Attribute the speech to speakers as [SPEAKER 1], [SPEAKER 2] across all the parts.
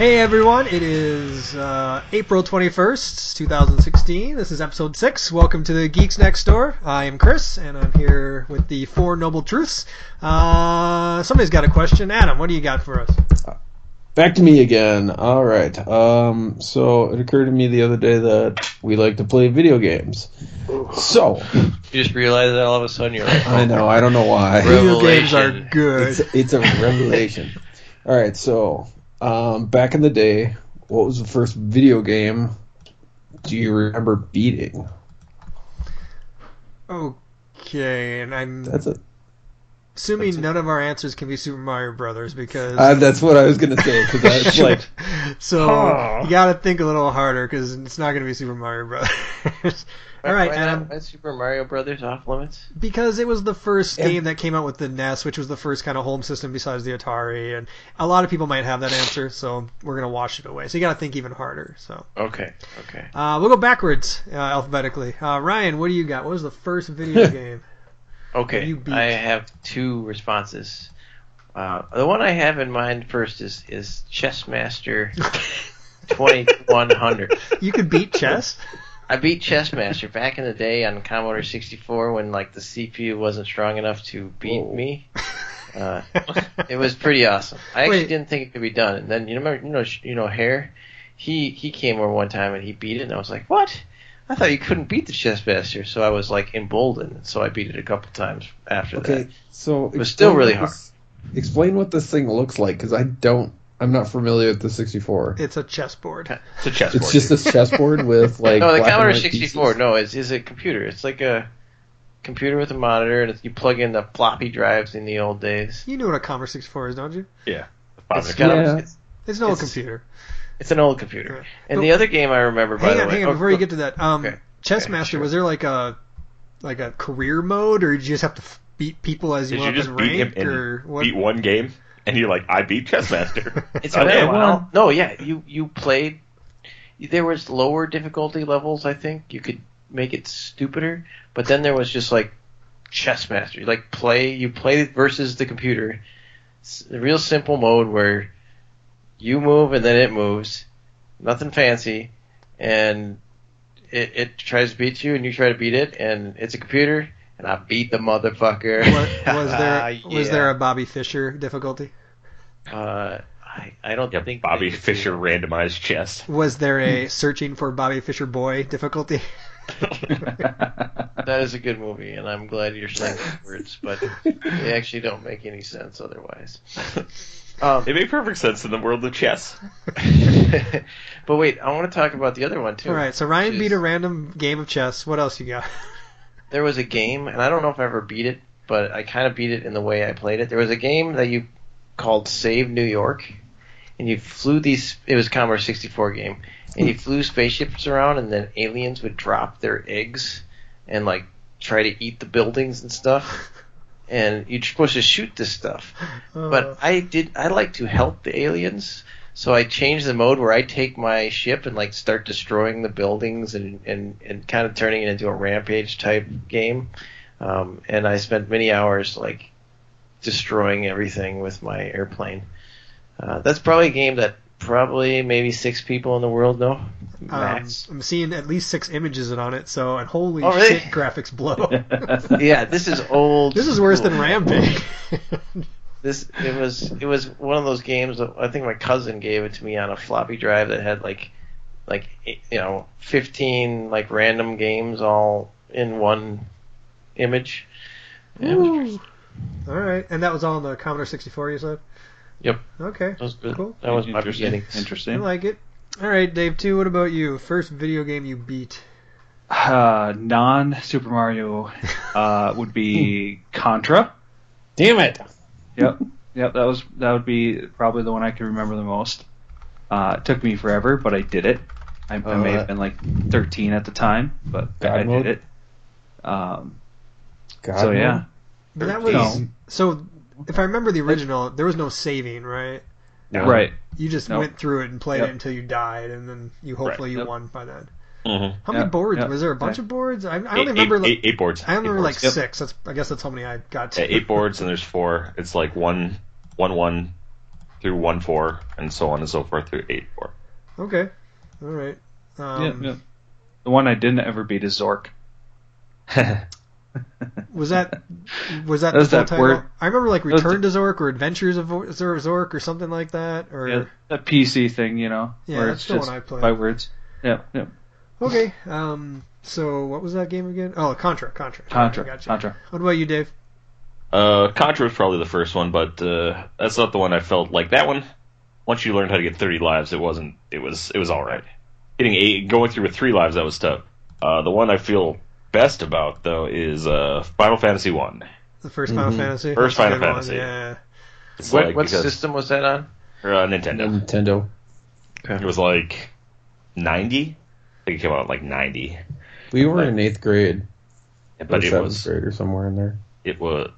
[SPEAKER 1] Hey everyone, it is uh, April 21st, 2016. This is episode 6. Welcome to the Geeks Next Door. I am Chris, and I'm here with the Four Noble Truths. Uh, somebody's got a question. Adam, what do you got for us?
[SPEAKER 2] Back to me again. All right. Um, so it occurred to me the other day that we like to play video games. So
[SPEAKER 3] You just realize that all of a sudden you're like,
[SPEAKER 2] I know I don't know why.
[SPEAKER 1] Video games are
[SPEAKER 3] Revelation.
[SPEAKER 1] good.
[SPEAKER 2] It's it's a revelation. All right. So um, back in the day, what was the first video game? Do you remember beating?
[SPEAKER 1] okay, and I'm
[SPEAKER 2] That's a,
[SPEAKER 1] assuming
[SPEAKER 2] that's a-
[SPEAKER 1] none of our answers can be Super Mario Brothers because.
[SPEAKER 2] uh, that's what I was gonna say because that's like
[SPEAKER 1] so
[SPEAKER 3] Huh.
[SPEAKER 1] you got to think a little harder because it's not going to be Super Mario Brothers. All right,
[SPEAKER 3] why
[SPEAKER 1] Adam.
[SPEAKER 3] not? Is Super Mario Brothers off limits?
[SPEAKER 1] Because it was the first
[SPEAKER 2] And-
[SPEAKER 1] game that came out with the NES, which was the first kind of home system besides the Atari, and a lot of people might have that answer, so we're gonna wash it away. So you gotta think even harder. So
[SPEAKER 3] Okay, okay.
[SPEAKER 1] uh, we'll go backwards uh, alphabetically. Uh, Ryan, what do you got? What was the first video game?
[SPEAKER 3] Okay,
[SPEAKER 1] You beat-
[SPEAKER 3] I have two responses. Uh, the one I have in mind first is, is Chessmaster 2100.
[SPEAKER 1] You could beat chess.
[SPEAKER 3] I beat Chessmaster back in the day on Commodore 64 when like the CPU wasn't strong enough to beat
[SPEAKER 2] Whoa.
[SPEAKER 3] me. Uh, it was pretty awesome. I actually
[SPEAKER 1] Wait.
[SPEAKER 3] didn't think it could be done. And then you remember, you know, sh- you know, Hare, he he came over one time and he beat it, and I was like, what? I thought you couldn't beat the chess master, so I was like emboldened, so I beat it a couple times after
[SPEAKER 2] okay.
[SPEAKER 3] that.
[SPEAKER 2] So
[SPEAKER 3] was still
[SPEAKER 2] explain
[SPEAKER 3] really
[SPEAKER 2] what this- Explain what this thing looks like because I don't. I'm not familiar with the 64.
[SPEAKER 1] It's a chessboard.
[SPEAKER 3] It's a chessboard.
[SPEAKER 2] It's just a chessboard with like.
[SPEAKER 3] no, the
[SPEAKER 2] black and
[SPEAKER 3] Commodore
[SPEAKER 2] white
[SPEAKER 3] 64.
[SPEAKER 2] pieces.
[SPEAKER 3] No, it's is a computer. It's like a computer with a monitor, and it's, you plug in the floppy drives in the old days.
[SPEAKER 1] You know what a Commodore 64 is, don't you?
[SPEAKER 3] It's got a-
[SPEAKER 2] Yeah.
[SPEAKER 3] it's,
[SPEAKER 1] It's an old
[SPEAKER 3] It's-
[SPEAKER 1] computer.
[SPEAKER 3] it's an old computer. And
[SPEAKER 1] But-
[SPEAKER 3] the other game I remember, by
[SPEAKER 1] Hang
[SPEAKER 3] the
[SPEAKER 1] on,
[SPEAKER 3] way,
[SPEAKER 1] hang on.
[SPEAKER 3] oh,
[SPEAKER 1] Before you
[SPEAKER 3] go-
[SPEAKER 1] get to that, um,
[SPEAKER 3] Okay.
[SPEAKER 1] Chessmaster,
[SPEAKER 3] sure.
[SPEAKER 1] was there like a like a career mode, or did you just have to f- beat people as you
[SPEAKER 4] Did
[SPEAKER 1] went
[SPEAKER 4] you
[SPEAKER 1] up
[SPEAKER 4] just
[SPEAKER 1] in
[SPEAKER 4] beat him
[SPEAKER 1] rank,
[SPEAKER 4] and
[SPEAKER 1] or what?
[SPEAKER 4] beat one game, and you're like, I beat Chessmaster.
[SPEAKER 3] It's
[SPEAKER 4] Okay,
[SPEAKER 3] been a
[SPEAKER 4] well-
[SPEAKER 3] while. No, yeah, you you played. There was lower difficulty levels. I think you could make it stupider, but then there was just like chess mastery. Like play, you play versus the computer. It's a real simple mode where you move and then it moves. Nothing fancy, and it, it tries to beat you, and you try to beat it, and it's a computer, and I beat the motherfucker.
[SPEAKER 1] Wa- was there
[SPEAKER 3] Ah,
[SPEAKER 1] was
[SPEAKER 3] yeah.
[SPEAKER 1] there a Bobby Fischer difficulty?
[SPEAKER 3] Uh, I I don't
[SPEAKER 4] yeah,
[SPEAKER 3] think
[SPEAKER 4] Bobby
[SPEAKER 3] they could do
[SPEAKER 4] Fisher
[SPEAKER 3] that.
[SPEAKER 4] randomized chess.
[SPEAKER 1] Was there
[SPEAKER 3] Hmm.
[SPEAKER 1] a searching for Bobby Fischer boy difficulty?
[SPEAKER 3] That is a good movie, and I'm glad you're saying those words, but they actually don't make any sense otherwise. Um,
[SPEAKER 4] It made perfect sense in the world of chess.
[SPEAKER 3] but wait, I want to talk about the other one too.
[SPEAKER 1] All right, so Ryan
[SPEAKER 3] Jeez.
[SPEAKER 1] beat a random game of chess. What else you got?
[SPEAKER 3] There was a game, and I don't know if I ever beat it, but I kind of beat it in the way I played it. There was a game that you called Save New York, and you flew these. It was a Commodore 64 game, and you flew spaceships around, and then aliens would drop their eggs and like try to eat the buildings and stuff. And you're supposed to shoot this stuff.
[SPEAKER 1] Uh,
[SPEAKER 3] But I did. I like to help the aliens, so I changed the mode where I take my ship and like start destroying the buildings and and, and kind of turning it into a rampage type game. Um, and I spent many hours like destroying everything with my airplane. Uh, that's probably a game that probably maybe six people in the world know.
[SPEAKER 1] um,
[SPEAKER 3] Max.
[SPEAKER 1] I'm seeing at least six images on it, so and holy
[SPEAKER 3] Oh, really?
[SPEAKER 1] shit, graphics blow.
[SPEAKER 3] yeah, this is old.
[SPEAKER 1] this is worse than
[SPEAKER 3] school.
[SPEAKER 1] Rampage.
[SPEAKER 3] this it was it was one of those games that I think my cousin gave it to me on a floppy drive that had like like eh, you know 15 like random games all in one image. Yeah, it was-
[SPEAKER 1] all right, and that was all on the Commodore 64. You said.
[SPEAKER 3] Yep.
[SPEAKER 1] Okay,
[SPEAKER 3] that was good.
[SPEAKER 1] Cool.
[SPEAKER 3] That was my
[SPEAKER 5] interesting.
[SPEAKER 3] beginning.
[SPEAKER 1] I
[SPEAKER 5] Interesting.
[SPEAKER 1] like it. All right, Dave. Two. What about you? First video game you beat?
[SPEAKER 5] Uh, non Super Mario uh, would be Contra.
[SPEAKER 2] Damn it!
[SPEAKER 5] Yep, yep. That was that would be probably the one I can remember the most. Uh, it took me forever, but I did it. I, I
[SPEAKER 2] Oh,
[SPEAKER 5] may
[SPEAKER 2] that-
[SPEAKER 5] have been like 13 at the time, but
[SPEAKER 2] God
[SPEAKER 5] I
[SPEAKER 2] mode?
[SPEAKER 5] did it. Um,
[SPEAKER 2] God,
[SPEAKER 5] so yeah,
[SPEAKER 1] But that was
[SPEAKER 3] Thirteen.
[SPEAKER 5] no,
[SPEAKER 1] so. If I remember the original, there was no saving, right?
[SPEAKER 4] No.
[SPEAKER 5] right.
[SPEAKER 1] You just
[SPEAKER 5] Nope.
[SPEAKER 1] went through it and played it
[SPEAKER 5] Yep.
[SPEAKER 1] until you died, and then you hopefully you
[SPEAKER 5] Yep.
[SPEAKER 1] won by then.
[SPEAKER 3] Mm-hmm.
[SPEAKER 4] Mhm.
[SPEAKER 1] How many
[SPEAKER 5] Yep.
[SPEAKER 1] boards?
[SPEAKER 5] Yep.
[SPEAKER 1] Was there a bunch
[SPEAKER 5] Okay.
[SPEAKER 1] of boards? I, I only
[SPEAKER 4] Eight-
[SPEAKER 1] remember
[SPEAKER 4] eight-
[SPEAKER 1] like
[SPEAKER 4] eight- eight boards.
[SPEAKER 1] I only
[SPEAKER 4] Eight
[SPEAKER 1] remember like
[SPEAKER 4] boards.
[SPEAKER 5] Yep.
[SPEAKER 1] six. That's I guess that's how many I got.
[SPEAKER 4] Yeah, eight boards, and there's four. It's like one, one, one, through one four, and so on and so forth through eight four.
[SPEAKER 1] Okay. All right. Um,
[SPEAKER 5] yeah, yeah. The one I didn't ever beat is Zork.
[SPEAKER 1] Was that was that,
[SPEAKER 5] That was
[SPEAKER 1] the full
[SPEAKER 5] that
[SPEAKER 1] title?
[SPEAKER 5] word-
[SPEAKER 1] I remember like
[SPEAKER 5] was the-
[SPEAKER 1] Return to Zork or Adventures of Vor- Zor- Zork or something like that. Or
[SPEAKER 5] Yeah, that PC thing, you know,
[SPEAKER 1] Yeah,
[SPEAKER 5] where
[SPEAKER 1] that's
[SPEAKER 5] it's
[SPEAKER 1] the one
[SPEAKER 5] just
[SPEAKER 1] I played.
[SPEAKER 5] by words. Yeah, yeah.
[SPEAKER 1] okay. Um. So what was that game again? Oh, Contra. Contra.
[SPEAKER 5] Contra,
[SPEAKER 1] Gotcha.
[SPEAKER 5] Contra.
[SPEAKER 1] What about you, Dave?
[SPEAKER 4] Uh, Contra was probably the first one, but uh, that's not the one I felt like that one. Once you learned how to get thirty lives, it wasn't. It was. It was all right. Getting eight, going through with three lives, that was tough. Uh, the one I feel best about though is uh, Final Fantasy One.
[SPEAKER 1] The first Final
[SPEAKER 2] Mhm.
[SPEAKER 1] Fantasy.
[SPEAKER 4] Mm-hmm. First
[SPEAKER 1] That's a
[SPEAKER 4] Final
[SPEAKER 1] good one,
[SPEAKER 4] Fantasy.
[SPEAKER 1] Yeah.
[SPEAKER 4] It's
[SPEAKER 3] What,
[SPEAKER 4] like
[SPEAKER 3] what
[SPEAKER 4] because-
[SPEAKER 3] system was that on?
[SPEAKER 4] or, uh, Nintendo.
[SPEAKER 2] Nintendo.
[SPEAKER 4] It was like ninety. I think it came out like ninety,
[SPEAKER 2] We were in eighth grade,
[SPEAKER 4] but
[SPEAKER 2] or
[SPEAKER 4] it
[SPEAKER 2] seventh
[SPEAKER 4] was
[SPEAKER 2] grade or somewhere in there.
[SPEAKER 4] it was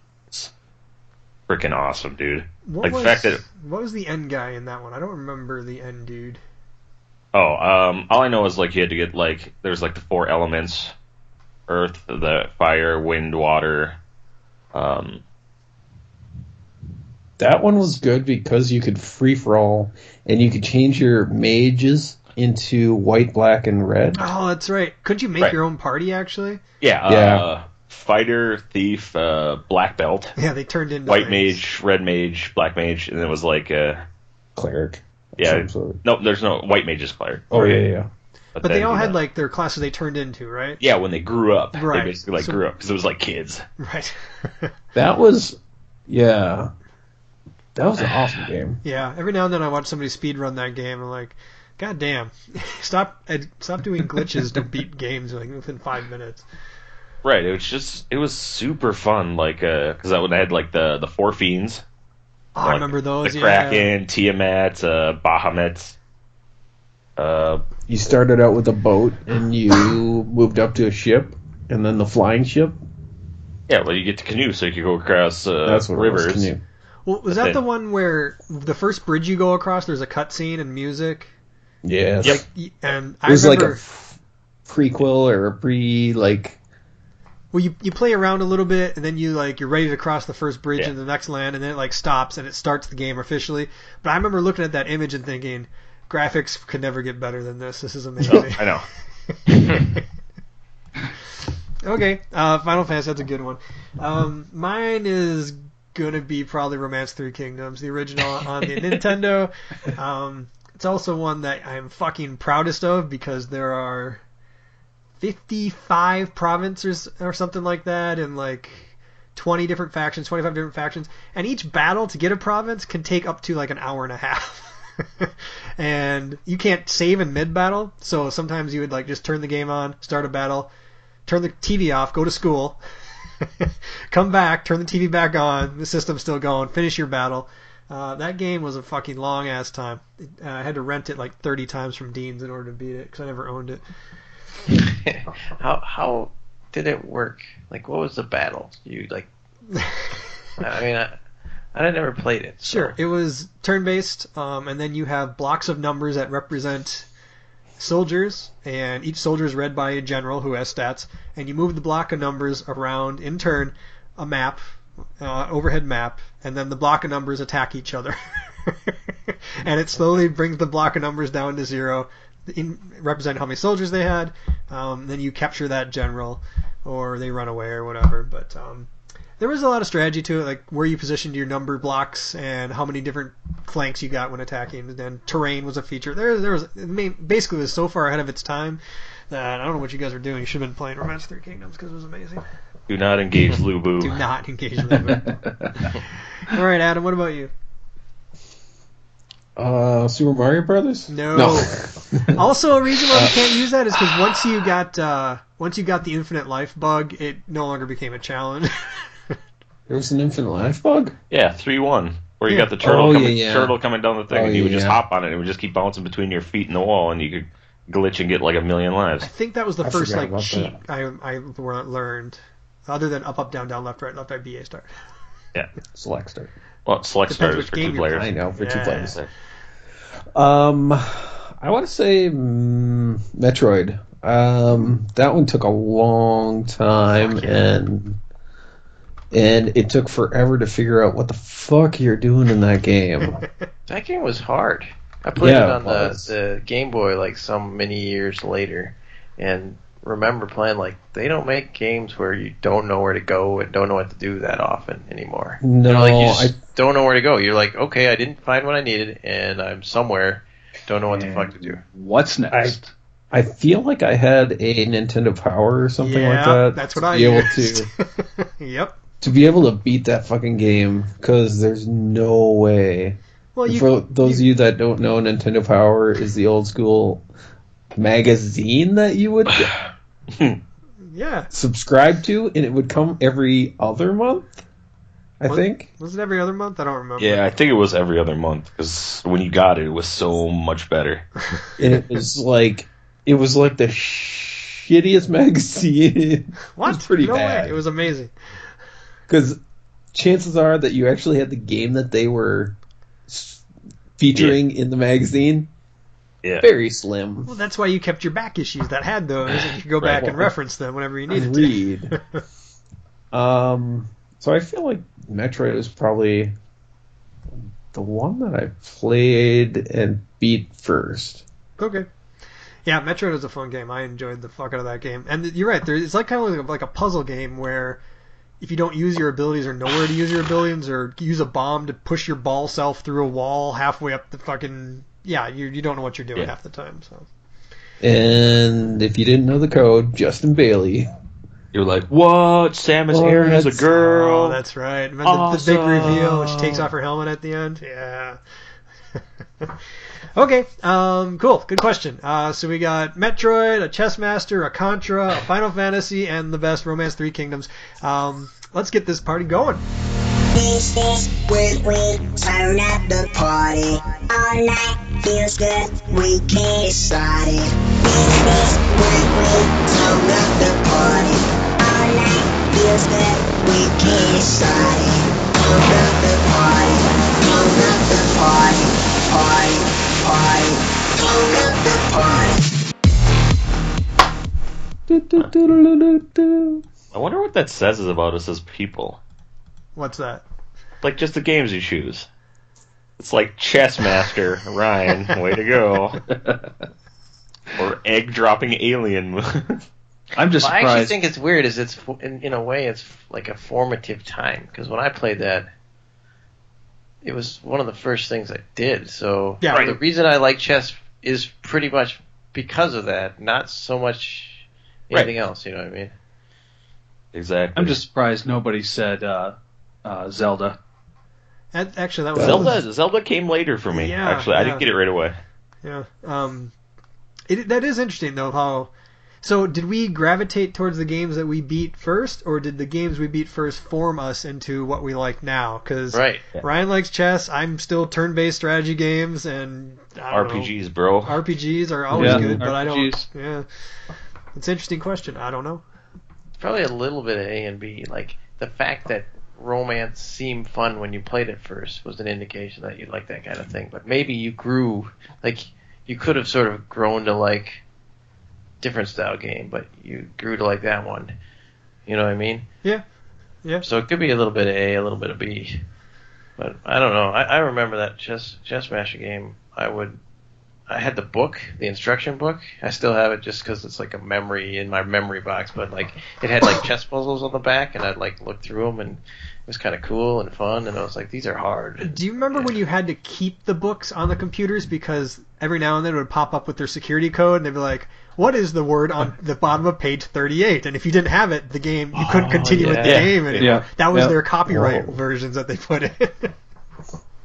[SPEAKER 4] freaking awesome, dude.
[SPEAKER 1] What
[SPEAKER 4] Like, the
[SPEAKER 1] was
[SPEAKER 4] fact that-
[SPEAKER 1] what was the end guy in that one? I don't remember the end dude.
[SPEAKER 4] Oh, um, all I know is like you had to get like there's like the four elements: earth, the fire, wind, water. Um,
[SPEAKER 2] That one was good because you could free for all, and you could change your mages into white, black, and red.
[SPEAKER 1] Oh, that's right. Could you make
[SPEAKER 4] Right.
[SPEAKER 1] your own party actually?
[SPEAKER 4] yeah,
[SPEAKER 2] Yeah.
[SPEAKER 4] Uh, fighter, thief, uh, black belt,
[SPEAKER 1] Yeah, they turned into
[SPEAKER 4] white
[SPEAKER 1] things.
[SPEAKER 4] mage, red mage, black mage, and it was like uh,
[SPEAKER 2] Cleric. of
[SPEAKER 4] Yeah.
[SPEAKER 2] some sort.
[SPEAKER 4] no, there's no white mage is cleric.
[SPEAKER 2] Oh yeah, yeah.
[SPEAKER 1] But they
[SPEAKER 4] then,
[SPEAKER 1] all
[SPEAKER 4] you
[SPEAKER 1] had
[SPEAKER 4] know,
[SPEAKER 1] like their classes they turned into, right?
[SPEAKER 4] yeah when they grew up,
[SPEAKER 1] Right.
[SPEAKER 4] they basically like
[SPEAKER 1] So-
[SPEAKER 4] grew up because it was like kids.
[SPEAKER 1] Right.
[SPEAKER 2] That was, yeah. That was an awesome game.
[SPEAKER 1] yeah. Every now and then I watch somebody speed run that game. and I'm like, God damn, stop! Ed, Stop doing glitches to beat games like within five minutes.
[SPEAKER 4] Right. It was just it was super fun. Like because that one I had like the the four fiends.
[SPEAKER 1] Oh, I
[SPEAKER 4] Like,
[SPEAKER 1] remember those.
[SPEAKER 4] the
[SPEAKER 1] yeah.
[SPEAKER 4] Kraken, Tiamat, uh, Bahamut. Uh,
[SPEAKER 2] You started out with a boat, and you moved up to a ship, and then the flying ship.
[SPEAKER 4] yeah, well, you get the canoe, so you can go across uh,
[SPEAKER 2] That's what
[SPEAKER 4] rivers.
[SPEAKER 2] it was. Canoe.
[SPEAKER 1] Well, was
[SPEAKER 4] That's
[SPEAKER 1] that
[SPEAKER 4] it.
[SPEAKER 1] the one where the first bridge you go across, there's a cutscene and music?
[SPEAKER 2] Yes.
[SPEAKER 4] Yep.
[SPEAKER 1] Y- And
[SPEAKER 2] It
[SPEAKER 1] I
[SPEAKER 2] was
[SPEAKER 1] remember.
[SPEAKER 2] like a f- prequel or a pre like
[SPEAKER 1] Well, you, you play around a little bit, and then you like you're ready to cross the first bridge
[SPEAKER 4] Yeah.
[SPEAKER 1] into the next land, and then it like stops and it starts the game officially. But I remember looking at that image and thinking, graphics could never get better than this. This is
[SPEAKER 4] Oh,
[SPEAKER 1] amazing.
[SPEAKER 4] I know.
[SPEAKER 1] okay, uh, Final Fantasy that's a good one. Um, mine is gonna be probably Romance Three Kingdoms, the original on the Nintendo. Um, it's also one that I'm fucking proudest of because there are 55 provinces or something like that, and like 20 different factions, 25 different factions, and each battle to get a province can take up to like an hour and a half. and you can't save in mid battle, so sometimes you would like just turn the game on, start a battle, turn the TV off, go to school, come back, turn the TV back on, the system's still going, finish your battle. Uh, that game was a fucking long ass time. It, uh, I had to rent it like 30 times from Dean's in order to beat it because I never owned it.
[SPEAKER 3] how how did it work? Like, what was the battle? You like? I mean, I, I never played it. so-
[SPEAKER 1] Sure. It was turn based, um, and then you have blocks of numbers that represent soldiers, and each soldier is read by a general who has stats, and you move the block of numbers around in turn a map, uh, overhead map, and then the block of numbers attack each other. and it slowly brings the block of numbers down to zero, in, represent how many soldiers they had. Um, then you capture that general, or they run away or whatever. But um, there was a lot of strategy to it, like where you positioned your number blocks and how many different flanks you got when attacking. And then terrain was a feature. There, there was it ma- basically it was so far ahead of its time that I don't know what you guys were doing. You should have been playing Romance of Three Kingdoms because it was amazing.
[SPEAKER 4] Do not engage
[SPEAKER 1] Do
[SPEAKER 4] Lubu.
[SPEAKER 1] not engage Lubu. All right, Adam, what about you?
[SPEAKER 2] uh Super Mario Brothers.
[SPEAKER 1] No. Also, a reason why we can't use that is because once you got uh, once you got the infinite life bug, it no longer became a challenge.
[SPEAKER 2] there was an infinite life bug.
[SPEAKER 4] Yeah, three one. Where you
[SPEAKER 1] Yeah.
[SPEAKER 4] got the turtle
[SPEAKER 2] Oh,
[SPEAKER 4] coming,
[SPEAKER 2] yeah, yeah.
[SPEAKER 4] turtle coming down the thing,
[SPEAKER 2] Oh,
[SPEAKER 4] and you would
[SPEAKER 2] yeah,
[SPEAKER 4] just
[SPEAKER 2] yeah.
[SPEAKER 4] hop on it, and it would just keep bouncing between your feet and the wall, and you could glitch and get like a million lives.
[SPEAKER 1] I think that was the
[SPEAKER 2] I
[SPEAKER 1] first
[SPEAKER 2] forgot
[SPEAKER 1] like
[SPEAKER 2] about
[SPEAKER 1] cheat I I learned, other than up up down down left right left right B A star.
[SPEAKER 2] Select start.
[SPEAKER 4] Well, select
[SPEAKER 1] Depends
[SPEAKER 4] starters
[SPEAKER 1] which
[SPEAKER 4] for
[SPEAKER 1] game
[SPEAKER 4] two
[SPEAKER 1] you're
[SPEAKER 4] players.
[SPEAKER 2] I know for two
[SPEAKER 1] Yeah.
[SPEAKER 2] players. Um, I want to say mm, Metroid. Um, that one took a long time, and and it took forever to figure out what the fuck you're doing in that game.
[SPEAKER 3] That game was hard. I played
[SPEAKER 2] Yeah,
[SPEAKER 3] it
[SPEAKER 2] it
[SPEAKER 3] on
[SPEAKER 2] was.
[SPEAKER 3] the, the Game Boy like some many years later, and remember playing like they don't make games where you don't know where to go and don't know what to do that often anymore.
[SPEAKER 2] No,
[SPEAKER 3] They're like you just
[SPEAKER 2] I
[SPEAKER 3] don't know where to go. You're like, okay, I didn't find what I needed, and I'm somewhere, don't know what
[SPEAKER 5] And
[SPEAKER 3] the fuck to do.
[SPEAKER 5] What's next?
[SPEAKER 2] I feel like I had a Nintendo Power or something
[SPEAKER 1] yeah,
[SPEAKER 2] like that.
[SPEAKER 1] That's
[SPEAKER 2] to
[SPEAKER 1] what I
[SPEAKER 2] be able
[SPEAKER 1] used.
[SPEAKER 2] to
[SPEAKER 1] yep.
[SPEAKER 2] to be able to beat that fucking game because there's no way.
[SPEAKER 1] Well, you
[SPEAKER 2] For those
[SPEAKER 1] you-
[SPEAKER 2] of you that don't know, Nintendo Power is the old school magazine that you would
[SPEAKER 1] yeah.
[SPEAKER 2] subscribe to, and it would come every other month. I
[SPEAKER 1] What?
[SPEAKER 2] think.
[SPEAKER 1] Was it every other month? I don't remember.
[SPEAKER 4] Yeah, I think it was every other month because when you got it, it was so much better.
[SPEAKER 2] and it was like it was like the shittiest magazine
[SPEAKER 1] What?
[SPEAKER 2] It was pretty
[SPEAKER 1] no
[SPEAKER 2] bad.
[SPEAKER 1] way. It was amazing.
[SPEAKER 2] because chances are that you actually had the game that they were s- featuring in the magazine
[SPEAKER 4] Yeah.
[SPEAKER 2] very slim
[SPEAKER 1] Well, that's why you kept your back issues that had those, and you could go
[SPEAKER 4] Right.
[SPEAKER 1] back and reference them whenever you needed
[SPEAKER 2] and
[SPEAKER 1] to.
[SPEAKER 2] read um so i feel like metroid is probably the one that i played and beat first
[SPEAKER 1] Okay. Yeah, Metroid was a fun game. I enjoyed the fuck out of that game. And you're right. There, it's like kind of like a, like a puzzle game where if you don't use your abilities or know where to use your abilities or use a bomb to push your ball self through a wall halfway up the fucking yeah, you you don't know what you're doing
[SPEAKER 4] Yeah.
[SPEAKER 1] half the time. So
[SPEAKER 2] and if you didn't know the code justin bailey
[SPEAKER 4] You're like, what? Samus
[SPEAKER 2] Oh,
[SPEAKER 4] Aran is a
[SPEAKER 2] that's-
[SPEAKER 1] oh,
[SPEAKER 4] girl.
[SPEAKER 1] that's right. And then the, the big
[SPEAKER 4] Awesome.
[SPEAKER 1] reveal when she takes off her helmet at the end. Yeah. okay. Um, cool. Good question. Uh, so we got Metroid, a Chess Master, a Contra, a Final Fantasy, and the best Romance Three Kingdoms. Um, let's get this party going.
[SPEAKER 6] Business with wind, turn up the party. All night feels good, we can get started. Business with wind, turn up the party. All night feels good, we can get started. Turn up the party, turn up the party, party, party, turn up the party.
[SPEAKER 4] I wonder what that says is about us as people.
[SPEAKER 1] What's that?
[SPEAKER 4] Like just the games you choose. It's like Chess Master, Ryan, way to go. or egg dropping alien.
[SPEAKER 5] I'm just
[SPEAKER 3] Well, I actually
[SPEAKER 5] surprised.
[SPEAKER 3] think it's weird. Is it's fo- in, in a way it's like a formative time because when I played that, it was one of the first things I did. So
[SPEAKER 1] Yeah.
[SPEAKER 3] the reason I like chess is pretty much because of that, not so much anything else. You know what I mean?
[SPEAKER 4] exactly.
[SPEAKER 5] I'm just surprised nobody said uh, uh, Zelda.
[SPEAKER 1] That- Actually, that was
[SPEAKER 4] Zelda Zelda came later for me.
[SPEAKER 1] Yeah,
[SPEAKER 4] actually, I
[SPEAKER 1] yeah.
[SPEAKER 4] didn't get it right away.
[SPEAKER 1] Yeah. Um, it, that is interesting though. How so? Did we gravitate towards the games that we beat first, or did the games we beat first form us into what we like now? Because
[SPEAKER 3] Right.
[SPEAKER 1] Ryan likes chess. I'm still turn-based strategy games and I don't know,
[SPEAKER 4] RPGs, bro.
[SPEAKER 1] RPGs are always
[SPEAKER 5] Yeah,
[SPEAKER 1] good, but I don't.
[SPEAKER 5] RPGs.
[SPEAKER 1] Yeah, it's an interesting question. I don't know.
[SPEAKER 3] Probably a little bit of A and B. Like the fact that romance seemed fun when you played it first was an indication that you like that kind of thing. But maybe you grew like you could have sort of grown to like different style game, but you grew to like that one. You know what I mean?
[SPEAKER 1] Yeah. Yeah.
[SPEAKER 3] So it could be a little bit of A, a little bit of B. But I don't know. I, I remember that chess chess master game. I would. I had the book, the instruction book. I still have it just because it's like a memory in my memory box. But like, it had like chess puzzles on the back, and I'd like look through them, and it was kind of cool and fun. And I was like, these are hard.
[SPEAKER 1] Do you remember when you had to keep the books on the computers because every now and then it would pop up with their security code and they'd be like, "What is the word on the bottom of page 38?" And if you didn't have it, the game you couldn't
[SPEAKER 3] Oh,
[SPEAKER 1] continue with the
[SPEAKER 3] yeah.
[SPEAKER 1] game anymore.
[SPEAKER 5] Yeah.
[SPEAKER 1] That was
[SPEAKER 5] Yeah.
[SPEAKER 1] their copyright
[SPEAKER 2] Whoa.
[SPEAKER 1] versions that they put in.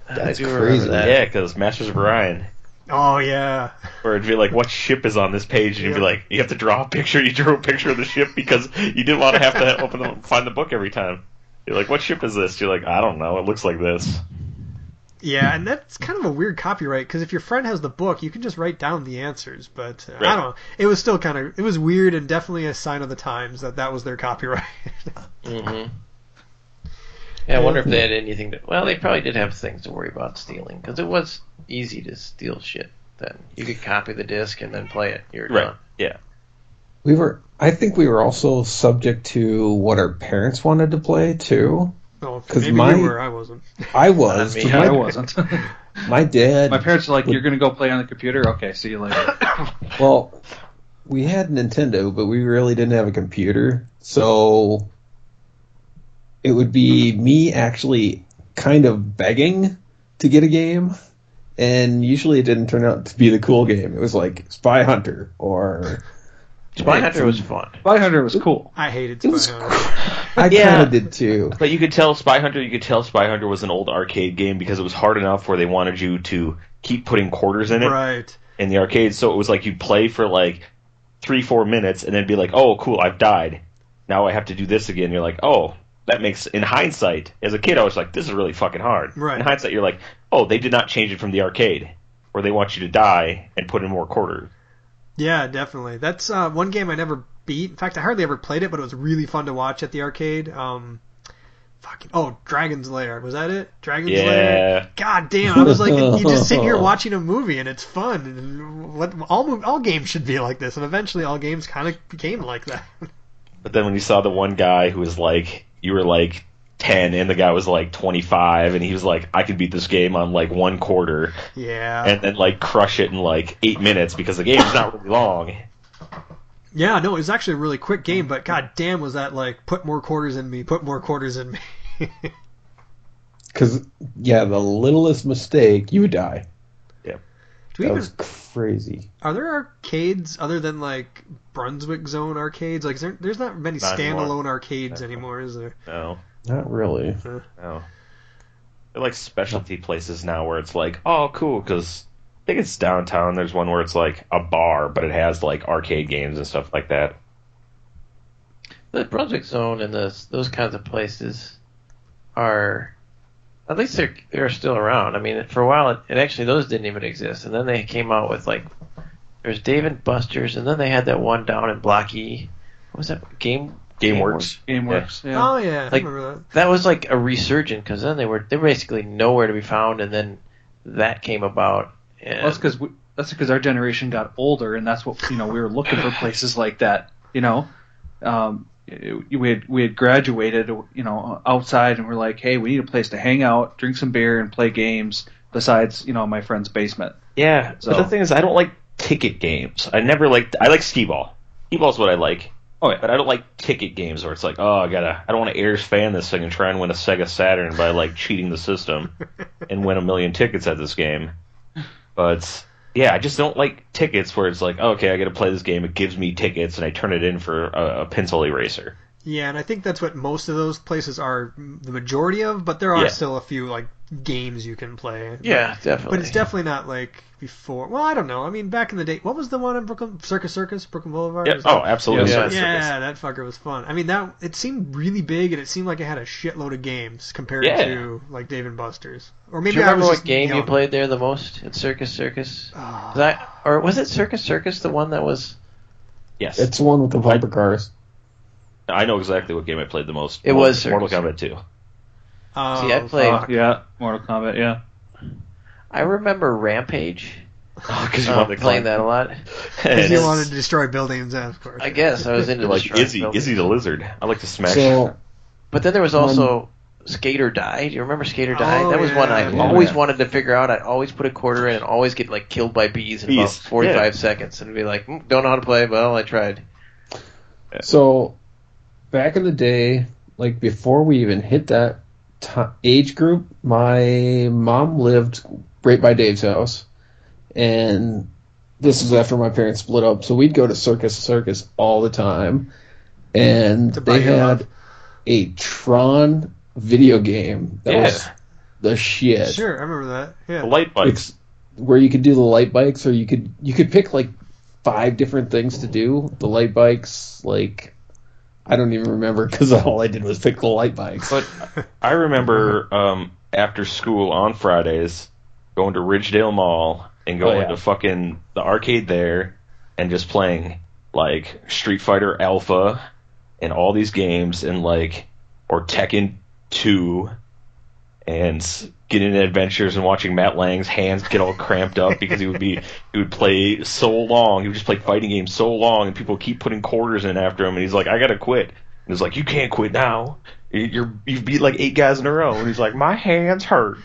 [SPEAKER 2] That's
[SPEAKER 3] I do remember
[SPEAKER 2] crazy.
[SPEAKER 3] that.
[SPEAKER 4] Yeah, because Masters of Orion.
[SPEAKER 1] oh yeah.
[SPEAKER 4] Where it'd be like, what ship is on this page? And you'd be
[SPEAKER 1] Yeah.
[SPEAKER 4] like, you have to draw a picture. You drew a picture of the ship because you didn't want to have to open the, find the book every time. You're like, what ship is this? You're like, I don't know. It looks like this.
[SPEAKER 1] Yeah, and that's kind of a weird copyright because if your friend has the book, you can just write down the answers. But uh, I
[SPEAKER 4] Right.
[SPEAKER 1] don't. know. It was still kind of it was weird and definitely a sign of the times that that was their copyright.
[SPEAKER 3] Mm-hmm. Yeah, I wonder if they had anything to. Well, they probably did have things to worry about stealing because it was easy to steal shit. Then you could copy the disc and then play it. You're
[SPEAKER 4] Right.
[SPEAKER 3] done.
[SPEAKER 2] We were. I think we were also subject to what our parents wanted to play too.
[SPEAKER 1] oh,
[SPEAKER 2] 'Cause
[SPEAKER 1] maybe
[SPEAKER 2] my-
[SPEAKER 1] you were, I wasn't.
[SPEAKER 2] I was.
[SPEAKER 3] me.
[SPEAKER 2] but
[SPEAKER 5] I
[SPEAKER 2] my-
[SPEAKER 5] wasn't.
[SPEAKER 2] My dad.
[SPEAKER 5] My parents are like, "You're gonna go play on the computer? Okay, see you later."
[SPEAKER 2] Well, we had Nintendo, but we really didn't have a computer. So it would be me actually kind of begging to get a game. And usually it didn't turn out to be the cool game. It was like Spy Hunter or.
[SPEAKER 3] Spy Hunter was fun,
[SPEAKER 5] Spy Hunter was cool.
[SPEAKER 1] I hated
[SPEAKER 2] It was
[SPEAKER 1] Spy Hunter.
[SPEAKER 2] I
[SPEAKER 3] Yeah.
[SPEAKER 2] kind of did too.
[SPEAKER 4] But you could tell Spy Hunter. You could tell Spy Hunter was an old arcade game because it was hard enough where they wanted you to keep putting quarters in it
[SPEAKER 1] Right.
[SPEAKER 4] in the arcade. So it was like you'd play for like three, four minutes, and then be like, "Oh, cool, I've died. Now I have to do this again." You're like, "Oh." That makes, in hindsight, as a kid, I was like, "This is really fucking hard."
[SPEAKER 1] Right.
[SPEAKER 4] In hindsight, you're like, "Oh, they did not change it from the arcade, where they want you to die and put in more quarters."
[SPEAKER 1] Yeah, definitely. That's uh, one game I never beat. In fact, I hardly ever played it, but it was really fun to watch at the arcade. Um, fucking oh, Dragon's Lair was that it? Dragon's Lair.
[SPEAKER 4] Yeah,
[SPEAKER 1] God damn! I was like, you just sit here watching a movie and it's fun. And what all mov- all games should be like this, and eventually all games kind of became like that.
[SPEAKER 4] But then when you saw the one guy who was like, you were like 10, and the guy was like 25, and he was like, I could beat this game on like one quarter,
[SPEAKER 1] yeah.
[SPEAKER 4] and then like crush it in like eight minutes because the game's not really long.
[SPEAKER 1] yeah. No, it was actually a really quick game, but god damn, was that like put more quarters in me, put more quarters in me.
[SPEAKER 2] Because, yeah, the littlest mistake, you would die.
[SPEAKER 1] Do we
[SPEAKER 2] That
[SPEAKER 1] even
[SPEAKER 2] was crazy.
[SPEAKER 1] Are there arcades other than like Brunswick Zone arcades? Like, is there, there's not many
[SPEAKER 4] Not anymore.
[SPEAKER 1] standalone arcades anymore, is there?
[SPEAKER 4] No,
[SPEAKER 2] Not really.
[SPEAKER 4] no. They're like specialty places now where it's like, oh, cool, because I think it's downtown. There's one where it's like a bar, but it has like arcade games and stuff like that.
[SPEAKER 3] the Brunswick Zone and those those kinds of places are, at least they're they're still around. I mean, for a while, it, it actually those didn't even exist, and then they came out with like there's Dave and Buster's, and then they had that one down in Block E. What was that game?
[SPEAKER 4] GameWorks.
[SPEAKER 5] GameWorks. Yeah.
[SPEAKER 3] Um,
[SPEAKER 1] Oh yeah,
[SPEAKER 3] Like-
[SPEAKER 1] I remember
[SPEAKER 3] That was like a resurgence because then they were they were basically nowhere to be found, and then that came about. And
[SPEAKER 5] Well, that's because that's because our generation got older, and that's what you know. We were looking for places like that. You know, um, it- we had we had graduated. You know, outside, and we're like, hey, we need a place to hang out, drink some beer, and play games. Besides, you know, my friend's basement.
[SPEAKER 4] Yeah.
[SPEAKER 5] So-
[SPEAKER 4] But the thing is, I don't like ticket games. I never liked. I like skee ball. Skee ball's what I like.
[SPEAKER 5] Oh, yeah.
[SPEAKER 4] But I don't like ticket games where it's like, oh, I gotta. I don't want to Ayers fan this thing and try and win a Sega Saturn by like cheating the system and win a million tickets at this game. But yeah, I just don't like tickets where it's like, okay, I gotta play this game. It gives me tickets and I turn it in for a, a pencil eraser.
[SPEAKER 1] Yeah, and I think that's what most of those places are the majority of, but there are
[SPEAKER 4] Yeah.
[SPEAKER 1] still a few like games you can play.
[SPEAKER 3] yeah,
[SPEAKER 1] But,
[SPEAKER 3] definitely.
[SPEAKER 1] it's definitely not like before. Well, I don't know. I mean, back in the day, what was the one in Brooklyn Circus Circus, Brooklyn Boulevard?
[SPEAKER 4] Yeah.
[SPEAKER 1] Is that-
[SPEAKER 4] Oh, absolutely.
[SPEAKER 5] Yeah.
[SPEAKER 4] Circus Circus.
[SPEAKER 1] Yeah, that fucker was fun. I mean, that it seemed really big, and it seemed like it had a shitload of games compared
[SPEAKER 4] Yeah.
[SPEAKER 1] to like Dave and Buster's. Or
[SPEAKER 3] Do
[SPEAKER 1] maybe
[SPEAKER 3] you
[SPEAKER 1] I
[SPEAKER 3] remember
[SPEAKER 1] was
[SPEAKER 3] what
[SPEAKER 1] just
[SPEAKER 3] game you
[SPEAKER 1] young.
[SPEAKER 3] played there the most at Circus Circus?
[SPEAKER 1] Ah.
[SPEAKER 3] Was I, or was it Circus Circus the one that was?
[SPEAKER 4] Yes.
[SPEAKER 2] It's the one with the Viper cars.
[SPEAKER 4] I know exactly what game I played the most.
[SPEAKER 3] It was
[SPEAKER 4] Mortal
[SPEAKER 3] Circus.
[SPEAKER 4] Kombat 2.
[SPEAKER 1] Oh,
[SPEAKER 3] See, I played.
[SPEAKER 5] Uh, yeah, Mortal Kombat. Yeah,
[SPEAKER 3] I remember Rampage.
[SPEAKER 4] Because
[SPEAKER 3] Uh, playing that a lot.
[SPEAKER 1] Because you
[SPEAKER 3] Yes.
[SPEAKER 1] wanted to destroy buildings, yeah, of course.
[SPEAKER 3] I guess I was into
[SPEAKER 4] You're like
[SPEAKER 3] destroying
[SPEAKER 4] Izzy,
[SPEAKER 3] buildings.
[SPEAKER 4] Izzy the lizard. I like to smash.
[SPEAKER 2] So
[SPEAKER 3] But then there was also Skater Die. Do you remember Skater Die?
[SPEAKER 1] Um, Oh,
[SPEAKER 3] that was one I
[SPEAKER 1] yeah.
[SPEAKER 3] always
[SPEAKER 2] Yeah.
[SPEAKER 3] wanted to figure out. I'd always put a quarter in and always get like killed by bees in
[SPEAKER 4] Bees,
[SPEAKER 3] about 45
[SPEAKER 4] yeah.
[SPEAKER 3] seconds and be like, "Mm, don't know how to play. Well, I tried.
[SPEAKER 2] So, back in the day, like before we even hit that ti age group, my mom lived right by Dave's house, and this is after my parents split up. So we'd go to Circus Circus all the time, and
[SPEAKER 1] To buy
[SPEAKER 2] they
[SPEAKER 1] your
[SPEAKER 2] had
[SPEAKER 1] love.
[SPEAKER 2] a Tron video game that
[SPEAKER 4] Yeah.
[SPEAKER 2] was the shit.
[SPEAKER 1] Sure, I remember that. Yeah.
[SPEAKER 4] The light bikes.
[SPEAKER 2] It's where you could do the light bikes, or you could you could pick like five different things to do. The light bikes, like I don't even remember because all I did was pick the light bikes.
[SPEAKER 4] But I remember
[SPEAKER 2] Uh-huh.
[SPEAKER 4] um, after school on Fridays going to Ridgedale Mall and going
[SPEAKER 2] Oh, yeah.
[SPEAKER 4] to fucking the arcade there and just playing like Street Fighter Alpha and all these games and like or Tekken 2 and getting in adventures and watching Matt Lang's hands get all cramped up because he would be he would play so long he would just play fighting games so long and people keep putting quarters in after him and he's like I gotta quit and it's like you can't quit now you're you've beat like eight guys in a row and he's like my hands hurt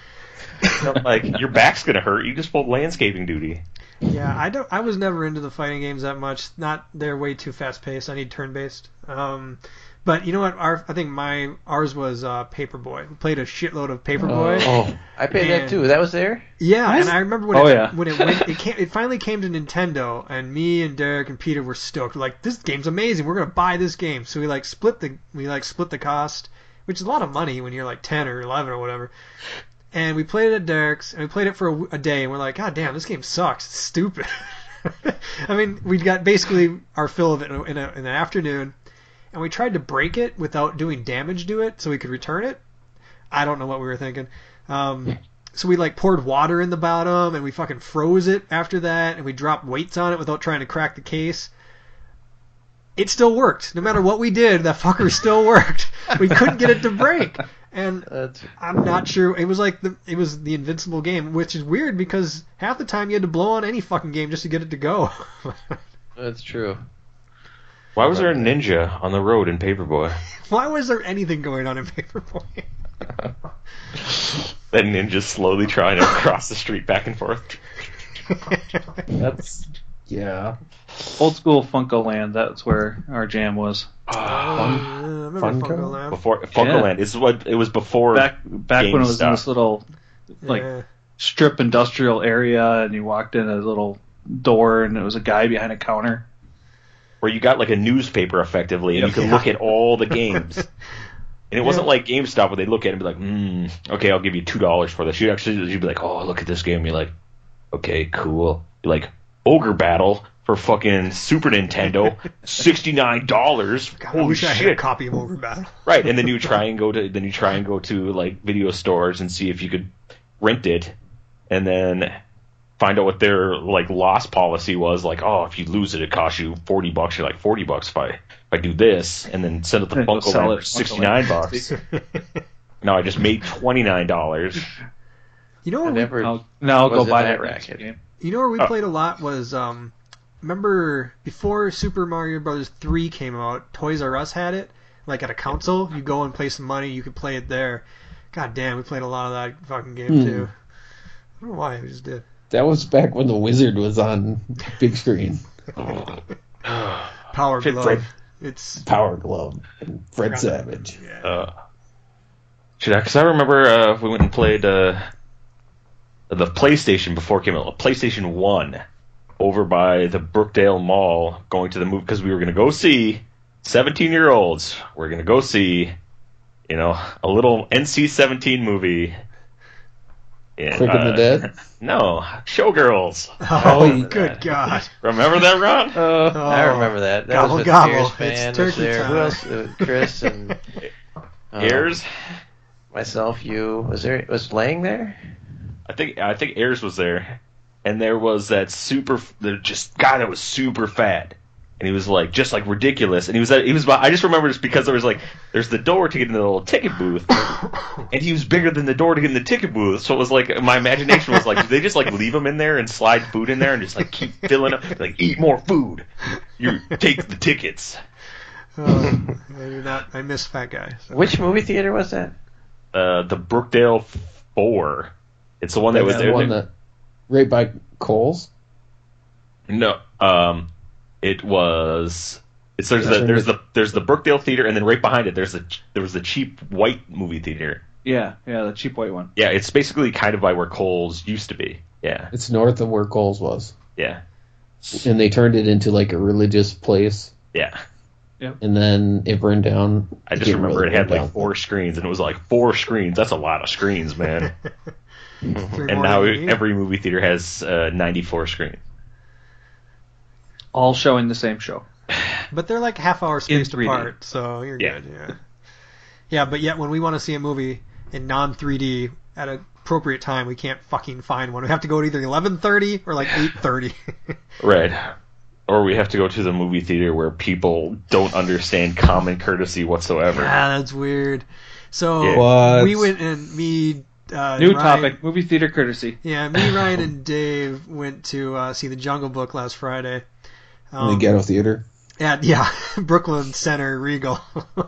[SPEAKER 4] And I'm like, your back's gonna hurt. You just pulled landscaping duty.
[SPEAKER 1] Yeah, I don't. I was never into the fighting games that much. Not they're way too fast paced. I need turn based. Um, but you know what? Our I think my ours was uh, Paperboy. We played a shitload of Paperboy.
[SPEAKER 2] Oh,
[SPEAKER 3] I played
[SPEAKER 1] Man.
[SPEAKER 3] that too. That was there.
[SPEAKER 1] Yeah, and I remember when
[SPEAKER 5] Oh,
[SPEAKER 1] it,
[SPEAKER 5] yeah.
[SPEAKER 1] when it went, it came, it finally came to Nintendo, and me and Derek and Peter were stoked. We're like, this game's amazing. We're gonna buy this game. So we like split the we like split the cost, which is a lot of money when you're like ten or eleven or whatever. And we played it at Derek's, and we played it for a, w- a day, and we're like, God damn, this game sucks. It's stupid. I mean, we got basically our fill of it in, a, in, a, in an afternoon, and we tried to break it without doing damage to it, so we could return it. I don't know what we were thinking. Um, so we like poured water in the bottom and we fucking froze it after that and we dropped weights on it without trying to crack the case. It still worked. No matter what we did, that fucker still worked. We couldn't get it to break. And
[SPEAKER 3] That's
[SPEAKER 1] I'm not sure. It was like the it was the invincible game, which is weird because half the time you had to blow on any fucking game just to get it to go.
[SPEAKER 3] that's true.
[SPEAKER 4] Why was there a ninja on the road in Paperboy?
[SPEAKER 1] Why was there anything going on in Paperboy?
[SPEAKER 4] That ninja's slowly trying to cross the street back and forth.
[SPEAKER 2] that's yeah.
[SPEAKER 5] Old school Funko Land. That's where our jam was.
[SPEAKER 1] Uh, I remember
[SPEAKER 2] Funko?
[SPEAKER 1] Funko Land.
[SPEAKER 4] Before Funkoland. This is what it was before.
[SPEAKER 5] Back back when it was in this
[SPEAKER 4] GameStop.
[SPEAKER 5] little like
[SPEAKER 1] Yeah.
[SPEAKER 5] strip industrial area, and you walked in a little door, and it was a guy behind a counter.
[SPEAKER 4] where you got like a newspaper effectively, and you could
[SPEAKER 1] Yeah.
[SPEAKER 4] look at all the games. and it wasn't like GameStop where they look at it and be like, mm, "Okay, I'll give you two dollars for this." You actually you'd be like, "Oh, look at this game." You're like, "Okay, cool." You're like, "Ogre Battle for fucking Super Nintendo, sixty nine dollars."
[SPEAKER 1] God, I
[SPEAKER 4] Holy
[SPEAKER 1] wish I had a
[SPEAKER 4] shit!
[SPEAKER 1] copy of Ogre Battle.
[SPEAKER 4] Right, and then you try and go to then you try and go to like video stores and see if you could rent it, and then find out what their like loss policy was. Like, oh, if you lose it, it costs you forty bucks. You're like forty bucks if I if I do this, and then send it to
[SPEAKER 5] And go
[SPEAKER 4] Funko
[SPEAKER 5] sell
[SPEAKER 4] Land
[SPEAKER 5] it
[SPEAKER 4] for
[SPEAKER 5] at
[SPEAKER 4] sixty
[SPEAKER 5] Funko
[SPEAKER 4] nine
[SPEAKER 5] Land.
[SPEAKER 4] bucks. no, I just made twenty nine dollars.
[SPEAKER 1] You know
[SPEAKER 3] I
[SPEAKER 1] what we
[SPEAKER 3] never.
[SPEAKER 5] Now, now I'll go
[SPEAKER 3] Wasn't
[SPEAKER 5] buy
[SPEAKER 3] that
[SPEAKER 5] that
[SPEAKER 3] racket?
[SPEAKER 5] game.
[SPEAKER 1] You know where we
[SPEAKER 4] Oh.
[SPEAKER 1] played a lot was um, remember before Super Mario Brothers three came out, Toys R Us had it like at a console. You go and play some money, you could play it there. God damn, we played a lot of that fucking game
[SPEAKER 2] Hmm.
[SPEAKER 1] too. I don't know why we just did.
[SPEAKER 2] That was back when the wizard was on big screen.
[SPEAKER 1] Power
[SPEAKER 4] Shit,
[SPEAKER 1] Glove.
[SPEAKER 4] Fred.
[SPEAKER 1] It's
[SPEAKER 2] Power Glove and Fred
[SPEAKER 1] Right.
[SPEAKER 2] Savage.
[SPEAKER 4] Uh, should I? Because I remember uh, we went and played uh, the PlayStation before it came out, PlayStation One, over by the Brookdale Mall, going to the movie because we were going to go see seventeen-year-olds. We're going to go see, you know, a little NC-17 movie. And,
[SPEAKER 2] Quick and the
[SPEAKER 4] uh,
[SPEAKER 2] Dead.
[SPEAKER 4] No, Showgirls.
[SPEAKER 1] oh,
[SPEAKER 2] yeah.
[SPEAKER 1] good god.
[SPEAKER 4] Remember that, Ron?
[SPEAKER 1] Oh,
[SPEAKER 3] I remember that. That
[SPEAKER 1] Gobble,
[SPEAKER 3] was with
[SPEAKER 1] gobble.
[SPEAKER 3] Ears,
[SPEAKER 1] It's
[SPEAKER 3] man. was
[SPEAKER 1] turkey
[SPEAKER 3] there.
[SPEAKER 1] time.
[SPEAKER 3] Who else? It was Chris and um,
[SPEAKER 4] Airs.
[SPEAKER 3] myself, you. Was there? Was Lang there?
[SPEAKER 4] I think I think Ayers was there, and there was that super the just guy that was super fat, and he was like just like ridiculous, and he was at, he was I just remember just because there was like there's the door to get into the little ticket booth, and he was bigger than the door to get in the ticket booth, so it was like my imagination was like did they just like leave him in there and slide food in there and just like keep filling up like eat more food, you take the tickets.
[SPEAKER 1] Oh, I do not. I miss Fat Guy. So.
[SPEAKER 3] Which movie theater was that?
[SPEAKER 4] Uh, the Brookdale Four, it's the one that
[SPEAKER 2] That's
[SPEAKER 4] was
[SPEAKER 2] the
[SPEAKER 4] there.
[SPEAKER 2] one that right by Coles.
[SPEAKER 4] No, um, it was. It's there's
[SPEAKER 2] That's
[SPEAKER 4] the
[SPEAKER 2] right.
[SPEAKER 4] there's the there's the Brookdale Theater, and then right behind it there's the there was the cheap white movie theater.
[SPEAKER 5] Yeah, yeah, the cheap white one.
[SPEAKER 4] Yeah, it's basically kind of by where Coles used to be. Yeah,
[SPEAKER 2] It's north of where Coles was,
[SPEAKER 4] yeah,
[SPEAKER 2] and they turned it into like a religious place.
[SPEAKER 4] yeah.
[SPEAKER 2] And then it burned down.
[SPEAKER 4] I just
[SPEAKER 2] can't
[SPEAKER 4] remember it
[SPEAKER 2] really
[SPEAKER 4] had
[SPEAKER 2] burn
[SPEAKER 4] like
[SPEAKER 2] down.
[SPEAKER 4] four screens, and it was like four screens. That's a lot of screens, man.
[SPEAKER 1] Three
[SPEAKER 4] and
[SPEAKER 1] more
[SPEAKER 4] now e,
[SPEAKER 1] than me.
[SPEAKER 4] every movie theater has uh, 94 screens.
[SPEAKER 5] All showing the same show.
[SPEAKER 1] But they're like half hour spaced
[SPEAKER 5] 3D.
[SPEAKER 1] apart, so you're
[SPEAKER 4] Yeah.
[SPEAKER 1] good. Yeah. Yeah, but yet when we want to see a movie in non 3D at an appropriate time, we can't fucking find one. We have to go to either 11:30 or like 8:30.
[SPEAKER 4] Right. Or we have to go to the movie theater where people don't understand common courtesy whatsoever.
[SPEAKER 1] ah, that's weird. So
[SPEAKER 4] Yeah.
[SPEAKER 2] What?
[SPEAKER 1] we went and me. Uh,
[SPEAKER 5] New
[SPEAKER 1] Ryan-
[SPEAKER 5] topic: movie theater courtesy.
[SPEAKER 1] Yeah, me, Ryan, and Dave went to uh, see the Jungle Book last Friday. Um,
[SPEAKER 2] in the ghetto theater.
[SPEAKER 1] at yeah Brooklyn Center Regal,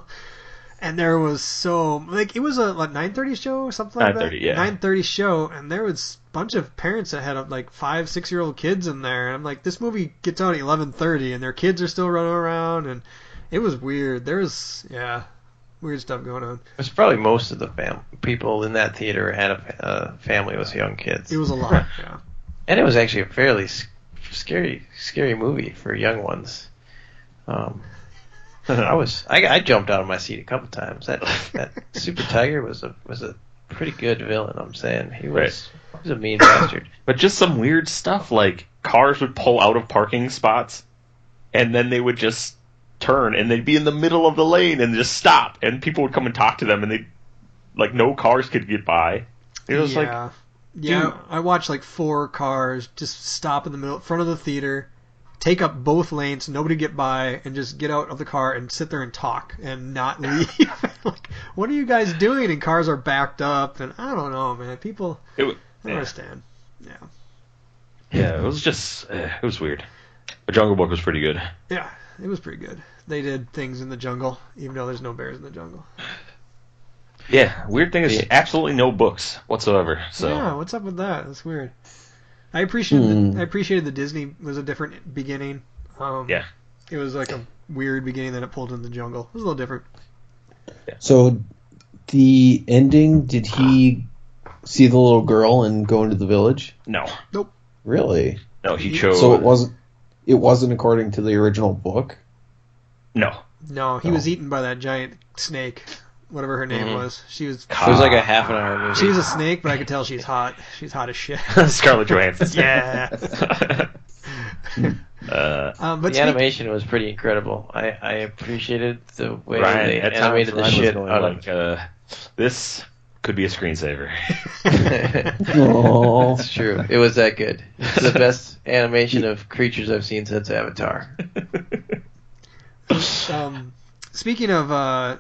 [SPEAKER 1] and there was so like it was a like 9:30 show or something like
[SPEAKER 4] 9:30,
[SPEAKER 1] that.
[SPEAKER 4] yeah.
[SPEAKER 1] 9:30 show, and there was a bunch of parents that had like five, six year old kids in there. And I'm like, this movie gets out at 11:30, and their kids are still running around, and it was weird. There was yeah, weird stuff going on.
[SPEAKER 3] It's probably most of the fam- people in that theater had a uh, family with young kids.
[SPEAKER 1] It was a lot. yeah.
[SPEAKER 3] and it was actually a fairly s- scary, scary movie for young ones. Um, I was, I, I jumped out of my seat a couple times. That that Super Tiger was a was a pretty good villain. I'm saying he was he was a mean bastard.
[SPEAKER 4] But just some weird stuff like cars would pull out of parking spots and then they would just turn and they'd be in the middle of the lane and just stop and people would come and talk to them and they like no cars could get by. It was like
[SPEAKER 1] yeah. yeah,
[SPEAKER 4] dude.
[SPEAKER 1] I watched like four cars just stop in the middle front of the theater, take up both lanes, nobody get by, and just get out of the car and sit there and talk and not leave. like, what are you guys doing? And cars are backed up, and I don't know, man. People
[SPEAKER 4] it w-
[SPEAKER 1] I don't
[SPEAKER 4] yeah.
[SPEAKER 1] understand. Yeah,
[SPEAKER 4] yeah, it was just eh, it was weird. But Jungle Book was pretty good.
[SPEAKER 1] yeah, it was pretty good. They did things in the jungle, even though there's no bears in the jungle.
[SPEAKER 4] Yeah, weird thing is absolutely no books whatsoever. So
[SPEAKER 1] Yeah, what's up with that? That's weird. I appreciated the, I appreciated the Disney was a different beginning. Um,
[SPEAKER 4] Yeah.
[SPEAKER 1] it was like a weird beginning that it pulled in the jungle. It was a little different.
[SPEAKER 2] So the ending, did he see the little girl and go into the village?
[SPEAKER 4] no,
[SPEAKER 2] Really?
[SPEAKER 4] no, he chose
[SPEAKER 2] So it wasn't it wasn't according to the original book?
[SPEAKER 4] no.
[SPEAKER 1] No, he
[SPEAKER 2] No.
[SPEAKER 1] was eaten by that giant snake, whatever her name was. She was
[SPEAKER 3] It was like a half an hour movie.
[SPEAKER 1] she's a snake, but I could tell she's hot. She's hot as shit.
[SPEAKER 4] Scarlett Johansson.
[SPEAKER 1] yeah.
[SPEAKER 4] uh,
[SPEAKER 1] Um, but
[SPEAKER 3] the
[SPEAKER 1] speak-
[SPEAKER 3] animation was pretty incredible. I, I appreciated the way
[SPEAKER 4] Ryan,
[SPEAKER 3] they
[SPEAKER 4] at times
[SPEAKER 3] animated the
[SPEAKER 4] Ryan was
[SPEAKER 3] shit
[SPEAKER 4] going
[SPEAKER 3] out of
[SPEAKER 4] like, uh, this could be a screensaver.
[SPEAKER 3] it.
[SPEAKER 2] Oh,
[SPEAKER 3] It's true. It
[SPEAKER 4] uh,
[SPEAKER 3] was that good. It's the best animation of creatures I've seen since Avatar.
[SPEAKER 1] um, speaking of, uh,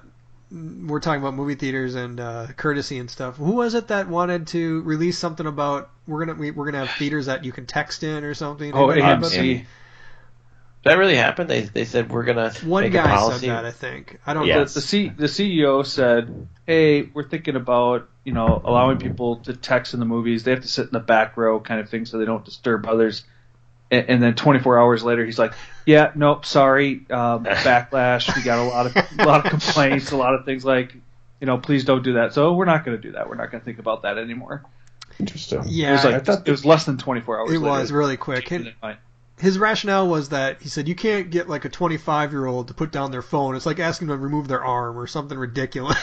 [SPEAKER 1] we're talking about movie theaters and uh, courtesy and stuff. Who was it that wanted to release something about we're gonna we, we're gonna have theaters that you can text in or something?
[SPEAKER 5] Oh,
[SPEAKER 1] Anybody heard about
[SPEAKER 5] AMC.
[SPEAKER 3] That really happened. They they said we're gonna
[SPEAKER 1] that? One
[SPEAKER 3] make a
[SPEAKER 1] guy
[SPEAKER 3] policy.
[SPEAKER 1] said that, I think. I don't
[SPEAKER 4] Yeah.
[SPEAKER 1] know.
[SPEAKER 5] the, the, C, the CEO said, "Hey, we're thinking about you know allowing people to text in the movies. They have to sit in the back row, kind of thing, so they don't disturb others." And, and then 24 hours later, he's like, "Yeah, nope, sorry, um, backlash. We got a lot of a lot of complaints, a lot of things like." You know, please don't do that. So we're not going to do that. We're not going to think about that anymore.
[SPEAKER 2] interesting.
[SPEAKER 1] Yeah,
[SPEAKER 5] it was
[SPEAKER 2] I
[SPEAKER 5] like
[SPEAKER 2] thought-
[SPEAKER 5] it was less than 24 hours.
[SPEAKER 1] it
[SPEAKER 5] later.
[SPEAKER 1] was really quick. And
[SPEAKER 5] Like,
[SPEAKER 1] his rationale was that he said you can't get like a 25 year old to put down their phone. It's like asking them to remove their arm or something ridiculous.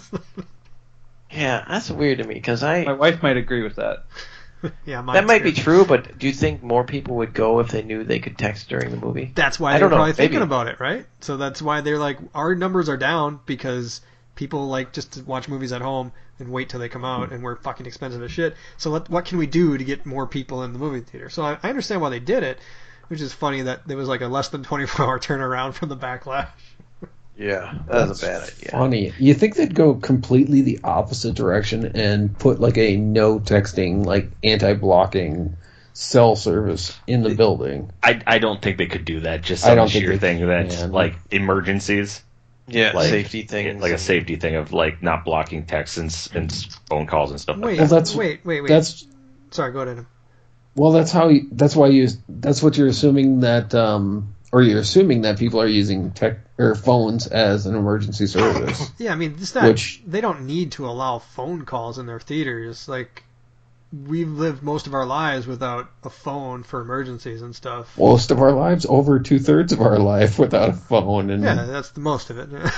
[SPEAKER 3] Yeah, that's weird to me because I
[SPEAKER 5] My wife might agree with that.
[SPEAKER 1] yeah,
[SPEAKER 3] that
[SPEAKER 1] mine's
[SPEAKER 3] might be
[SPEAKER 1] good.
[SPEAKER 3] true. But do you think more people would go if they knew they could text during the movie?
[SPEAKER 1] That's why
[SPEAKER 3] I
[SPEAKER 1] they're
[SPEAKER 3] don't know,
[SPEAKER 1] probably thinking
[SPEAKER 3] maybe.
[SPEAKER 1] about it, right? So that's why they're like our numbers are down because people like just to watch movies at home and wait till they come out, and we're fucking expensive as shit. So let, what can we do to get more people in the movie theater? So I, I understand why they did it, which is funny that there was like a less than 24 hour turnaround from the backlash.
[SPEAKER 3] Yeah, that was a bad idea.
[SPEAKER 2] Funny. You think they'd go completely the opposite direction and put like a no texting, like anti-blocking cell service in the building?
[SPEAKER 4] I, I don't think they could do that. Just
[SPEAKER 2] I
[SPEAKER 4] on the
[SPEAKER 2] don't think
[SPEAKER 4] sheer
[SPEAKER 2] they
[SPEAKER 4] thing that
[SPEAKER 2] can.
[SPEAKER 4] like emergencies,
[SPEAKER 3] Yeah,
[SPEAKER 4] like
[SPEAKER 3] safety things,
[SPEAKER 4] like a safety thing of like not blocking texts and, s- and s- phone calls and stuff.
[SPEAKER 1] Wait,
[SPEAKER 4] like
[SPEAKER 2] Well, that's-
[SPEAKER 1] wait, wait, wait.
[SPEAKER 2] That's
[SPEAKER 1] Sorry, go ahead. Adam.
[SPEAKER 2] Well, that's how. You, that's why you. That's what you're assuming that, um, or you're assuming that people are using tech or phones as an emergency service.
[SPEAKER 1] Yeah, I mean, it's not.
[SPEAKER 2] Which-
[SPEAKER 1] they don't need to allow phone calls in their theaters. Like, we've lived most of our lives without a phone for emergencies and stuff.
[SPEAKER 2] Most of our lives, over two thirds of our life, without a phone, and
[SPEAKER 1] Yeah, that's the most of it.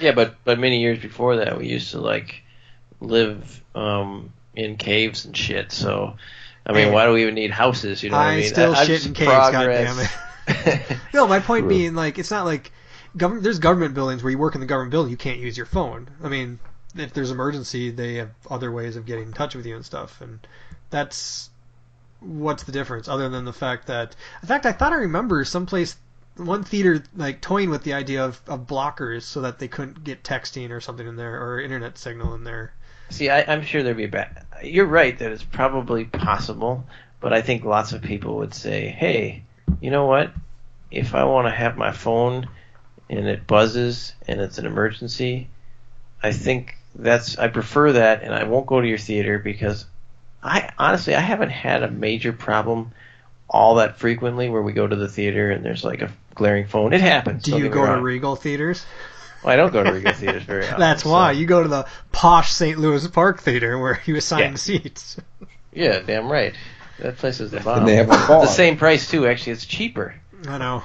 [SPEAKER 3] Yeah, but but many years before that, we used to like live um, in caves and shit. So, I mean,
[SPEAKER 1] Hey.
[SPEAKER 3] why do we even need houses? You know what I
[SPEAKER 1] I
[SPEAKER 3] mean?
[SPEAKER 1] still
[SPEAKER 3] I- I'm
[SPEAKER 1] shit
[SPEAKER 3] just
[SPEAKER 1] in caves,
[SPEAKER 3] progress.
[SPEAKER 1] goddammit. no, my point
[SPEAKER 2] True.
[SPEAKER 1] being, like, it's not like government. There's government buildings where you work in the government building, you can't use your phone. I mean, if there's emergency, they have other ways of getting in touch with you and stuff. And that's what's the difference, other than the fact that, in fact, I thought I remember someplace, one theater like toying with the idea of, of blockers so that they couldn't get texting or something in there or internet signal in there.
[SPEAKER 3] See, I, I'm sure there'd be bad. You're right that it's probably possible, but I think lots of people would say, "Hey, you know what? If I want to have my phone and it buzzes and it's an emergency. I think that's I prefer that, and I won't go to your theater because I honestly I haven't had a major problem all that frequently where we go to the theater and there's like a glaring phone. It happens.
[SPEAKER 1] Do
[SPEAKER 3] don't
[SPEAKER 1] you
[SPEAKER 3] get me
[SPEAKER 1] go to
[SPEAKER 3] wrong.
[SPEAKER 1] Regal theaters?
[SPEAKER 3] Well, I don't go to Regal theaters very often.
[SPEAKER 1] That's
[SPEAKER 3] so-
[SPEAKER 1] why you go to the posh St. Louis Park Theater where you assign
[SPEAKER 3] Yeah.
[SPEAKER 1] seats.
[SPEAKER 3] Yeah, damn right. That place is the bomb.
[SPEAKER 2] And they have a
[SPEAKER 3] the
[SPEAKER 2] bar.
[SPEAKER 3] same price too. Actually, it's cheaper.
[SPEAKER 1] I know.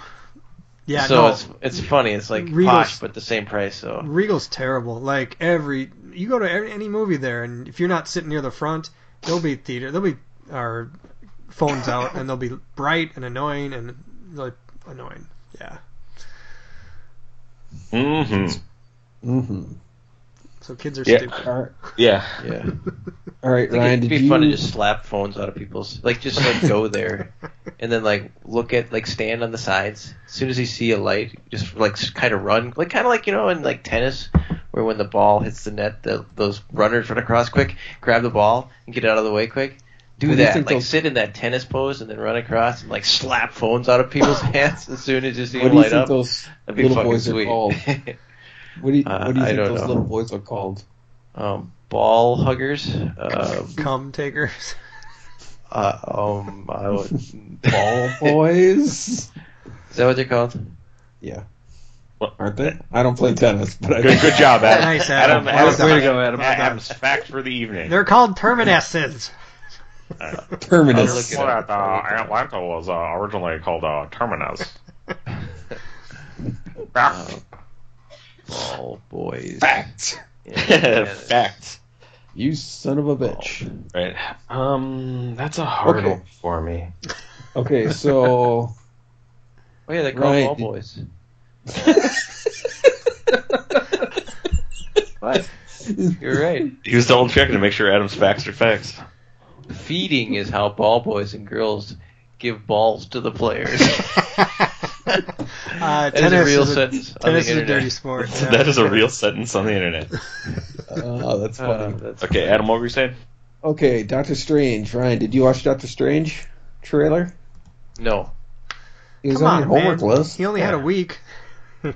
[SPEAKER 1] Yeah,
[SPEAKER 3] so
[SPEAKER 1] no,
[SPEAKER 3] it's it's funny. It's like
[SPEAKER 1] Regal's-
[SPEAKER 3] posh, but the same price. So
[SPEAKER 1] Regal's terrible. Like every you go to every, any movie there, and if you're not sitting near the front, there'll be theater, there'll be our phones out, and they'll be bright and annoying and like annoying. Yeah.
[SPEAKER 4] hmm
[SPEAKER 2] Mm-hmm.
[SPEAKER 1] So kids are
[SPEAKER 4] Yeah.
[SPEAKER 1] stupid.
[SPEAKER 2] All right,
[SPEAKER 4] Yeah.
[SPEAKER 3] yeah,
[SPEAKER 2] all right, Ryan.
[SPEAKER 3] I think
[SPEAKER 2] Did
[SPEAKER 3] it'd be
[SPEAKER 2] you?
[SPEAKER 3] fun to just slap phones out of people's. Like just like go there, and then like look at like stand on the sides. As soon as you see a light, just like kind of run, like kind of like you know in like tennis, where when the ball hits the net, the, those runners run across quick, grab the ball and get out of the way quick. Do
[SPEAKER 2] What do you
[SPEAKER 3] that,
[SPEAKER 2] think
[SPEAKER 3] like
[SPEAKER 2] they'll-
[SPEAKER 3] sit in that tennis pose and then run across and like slap phones out of people's hands as soon as you see
[SPEAKER 2] what
[SPEAKER 3] them
[SPEAKER 2] do you
[SPEAKER 3] light
[SPEAKER 2] think
[SPEAKER 3] up.
[SPEAKER 2] those
[SPEAKER 3] That'd be
[SPEAKER 2] little
[SPEAKER 3] fucking
[SPEAKER 2] boys
[SPEAKER 3] sweet.
[SPEAKER 2] are called? What do you,
[SPEAKER 3] Uh,
[SPEAKER 2] what do you
[SPEAKER 3] I
[SPEAKER 2] think
[SPEAKER 3] don't
[SPEAKER 2] those
[SPEAKER 3] know.
[SPEAKER 2] little boys are called?
[SPEAKER 3] um, ball huggers. Um,
[SPEAKER 1] Cum takers.
[SPEAKER 3] uh, um, I would,
[SPEAKER 2] Ball boys.
[SPEAKER 3] Is that what they're called?
[SPEAKER 2] yeah.
[SPEAKER 4] Well-
[SPEAKER 2] Aren't they? I don't play tennis, but I
[SPEAKER 4] Good, good job, Adam.
[SPEAKER 1] Nice, Adam.
[SPEAKER 4] Adam,
[SPEAKER 1] Well
[SPEAKER 5] Way to
[SPEAKER 1] done.
[SPEAKER 5] go, Adam.
[SPEAKER 4] Adam's fact for the evening.
[SPEAKER 1] They're called terminesses.
[SPEAKER 2] Terminus.
[SPEAKER 3] I'll look it up.
[SPEAKER 4] What, uh, Atlanta was uh, originally called uh, Terminus. Fact.
[SPEAKER 3] Ball boys.
[SPEAKER 2] Fact.
[SPEAKER 3] Yeah, yeah,
[SPEAKER 4] Fact.
[SPEAKER 2] You son of a bitch.
[SPEAKER 4] Right. Um, that's a hard
[SPEAKER 2] Okay.
[SPEAKER 4] one for me.
[SPEAKER 2] Okay, so
[SPEAKER 3] Oh yeah, they're called
[SPEAKER 2] Right.
[SPEAKER 3] ball boys. What? You're right.
[SPEAKER 4] He was double checking to make sure Adam's facts are facts.
[SPEAKER 3] Feeding is how ball boys and girls give balls to the players.
[SPEAKER 1] Uh,
[SPEAKER 3] That is a
[SPEAKER 1] tennis
[SPEAKER 3] real
[SPEAKER 1] is a-
[SPEAKER 3] sentence. on
[SPEAKER 1] Tennis
[SPEAKER 3] the
[SPEAKER 1] is a dirty
[SPEAKER 3] internet.
[SPEAKER 1] sport. yeah.
[SPEAKER 4] That is a real sentence on the internet.
[SPEAKER 2] Oh, that's
[SPEAKER 3] Uh,
[SPEAKER 2] funny.
[SPEAKER 3] that's
[SPEAKER 4] Okay, Adam, what were you saying?
[SPEAKER 2] okay, Doctor Strange. Ryan, did you watch Doctor Strange trailer?
[SPEAKER 3] No.
[SPEAKER 2] He was
[SPEAKER 1] Come
[SPEAKER 2] on,
[SPEAKER 1] on,
[SPEAKER 2] your homework
[SPEAKER 1] man.
[SPEAKER 2] list.
[SPEAKER 1] He only had a week.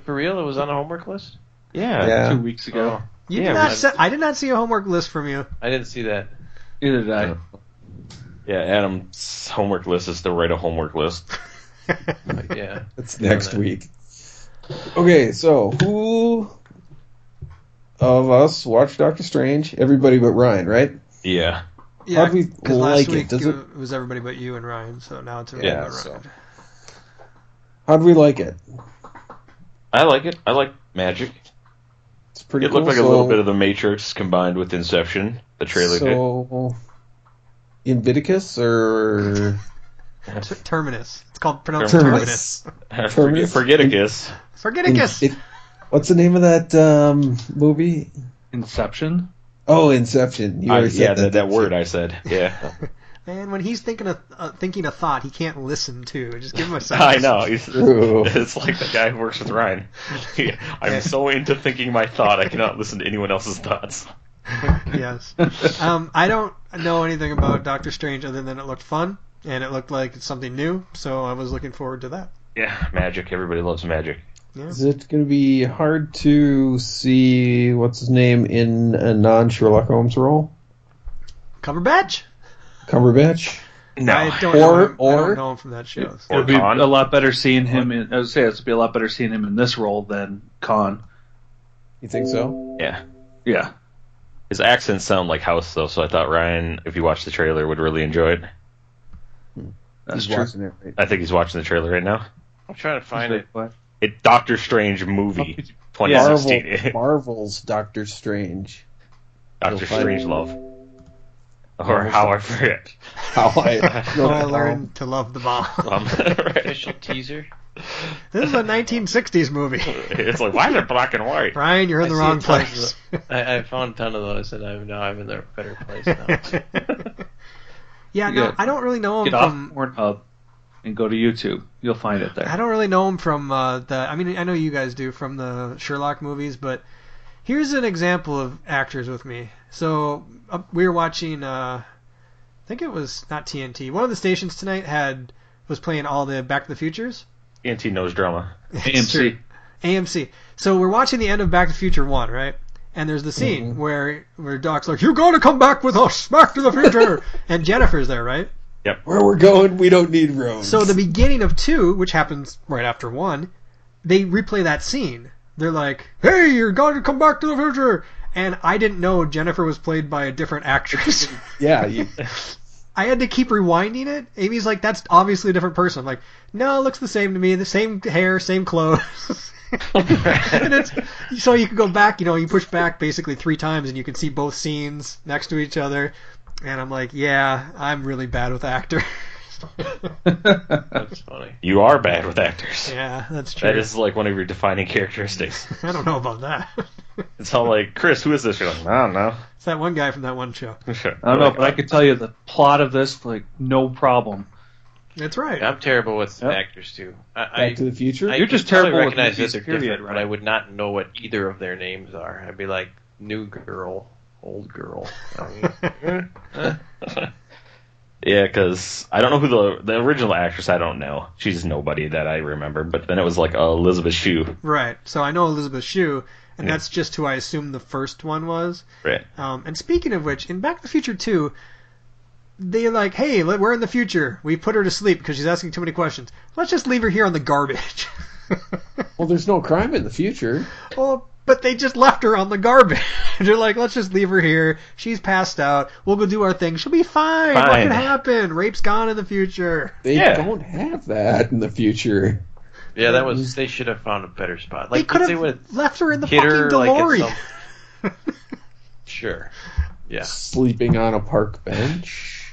[SPEAKER 3] For real, it was on a homework list? Oh,
[SPEAKER 4] Yeah.
[SPEAKER 2] Yeah.
[SPEAKER 5] Two weeks ago.
[SPEAKER 1] You
[SPEAKER 4] Yeah,
[SPEAKER 1] did not.
[SPEAKER 4] but-
[SPEAKER 1] se- I did not see a homework list from you.
[SPEAKER 3] I didn't see that.
[SPEAKER 5] Neither did I.
[SPEAKER 4] Yeah, Adam's homework list is to write a homework list.
[SPEAKER 3] Yeah.
[SPEAKER 2] It's next week. Okay, so who of us watched Doctor Strange? Everybody but Ryan, right?
[SPEAKER 4] Yeah.
[SPEAKER 1] Yeah,
[SPEAKER 2] How'd we
[SPEAKER 1] because last
[SPEAKER 2] like it?
[SPEAKER 1] week
[SPEAKER 2] Does it-
[SPEAKER 1] was everybody but you and Ryan, so now it's everybody
[SPEAKER 2] Yeah,
[SPEAKER 1] but
[SPEAKER 2] so.
[SPEAKER 1] Ryan.
[SPEAKER 2] How'd we like it?
[SPEAKER 4] I like it. I like magic.
[SPEAKER 2] It's pretty.
[SPEAKER 4] it looked
[SPEAKER 2] cool.
[SPEAKER 4] like
[SPEAKER 2] so,
[SPEAKER 4] a little bit of the Matrix combined with Inception. The trailer did.
[SPEAKER 2] So, Inviticus or
[SPEAKER 1] T- Terminus. It's called pronounced Terminus.
[SPEAKER 2] Terminus?
[SPEAKER 4] Forget,
[SPEAKER 2] Terminus?
[SPEAKER 4] forget a kiss.
[SPEAKER 1] Forgeticus.
[SPEAKER 2] In- what's the name of that um, movie?
[SPEAKER 5] Inception.
[SPEAKER 2] Oh, Inception. You
[SPEAKER 4] I,
[SPEAKER 2] already said
[SPEAKER 4] yeah, that, that
[SPEAKER 2] didn't you?
[SPEAKER 4] word I said. Yeah,
[SPEAKER 1] Man, when he's thinking a uh, thinking a thought, he can't listen to. Just give him a second.
[SPEAKER 4] I know. He's,
[SPEAKER 2] Ooh.
[SPEAKER 4] it's like the guy who works with Ryan. I'm so into thinking my thought, I cannot listen to anyone else's thoughts.
[SPEAKER 1] yes. Um, I don't know anything about Doctor Strange other than it looked fun and it looked like it's something new, so I was looking forward to that.
[SPEAKER 4] Yeah, magic. Everybody loves magic.
[SPEAKER 1] Yeah.
[SPEAKER 2] Is it going to be hard to see what's his name in a non Sherlock Holmes role?
[SPEAKER 1] Cumberbatch.
[SPEAKER 2] Cumberbatch?
[SPEAKER 4] No,
[SPEAKER 1] I don't
[SPEAKER 2] Or-
[SPEAKER 1] know him. I
[SPEAKER 2] or-
[SPEAKER 1] don't know him from that show. so-
[SPEAKER 4] Or
[SPEAKER 5] It'd be
[SPEAKER 4] Khan.
[SPEAKER 5] a lot better seeing him in. I would say it'd be a lot better seeing him in this role than Khan.
[SPEAKER 2] You think so?
[SPEAKER 4] yeah.
[SPEAKER 5] Yeah.
[SPEAKER 4] His accents sound like House though, so I thought Ryan, if you watch the trailer, would really enjoy it.
[SPEAKER 5] That's
[SPEAKER 2] He's
[SPEAKER 5] true.
[SPEAKER 2] watching it, right?
[SPEAKER 4] I think he's watching the trailer right now.
[SPEAKER 3] I'm trying to find it.
[SPEAKER 4] It Doctor Strange movie,
[SPEAKER 5] How could
[SPEAKER 4] 2016.
[SPEAKER 2] Marvel, Marvel's Doctor Strange.
[SPEAKER 4] Doctor
[SPEAKER 2] You'll find-
[SPEAKER 4] Strange Love, or how I forget.
[SPEAKER 2] How I,
[SPEAKER 1] How I learned to love the bomb.
[SPEAKER 4] Um, right.
[SPEAKER 3] Official teaser.
[SPEAKER 1] this is a 1960s movie.
[SPEAKER 4] It's like why is it black and white?
[SPEAKER 1] Ryan, you're in
[SPEAKER 3] I
[SPEAKER 1] the
[SPEAKER 3] see
[SPEAKER 1] wrong
[SPEAKER 3] a ton of
[SPEAKER 1] place.
[SPEAKER 3] I, I found a ton of those, and I'm now I'm in a better place now.
[SPEAKER 1] yeah, no,
[SPEAKER 5] Yeah.
[SPEAKER 1] I don't really know him
[SPEAKER 5] Get off
[SPEAKER 1] from.
[SPEAKER 5] Pornhub and go to YouTube. You'll find it
[SPEAKER 1] I
[SPEAKER 5] there.
[SPEAKER 1] don't really know him from uh, the. I mean, I know you guys do from the Sherlock movies, but here's an example of actors with me. So uh, we were watching. Uh, I think it was not TNT. One of the stations tonight had was playing all the Back to the Futures.
[SPEAKER 4] Anti E knows drama.
[SPEAKER 1] It's true.
[SPEAKER 5] AMC.
[SPEAKER 1] AMC. So we're watching the end of Back to the Future One, right? And there's the scene where where Doc's like, "You gotta come back with us, Back to the Future," and Jennifer's there, right?
[SPEAKER 2] Where we're going, we don't need roads.
[SPEAKER 1] So the beginning of two, which happens right after one, they replay that scene. They're like, "Hey, you're going to come back to the future," and I didn't know Jennifer was played by a different actress.
[SPEAKER 2] yeah, you,
[SPEAKER 1] I had to keep rewinding it. Amy's like, "That's obviously a different person." I'm like, "No, it looks the same to me. The same hair, same clothes." and it's, so you can go back. You know, you push back basically three times, and you can see both scenes next to each other. And I'm like, "Yeah, I'm really bad with actors."
[SPEAKER 3] That's funny.
[SPEAKER 4] You are bad with actors.
[SPEAKER 1] yeah, that's true.
[SPEAKER 4] That is like one of your defining characteristics.
[SPEAKER 1] I don't know about that.
[SPEAKER 4] It's all like, Chris, who is this? You're like, I don't know.
[SPEAKER 1] it's that one guy from that one show.
[SPEAKER 5] I don't know, but I could tell you the plot of this like no problem.
[SPEAKER 1] That's right.
[SPEAKER 3] I'm terrible with
[SPEAKER 5] Yep.
[SPEAKER 3] actors too. I,
[SPEAKER 2] Back
[SPEAKER 3] I,
[SPEAKER 2] to the Future.
[SPEAKER 3] I
[SPEAKER 5] You're just
[SPEAKER 3] could probably
[SPEAKER 5] terrible with
[SPEAKER 3] recognize
[SPEAKER 5] movies,
[SPEAKER 3] that they're
[SPEAKER 5] period,
[SPEAKER 3] different, but
[SPEAKER 5] right?
[SPEAKER 3] I would not know what either of their names are. I'd be like new girl, old girl. I mean,
[SPEAKER 4] Yeah, because I don't know who the the original actress. I don't know. She's nobody that I remember. But then it was like uh, Elizabeth Shue.
[SPEAKER 1] Right. So I know Elizabeth Shue, and that's just who I assume the first one was.
[SPEAKER 4] Right.
[SPEAKER 1] Um, and speaking of which, in Back to the Future 2, they like, hey, let- we're in the future. We put her to sleep because she's asking too many questions. Let's just leave her here on the garbage.
[SPEAKER 2] well, there's no crime in the future.
[SPEAKER 1] well, but they just left her on the garbage. They're like, let's just leave her here. She's passed out. We'll go do our thing. She'll be fine. What
[SPEAKER 4] Fine.
[SPEAKER 1] could happen? Rape's gone in the future.
[SPEAKER 2] They
[SPEAKER 4] Yeah.
[SPEAKER 2] don't have that in the future.
[SPEAKER 3] yeah, that was. They should have found a better spot.
[SPEAKER 1] they
[SPEAKER 3] Like
[SPEAKER 1] could
[SPEAKER 3] if they would
[SPEAKER 1] have left her in the
[SPEAKER 3] hit
[SPEAKER 1] fucking
[SPEAKER 3] her like
[SPEAKER 1] DeLorean.
[SPEAKER 3] at some- Sure. Yeah.
[SPEAKER 2] Sleeping on a park bench.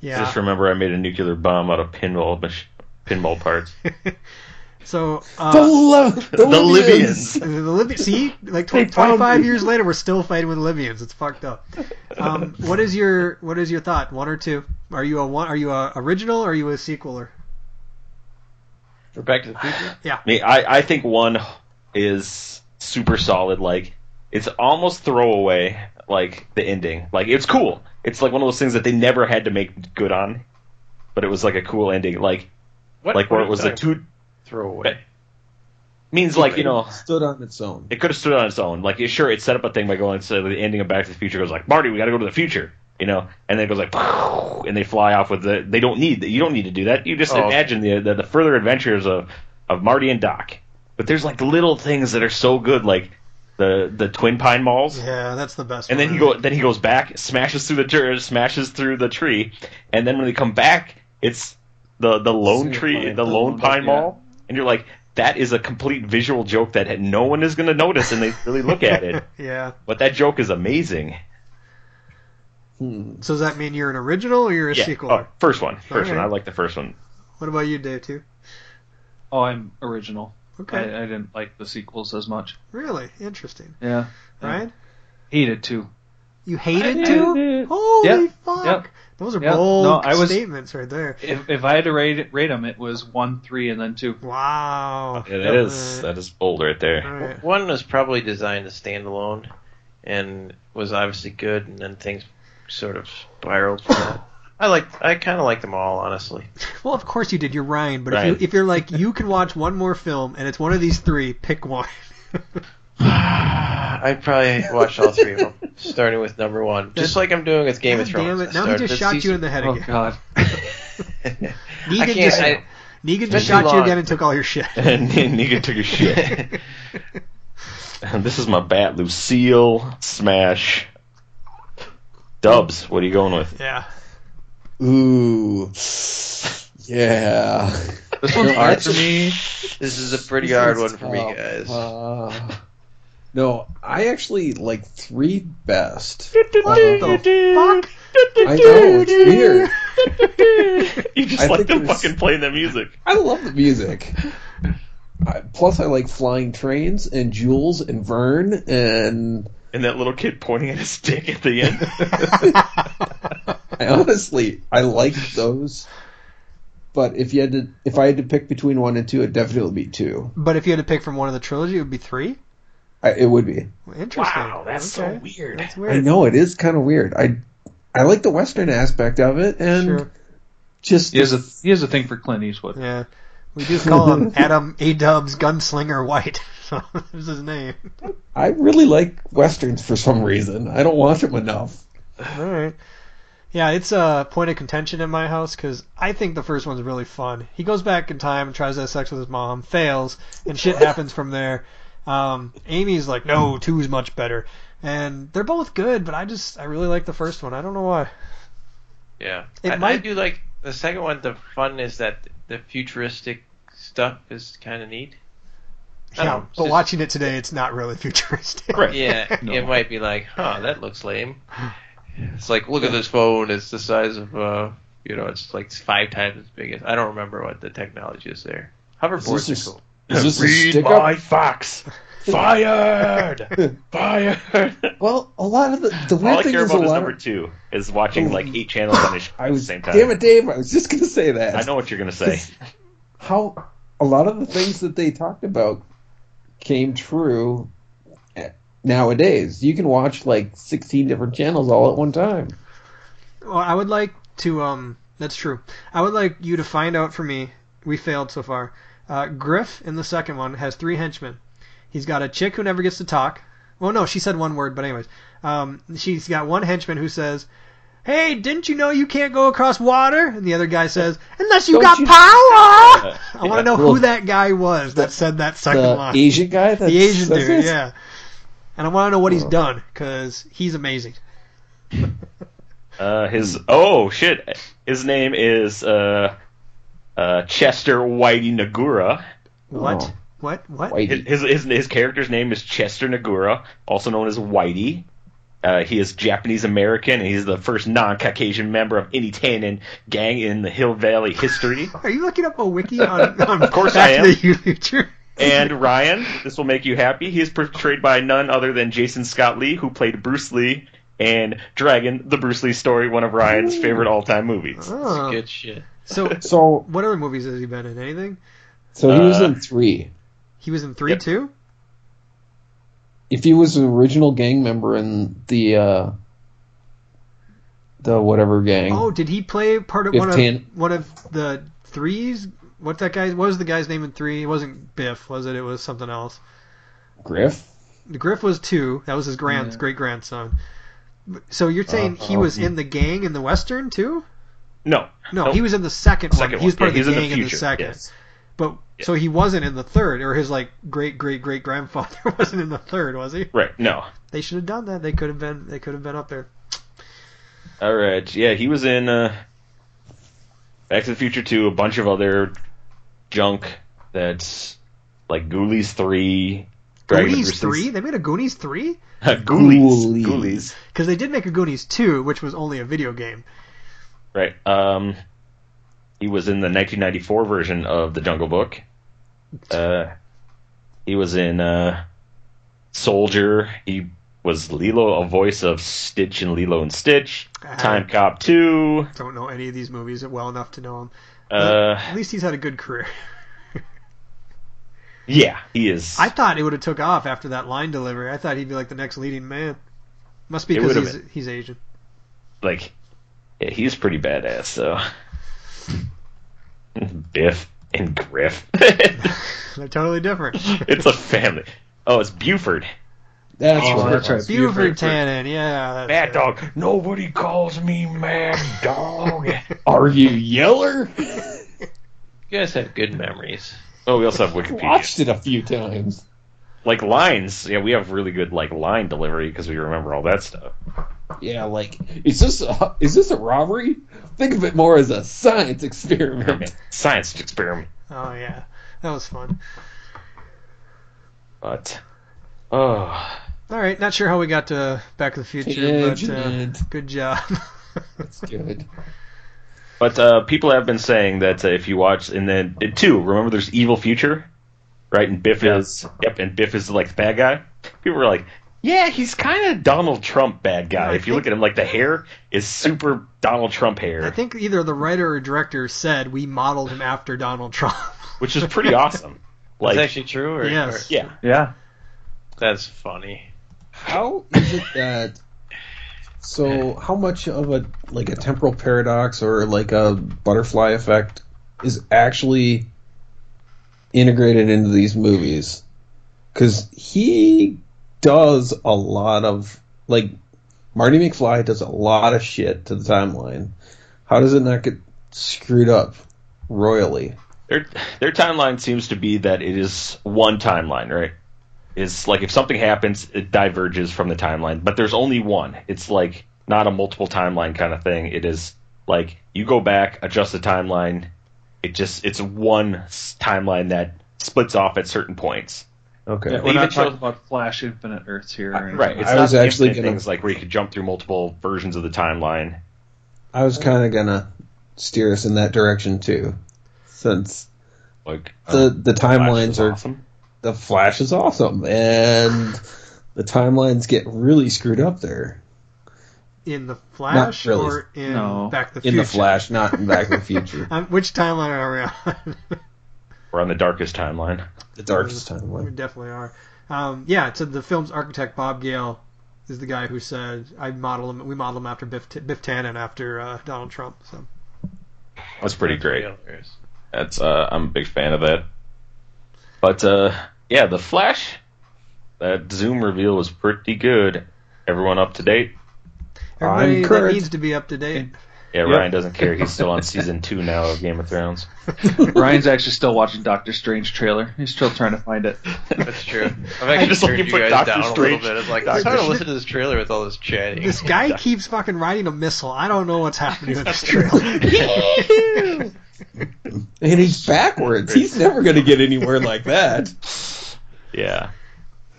[SPEAKER 1] yeah.
[SPEAKER 4] Just remember, I made a nuclear bomb out of pinball mach- pinball parts.
[SPEAKER 1] So
[SPEAKER 2] The,
[SPEAKER 1] uh,
[SPEAKER 2] Lo- the,
[SPEAKER 4] the
[SPEAKER 2] Libyans.
[SPEAKER 4] Libyans.
[SPEAKER 1] the Liby- see, like
[SPEAKER 2] They
[SPEAKER 1] tw-
[SPEAKER 2] found
[SPEAKER 1] 25
[SPEAKER 2] me.
[SPEAKER 1] years later, we're still fighting with Libyans. It's fucked up. Um, what is your what is your thought? One or two? Are you a one? Are you a original? Or are you a sequeler?
[SPEAKER 3] For Back to the Future.
[SPEAKER 4] I mean, I, I think one is super solid. Like, it's almost throwaway, like, the ending. Like, it's cool. It's like one of those things that they never had to make good on, but it was like a cool ending. Like,
[SPEAKER 3] What,
[SPEAKER 4] like
[SPEAKER 3] what
[SPEAKER 4] where
[SPEAKER 3] are
[SPEAKER 4] it
[SPEAKER 3] you
[SPEAKER 4] was a
[SPEAKER 3] talking
[SPEAKER 4] two
[SPEAKER 3] throwaway.
[SPEAKER 4] means like you know
[SPEAKER 2] stood on its own.
[SPEAKER 4] it could have stood on its own. Like, it- sure, it set up a thing by going so the ending of Back to the Future goes like, Marty, we got to go to the future, you know, and then it goes like, and they fly off with the. They don't need you don't need to do that. You just
[SPEAKER 3] Oh, okay.
[SPEAKER 4] imagine the, the the further adventures of of Marty and Doc. But there's like little things that are so good, like the the Twin Pine Malls.
[SPEAKER 1] Yeah, that's the best.
[SPEAKER 4] And then he go then he goes back, smashes through the tree, smashes through the tree, and then when they come back, it's the the lone
[SPEAKER 2] Single
[SPEAKER 4] tree,
[SPEAKER 2] pine, the
[SPEAKER 4] the lone
[SPEAKER 2] lone-
[SPEAKER 4] pine
[SPEAKER 2] yeah.
[SPEAKER 4] mall, and you're like, that is a complete visual joke that had- no one is going to notice, and they really look at it.
[SPEAKER 1] Yeah.
[SPEAKER 4] But that joke is amazing.
[SPEAKER 2] Hmm.
[SPEAKER 1] So does that mean you're an original or you're a
[SPEAKER 4] Yeah.
[SPEAKER 1] sequeler?
[SPEAKER 4] Oh, first one, first
[SPEAKER 1] Alright.
[SPEAKER 4] one. I like the first one.
[SPEAKER 1] What about you, Dave? Too.
[SPEAKER 5] Oh, I'm original.
[SPEAKER 1] Okay.
[SPEAKER 5] I, I didn't like the sequels as much.
[SPEAKER 1] really interesting.
[SPEAKER 5] Yeah, Yeah.
[SPEAKER 1] Right?
[SPEAKER 5] hated too.
[SPEAKER 1] You hated
[SPEAKER 5] I
[SPEAKER 1] to?
[SPEAKER 5] hated-
[SPEAKER 1] Holy
[SPEAKER 5] Yep,
[SPEAKER 1] fuck!
[SPEAKER 5] yep,
[SPEAKER 1] Those are
[SPEAKER 5] yep.
[SPEAKER 1] bold
[SPEAKER 5] No, I was-
[SPEAKER 1] statements right there.
[SPEAKER 5] If, if I had to rate rate them, it was one, three, and then two.
[SPEAKER 1] Wow.
[SPEAKER 4] It is
[SPEAKER 1] All right.
[SPEAKER 4] that is bold right
[SPEAKER 1] All
[SPEAKER 4] there.
[SPEAKER 1] right.
[SPEAKER 3] One was probably designed to stand alone, and was obviously good, and then things sort of spiraled from that. I like. I kind of like them all, honestly.
[SPEAKER 1] Well, of course you did. You're Ryan, but if
[SPEAKER 4] Ryan.
[SPEAKER 1] you if you're like you can watch one more film and it's one of these three, pick one.
[SPEAKER 3] I probably watched all three of them, starting with number one, just like I'm doing with Game of
[SPEAKER 1] God
[SPEAKER 3] Thrones.
[SPEAKER 1] Damn
[SPEAKER 3] I
[SPEAKER 1] it! Now he
[SPEAKER 3] started
[SPEAKER 1] just
[SPEAKER 3] this
[SPEAKER 1] shot you
[SPEAKER 3] season-
[SPEAKER 1] in the head
[SPEAKER 5] Oh
[SPEAKER 1] again.
[SPEAKER 5] God.
[SPEAKER 1] Negan
[SPEAKER 3] can't-
[SPEAKER 1] just
[SPEAKER 3] I-
[SPEAKER 1] Negan
[SPEAKER 3] been
[SPEAKER 1] just shot
[SPEAKER 3] too
[SPEAKER 1] you
[SPEAKER 3] long.
[SPEAKER 1] again and took all your shit.
[SPEAKER 4] And Negan took your shit. this is my bat, Lucille Smash. Dubs, what are you going with?
[SPEAKER 1] yeah.
[SPEAKER 2] Ooh. Yeah.
[SPEAKER 5] This one's hard for me.
[SPEAKER 3] This is a pretty
[SPEAKER 2] This
[SPEAKER 3] hard one
[SPEAKER 2] one's
[SPEAKER 3] for me,
[SPEAKER 2] tough.
[SPEAKER 3] guys.
[SPEAKER 2] Uh, no, I actually like three best.
[SPEAKER 1] What the fuck?
[SPEAKER 2] I know it's weird.
[SPEAKER 4] You just
[SPEAKER 2] I
[SPEAKER 4] like
[SPEAKER 2] think
[SPEAKER 4] them
[SPEAKER 2] there's-
[SPEAKER 4] fucking playing the music.
[SPEAKER 2] I love the music. I, plus, I like flying trains and Jules and Vern and
[SPEAKER 4] And that little kid pointing at his dick at the end.
[SPEAKER 2] I honestly I like those. But if you had to, if I had to pick between one and two, it definitely would be two.
[SPEAKER 1] But if you had to pick from one of the trilogy, it would be three.
[SPEAKER 2] I, it would be.
[SPEAKER 1] Interesting.
[SPEAKER 4] wow, that's
[SPEAKER 1] Okay.
[SPEAKER 4] so weird.
[SPEAKER 1] That's
[SPEAKER 2] I
[SPEAKER 1] weird.
[SPEAKER 2] know it is kind of weird. I I like the western aspect of it and
[SPEAKER 1] Sure.
[SPEAKER 2] just
[SPEAKER 5] He has a he has a thing for Clint Eastwood.
[SPEAKER 1] Yeah. We just call him Adam A. Dubs Gunslinger White. So this is his name.
[SPEAKER 2] I really like westerns for some reason. I don't watch them enough.
[SPEAKER 1] All right. Yeah, it's a point of contention in my house because I think the first one's really fun. He goes back in time and tries to have sex with his mom, fails, and shit happens from there. Um, Amy's like, no, two's much better, and they're both good, but I just I really like the first one. I don't know why.
[SPEAKER 3] Yeah,
[SPEAKER 1] It
[SPEAKER 3] I, I
[SPEAKER 1] might-
[SPEAKER 3] do like the second one. The fun is that the futuristic stuff is kind of neat. I don't
[SPEAKER 1] Yeah,
[SPEAKER 3] know, it's
[SPEAKER 1] but
[SPEAKER 3] just-
[SPEAKER 1] watching it today, it's not really futuristic.
[SPEAKER 4] Right.
[SPEAKER 3] Yeah,
[SPEAKER 5] No.
[SPEAKER 3] it might be like, huh, that looks lame. It's like, look at this phone. It's the size of, uh, you know, it's like five times as big as. I don't remember what the technology is there. Hoverboards
[SPEAKER 2] Is this
[SPEAKER 3] are cool.
[SPEAKER 2] Is this a
[SPEAKER 4] Read
[SPEAKER 2] stick
[SPEAKER 4] my
[SPEAKER 2] up?
[SPEAKER 4] fox. Fired. Fired.
[SPEAKER 2] Well, a lot of the the weird
[SPEAKER 4] All I
[SPEAKER 2] thing
[SPEAKER 4] care
[SPEAKER 2] is a
[SPEAKER 4] about is
[SPEAKER 2] lot.
[SPEAKER 4] number
[SPEAKER 2] of,
[SPEAKER 4] two is watching like eight channels on his
[SPEAKER 2] I
[SPEAKER 4] at the
[SPEAKER 2] was
[SPEAKER 4] same time.
[SPEAKER 2] damn it, Dave. I was just gonna say that.
[SPEAKER 4] I know what you're gonna say.
[SPEAKER 2] how a lot of the things that they talked about came true eh, nowadays. You can watch like 16 different channels all at one time.
[SPEAKER 1] Well, I would like to. Um, that's true. I would like you to find out for me. We failed so far. Uh, Griff in the second one has three henchmen. He's got a chick who never gets to talk. Well, no, she said one word, but anyways, um, she's got one henchman who says, "Hey, didn't you know you can't go across water?" And the other guy says, "Unless you
[SPEAKER 2] Don't
[SPEAKER 1] got
[SPEAKER 2] you-
[SPEAKER 1] power."
[SPEAKER 4] Uh,
[SPEAKER 1] I want to know
[SPEAKER 2] Well,
[SPEAKER 1] who that guy was that said that second
[SPEAKER 2] the
[SPEAKER 1] line.
[SPEAKER 2] Asian guy, that's,
[SPEAKER 1] the Asian
[SPEAKER 2] that's
[SPEAKER 1] dude,
[SPEAKER 2] it? Oh.
[SPEAKER 1] yeah. And I want to know what he's done because he's amazing.
[SPEAKER 4] Uh, his oh shit, his name is uh, uh, Chester Whitey Nagura.
[SPEAKER 1] What?
[SPEAKER 2] Oh.
[SPEAKER 1] What? What?
[SPEAKER 4] His,
[SPEAKER 2] Whitey.
[SPEAKER 4] his his his character's name is Chester Nagura, also known as Whitey. Uh, he is Japanese American, and he's the first non-Caucasian member of any Tannen gang in the Hill Valley history.
[SPEAKER 1] Are you looking up a wiki on, on of
[SPEAKER 4] course
[SPEAKER 1] Back
[SPEAKER 4] I am.
[SPEAKER 1] to the Future?
[SPEAKER 4] And Ryan, this will make you happy. He is portrayed by none other than Jason Scott Lee, who played Bruce Lee and Dragon: The Bruce Lee Story, one of Ryan's favorite all-time movies.
[SPEAKER 1] Oh.
[SPEAKER 3] Good shit.
[SPEAKER 1] So,
[SPEAKER 2] So,
[SPEAKER 1] what other movies has he been in? Anything?
[SPEAKER 2] so he was
[SPEAKER 4] Uh,
[SPEAKER 2] in three.
[SPEAKER 1] He was in three
[SPEAKER 4] Yep.
[SPEAKER 1] too.
[SPEAKER 2] If he was an original gang member in the uh, the whatever gang,
[SPEAKER 1] Oh, did he play part of one of
[SPEAKER 2] Fifteen.
[SPEAKER 1] one of the threes? What's that guy? What was the guy's name in three? It wasn't Biff, was it? It was something else.
[SPEAKER 2] Griff.
[SPEAKER 1] Griff was two. That was his grand
[SPEAKER 5] Yeah.
[SPEAKER 1] great grandson. So you're saying he was in the gang in the western too?
[SPEAKER 4] Hmm. No,
[SPEAKER 1] No,
[SPEAKER 4] Nope.
[SPEAKER 1] he was in the second,
[SPEAKER 4] second
[SPEAKER 1] one. He was
[SPEAKER 4] one.
[SPEAKER 1] part
[SPEAKER 4] Yeah,
[SPEAKER 1] of the
[SPEAKER 4] he's
[SPEAKER 1] gang
[SPEAKER 4] in
[SPEAKER 1] in
[SPEAKER 4] the
[SPEAKER 1] the,
[SPEAKER 4] future,
[SPEAKER 1] second.
[SPEAKER 4] yes.
[SPEAKER 1] But so he wasn't in the third, or his like great great great grandfather wasn't in the third, was he?
[SPEAKER 4] right? No.
[SPEAKER 1] They should have done that. They could have been. They could have been up there.
[SPEAKER 4] All right. Yeah, he was in uh, Back to the Future 2, a bunch of other junk that's like Ghoulies 3. Dragon and
[SPEAKER 1] Goonies
[SPEAKER 4] Bruce Lee's-
[SPEAKER 1] three. They made a Goonies three
[SPEAKER 4] Ghoulies.
[SPEAKER 2] Ghoulies.
[SPEAKER 4] Ghoulies.
[SPEAKER 1] because they did make a Goonies two, which was only a video game.
[SPEAKER 4] Right. Um, he was in the 1994 version of The Jungle Book. Uh, he was in uh, Soldier. He was Lilo, a voice of Stitch and Lilo and Stitch.
[SPEAKER 1] Ah.
[SPEAKER 4] Time Cop 2.
[SPEAKER 1] Don't know any of these movies well enough to know them.
[SPEAKER 4] Uh,
[SPEAKER 1] At least he's had a good career.
[SPEAKER 4] yeah, he is.
[SPEAKER 1] I thought it would have took off after that line delivery. I thought he'd be like the next leading man. Must be
[SPEAKER 4] It
[SPEAKER 1] because
[SPEAKER 4] would've
[SPEAKER 1] he's he's Asian.
[SPEAKER 4] like yeah, he's pretty badass, so Biff and Griff.
[SPEAKER 1] They're totally different.
[SPEAKER 4] it's a family. Oh, it's Buford.
[SPEAKER 2] That's
[SPEAKER 5] Oh,
[SPEAKER 2] right.
[SPEAKER 5] that's right.
[SPEAKER 1] Buford
[SPEAKER 5] Buford.
[SPEAKER 1] Tannen, yeah. that's
[SPEAKER 4] Mad
[SPEAKER 1] it.
[SPEAKER 4] Dog. Nobody calls me Mad Dog.
[SPEAKER 2] Are you Yeller?
[SPEAKER 3] You guys have good memories.
[SPEAKER 4] oh, we also have Wikipedia.
[SPEAKER 2] Watched it a few times.
[SPEAKER 4] Like lines. Yeah, we have really good like line delivery because we remember all that stuff.
[SPEAKER 2] Yeah, like is this a, is this a robbery? Think of it more as a science experiment.
[SPEAKER 4] Science experiment.
[SPEAKER 1] Oh yeah, that was fun.
[SPEAKER 4] But oh,
[SPEAKER 1] All right, not sure how we got to Back to the Future, but uh,
[SPEAKER 2] Tangent.
[SPEAKER 1] good job.
[SPEAKER 2] That's good.
[SPEAKER 4] But uh, people have been saying that uh, if you watch, and then and two, remember there's Evil Future, right? And Biff is yep, and Biff is like the bad guy. People were like, yeah, he's kind of Donald Trump bad guy.
[SPEAKER 1] I
[SPEAKER 4] if you
[SPEAKER 1] think-
[SPEAKER 4] look at him, like the hair is super Donald Trump
[SPEAKER 1] I
[SPEAKER 4] hair,
[SPEAKER 1] think either the writer or director said we modeled him after Donald Trump.
[SPEAKER 4] which is pretty awesome. Like,
[SPEAKER 3] That's actually true. Or,
[SPEAKER 1] yes.
[SPEAKER 3] or-
[SPEAKER 4] yeah,
[SPEAKER 5] Yeah.
[SPEAKER 3] that's funny.
[SPEAKER 2] How is it that? So how much of a like a temporal paradox or like a butterfly effect is actually integrated into these movies because he does a lot of like Marty McFly does a lot of shit to the timeline. How does it not get screwed up royally?
[SPEAKER 4] Their their timeline seems to be that it is one timeline, right? It's like if something happens, it diverges from the timeline, but there's only one. It's like not a multiple timeline kind of thing. It is like you go back, adjust the timeline. It just it's one s- timeline that splits off at certain points.
[SPEAKER 2] Okay.
[SPEAKER 5] We're
[SPEAKER 4] even
[SPEAKER 5] not talking Uh,
[SPEAKER 4] shows-
[SPEAKER 5] about Flash Infinite Earths here. or anything.
[SPEAKER 4] Right. It's
[SPEAKER 2] I
[SPEAKER 4] not
[SPEAKER 2] was
[SPEAKER 4] the
[SPEAKER 2] actually
[SPEAKER 4] infinite
[SPEAKER 2] gonna-
[SPEAKER 4] things like where you could jump through multiple versions of the timeline.
[SPEAKER 2] I was kind of gonna steer us in that direction too, since
[SPEAKER 4] Like
[SPEAKER 2] the
[SPEAKER 4] uh,
[SPEAKER 2] the
[SPEAKER 4] Flash
[SPEAKER 2] timelines
[SPEAKER 4] is
[SPEAKER 2] are
[SPEAKER 4] awesome.
[SPEAKER 2] the Flash is awesome, and the timelines get really screwed up there
[SPEAKER 1] In the Flash
[SPEAKER 2] really.
[SPEAKER 1] or in
[SPEAKER 5] No.
[SPEAKER 1] Back to the
[SPEAKER 2] in
[SPEAKER 1] Future?
[SPEAKER 2] the Flash, not in Back to the Future,
[SPEAKER 1] Um, which timeline are we on?
[SPEAKER 4] We're on the darkest timeline.
[SPEAKER 2] the darkest
[SPEAKER 1] we
[SPEAKER 2] timeline.
[SPEAKER 1] definitely are. Um, yeah, so the film's architect Bob Gale is the guy who said I model him. We model him after Biff, T- Biff Tannen after uh, Donald Trump. So
[SPEAKER 4] That's pretty great.
[SPEAKER 3] Hilarious.
[SPEAKER 4] That's uh, I'm a big fan of that. But uh, yeah, the Flash that Zoom reveal was pretty good. Everyone up to date?
[SPEAKER 1] everybody that
[SPEAKER 2] Kurt.
[SPEAKER 1] needs to be up to date.
[SPEAKER 4] Yeah,
[SPEAKER 5] Yep.
[SPEAKER 4] Ryan doesn't care. He's still on season two now of Game of Thrones.
[SPEAKER 5] Ryan's actually still watching Doctor Strange trailer. He's still trying to find it.
[SPEAKER 3] That's true. I've
[SPEAKER 4] I
[SPEAKER 3] actually
[SPEAKER 4] just
[SPEAKER 3] just
[SPEAKER 4] like
[SPEAKER 3] turned
[SPEAKER 4] you
[SPEAKER 3] you
[SPEAKER 4] put
[SPEAKER 3] guys
[SPEAKER 4] Doctor
[SPEAKER 3] down a little
[SPEAKER 4] Strange-
[SPEAKER 3] bit. It's like
[SPEAKER 4] Doctor
[SPEAKER 3] I'm trying to
[SPEAKER 4] Strange.
[SPEAKER 3] listen to this trailer with all this chatting.
[SPEAKER 1] This guy keeps fucking riding a missile. I don't know what's happening with this trailer.
[SPEAKER 2] And he's backwards. He's never gonna get anywhere like that.
[SPEAKER 4] Yeah,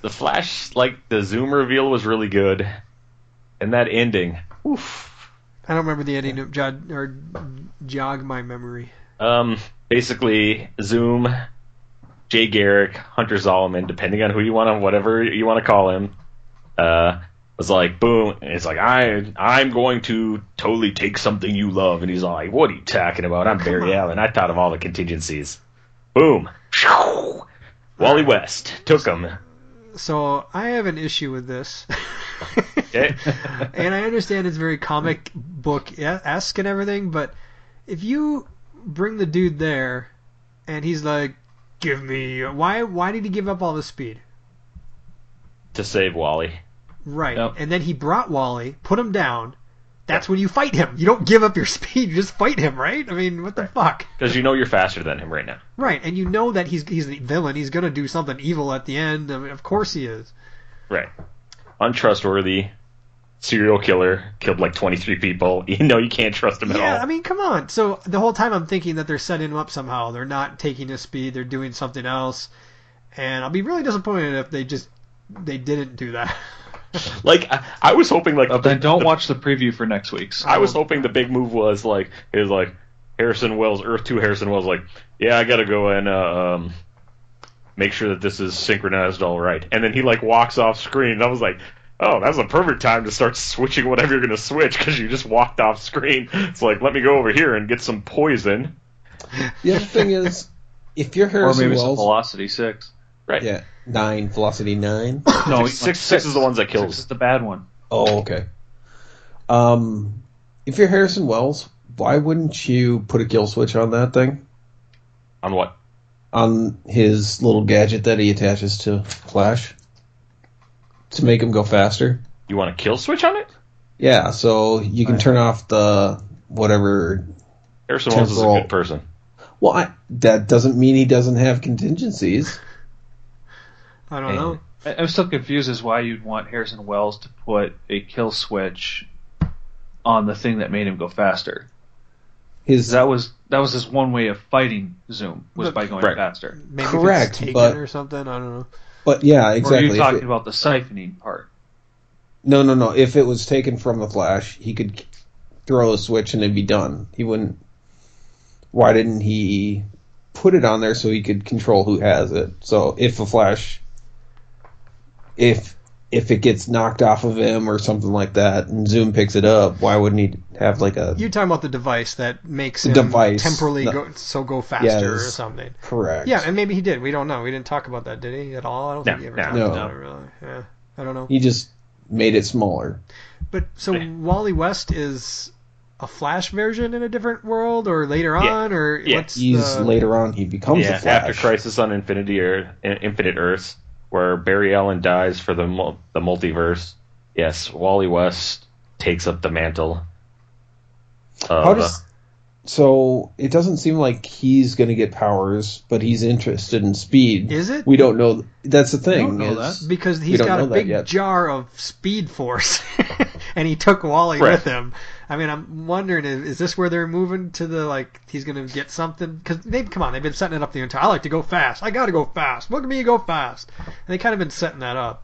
[SPEAKER 4] the Flash like the Zoom reveal was really good, and that ending. Oof.
[SPEAKER 1] I don't remember the ending. Jog, or jog my memory.
[SPEAKER 4] Um, basically Zoom, Jay Garrick, Hunter Zolomon, depending on who you want to, whatever you want to call him, uh, was like, boom, and it's like I, I'm going to totally take something you love, and he's like, what are you talking about? I'm Barry Allen. I thought of all the contingencies. Boom. Wally West took him.
[SPEAKER 1] So I have an issue with this.
[SPEAKER 4] Okay.
[SPEAKER 1] and I understand it's very comic book esque and everything, but if you bring the dude there and he's like, "Give me why? Why did he give up all the speed?"
[SPEAKER 4] to save Wally.
[SPEAKER 1] Right,
[SPEAKER 5] Yep.
[SPEAKER 1] and then he brought Wally, put him down. That's when you fight him. You don't give up your speed; you just fight him, right? I mean, what the fuck?
[SPEAKER 4] Because you know you're faster than him right now.
[SPEAKER 1] Right, and you know that he's he's the villain. He's gonna do something evil at the end. I mean, of course he is.
[SPEAKER 4] Right. Untrustworthy, serial killer, killed like 23 people. You know you can't trust him at
[SPEAKER 1] Yeah,
[SPEAKER 4] all.
[SPEAKER 1] I mean, come on. So the whole time I'm thinking that they're setting him up somehow. They're not taking his speed. They're doing something else. And I'll be really disappointed if they just they didn't do that.
[SPEAKER 4] Like I, I was hoping, like the,
[SPEAKER 5] Then don't
[SPEAKER 4] the-
[SPEAKER 5] watch the preview for next week's.
[SPEAKER 4] I was hoping the big move was like it was like Harrison Wells, Earth Two Harrison Wells, like yeah, I gotta go and uh, um, make sure that this is synchronized all right. And then he like walks off screen, and I was like, oh, that's a perfect time to start switching whatever you're gonna switch because you just walked off screen. It's like let me go over here and get some poison.
[SPEAKER 2] The other thing is, if you're
[SPEAKER 5] Or
[SPEAKER 2] Harrison
[SPEAKER 5] maybe it's
[SPEAKER 2] Wells,
[SPEAKER 5] Velocity Six.
[SPEAKER 4] Right.
[SPEAKER 2] yeah, nine velocity nine.
[SPEAKER 5] No,
[SPEAKER 4] Six- six- six is the ones that kills.
[SPEAKER 5] Six is the bad one.
[SPEAKER 2] Oh, okay. Um, if you're Harrison Wells, why wouldn't you put a kill switch on that thing?
[SPEAKER 4] On what?
[SPEAKER 2] On his little gadget that he attaches to Flash? To make him go faster?
[SPEAKER 4] You want a kill switch on it?
[SPEAKER 2] Yeah, so you can turn off the whatever.
[SPEAKER 4] Harrison Wells is a
[SPEAKER 2] Temporal.
[SPEAKER 4] good person.
[SPEAKER 2] Well, I, that doesn't mean he doesn't have contingencies.
[SPEAKER 1] I don't
[SPEAKER 2] Mm.
[SPEAKER 1] know.
[SPEAKER 5] I, I'm still confused as why you'd want Harrison Wells to put a kill switch on the thing that made him go faster.
[SPEAKER 2] His
[SPEAKER 5] 'Cause That was that was his one way of fighting Zoom was
[SPEAKER 1] But-
[SPEAKER 5] by going
[SPEAKER 4] Right.
[SPEAKER 5] faster.
[SPEAKER 1] Maybe if
[SPEAKER 2] Correct,
[SPEAKER 1] it's taken
[SPEAKER 2] but-
[SPEAKER 1] or something. I don't know.
[SPEAKER 2] but yeah,
[SPEAKER 5] Or are
[SPEAKER 2] exactly.
[SPEAKER 5] you
[SPEAKER 2] If
[SPEAKER 5] talking
[SPEAKER 2] it-
[SPEAKER 5] about the siphoning part?
[SPEAKER 2] no, no, no. If it was taken from the Flash, he could throw a switch and it'd be done. He wouldn't. Why didn't he put it on there so he could control who has it? So if a Flash, if if it gets knocked off of him or something like that, and Zoom picks it up, why wouldn't he have like a
[SPEAKER 1] You're talking about the device that makes
[SPEAKER 2] The
[SPEAKER 1] him
[SPEAKER 2] device.
[SPEAKER 1] temporarily
[SPEAKER 2] The-
[SPEAKER 1] go, so go faster or
[SPEAKER 2] Yes.
[SPEAKER 1] something.
[SPEAKER 2] correct?
[SPEAKER 1] Yeah, and maybe he did. We don't know. We didn't talk about that, did he? At all? I don't think
[SPEAKER 4] No,
[SPEAKER 1] he ever
[SPEAKER 4] no,
[SPEAKER 1] talked
[SPEAKER 2] no.
[SPEAKER 1] about it really. Yeah, I don't know.
[SPEAKER 2] he just made it smaller.
[SPEAKER 1] But so
[SPEAKER 4] Yeah.
[SPEAKER 1] Wally West is a Flash version in a different world or later
[SPEAKER 4] Yeah.
[SPEAKER 1] on or
[SPEAKER 4] Yeah.
[SPEAKER 1] what's
[SPEAKER 2] He's
[SPEAKER 1] the...
[SPEAKER 2] later on he becomes
[SPEAKER 4] yeah,
[SPEAKER 2] the Flash.
[SPEAKER 4] after Crisis on Infinity Earth, Infinite Earths, where Barry Allen dies for the mul- the multiverse. Yes, Wally West takes up the mantle. of,
[SPEAKER 2] How does so it doesn't seem like he's going to get powers, but he's interested in speed.
[SPEAKER 1] Is it?
[SPEAKER 2] We don't know. That's the thing.
[SPEAKER 5] don't know
[SPEAKER 2] is-
[SPEAKER 1] because
[SPEAKER 2] We
[SPEAKER 1] he's
[SPEAKER 2] don't
[SPEAKER 1] got a
[SPEAKER 2] know that
[SPEAKER 1] big
[SPEAKER 2] yet.
[SPEAKER 1] jar of speed force and he took wally
[SPEAKER 4] Right.
[SPEAKER 1] with him i mean i'm wondering is, is this where they're moving to the like he's gonna get something because they've come on they've been setting it up the entire i like to go fast i gotta go fast look at me go fast and they kind of been setting that up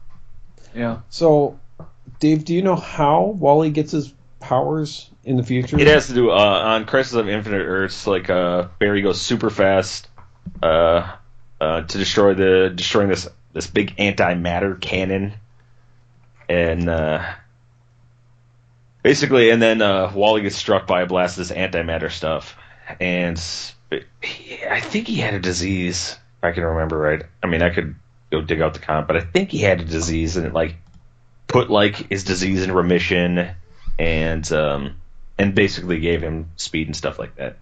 [SPEAKER 5] Yeah.
[SPEAKER 2] So, Dave, do you know how Wally gets his powers in the future?
[SPEAKER 4] It has to do uh, on Crisis of Infinite Earths. Like uh, Barry goes super fast uh, uh, to destroy the destroying this this big antimatter cannon, and uh, basically, and then uh, Wally gets struck by a blast of this antimatter stuff, and he, I think he had a disease. If I can remember right. I mean, I could go dig out the comp, but I think he had a disease, and it like put like his disease in remission, and um, and basically gave him speed and stuff like that.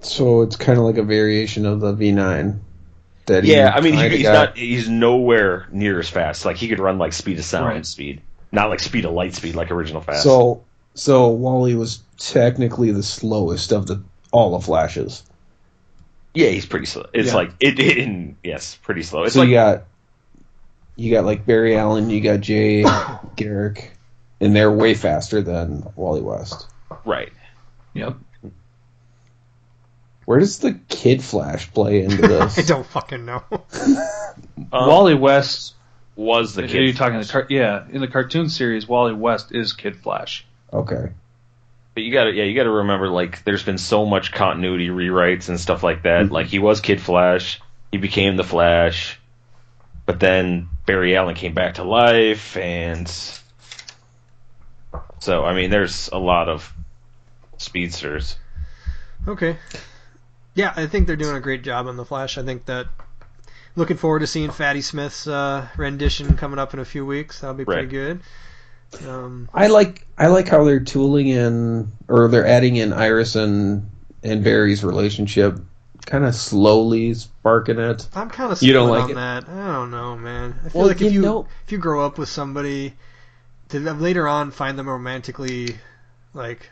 [SPEAKER 2] So it's kind of like a variation of the V9. That he
[SPEAKER 4] Yeah, I mean he,
[SPEAKER 2] kinda
[SPEAKER 4] he's
[SPEAKER 2] got.
[SPEAKER 4] not he's nowhere near as fast. Like he could run like speed of sound
[SPEAKER 5] Right.
[SPEAKER 4] speed, not like speed of light speed like original fast.
[SPEAKER 2] So, so Wally was technically the slowest of the all the Flashes.
[SPEAKER 4] yeah, he's pretty slow. It's
[SPEAKER 5] Yeah.
[SPEAKER 4] like it, it, in- yes, pretty slow. It's
[SPEAKER 2] so
[SPEAKER 4] like
[SPEAKER 2] you got you got like Barry Allen, you got Jay Garrick, and they're way faster than Wally West.
[SPEAKER 4] right.
[SPEAKER 5] Yep.
[SPEAKER 2] Where does the Kid Flash play into
[SPEAKER 1] i
[SPEAKER 2] this?
[SPEAKER 1] don't fucking know
[SPEAKER 4] Um,
[SPEAKER 5] Wally West.
[SPEAKER 4] was the
[SPEAKER 5] Are
[SPEAKER 4] kid.
[SPEAKER 5] you talking the car- yeah in the cartoon series? Wally West is Kid Flash.
[SPEAKER 2] okay,
[SPEAKER 4] But you gotta, yeah, you gotta remember, like, there's been so much continuity rewrites and stuff like that. Like, he was Kid Flash, he became the Flash, but then Barry Allen came back to life, and so I mean, there's a lot of speedsters.
[SPEAKER 1] okay yeah i think they're doing a great job on the flash i think that looking forward to seeing fatty smith's uh, rendition coming up in a few weeks that'll be pretty good um,
[SPEAKER 2] I like I like how they're tooling in or they're adding in Iris and and Barry's relationship, kind of slowly sparking it.
[SPEAKER 1] I'm kind of
[SPEAKER 2] You don't like
[SPEAKER 1] on
[SPEAKER 2] it?
[SPEAKER 1] that. I don't know, man. I feel
[SPEAKER 2] Well,
[SPEAKER 1] like if
[SPEAKER 2] you
[SPEAKER 1] you
[SPEAKER 2] know-
[SPEAKER 1] if you grow up with somebody, to then later on find them romantically, like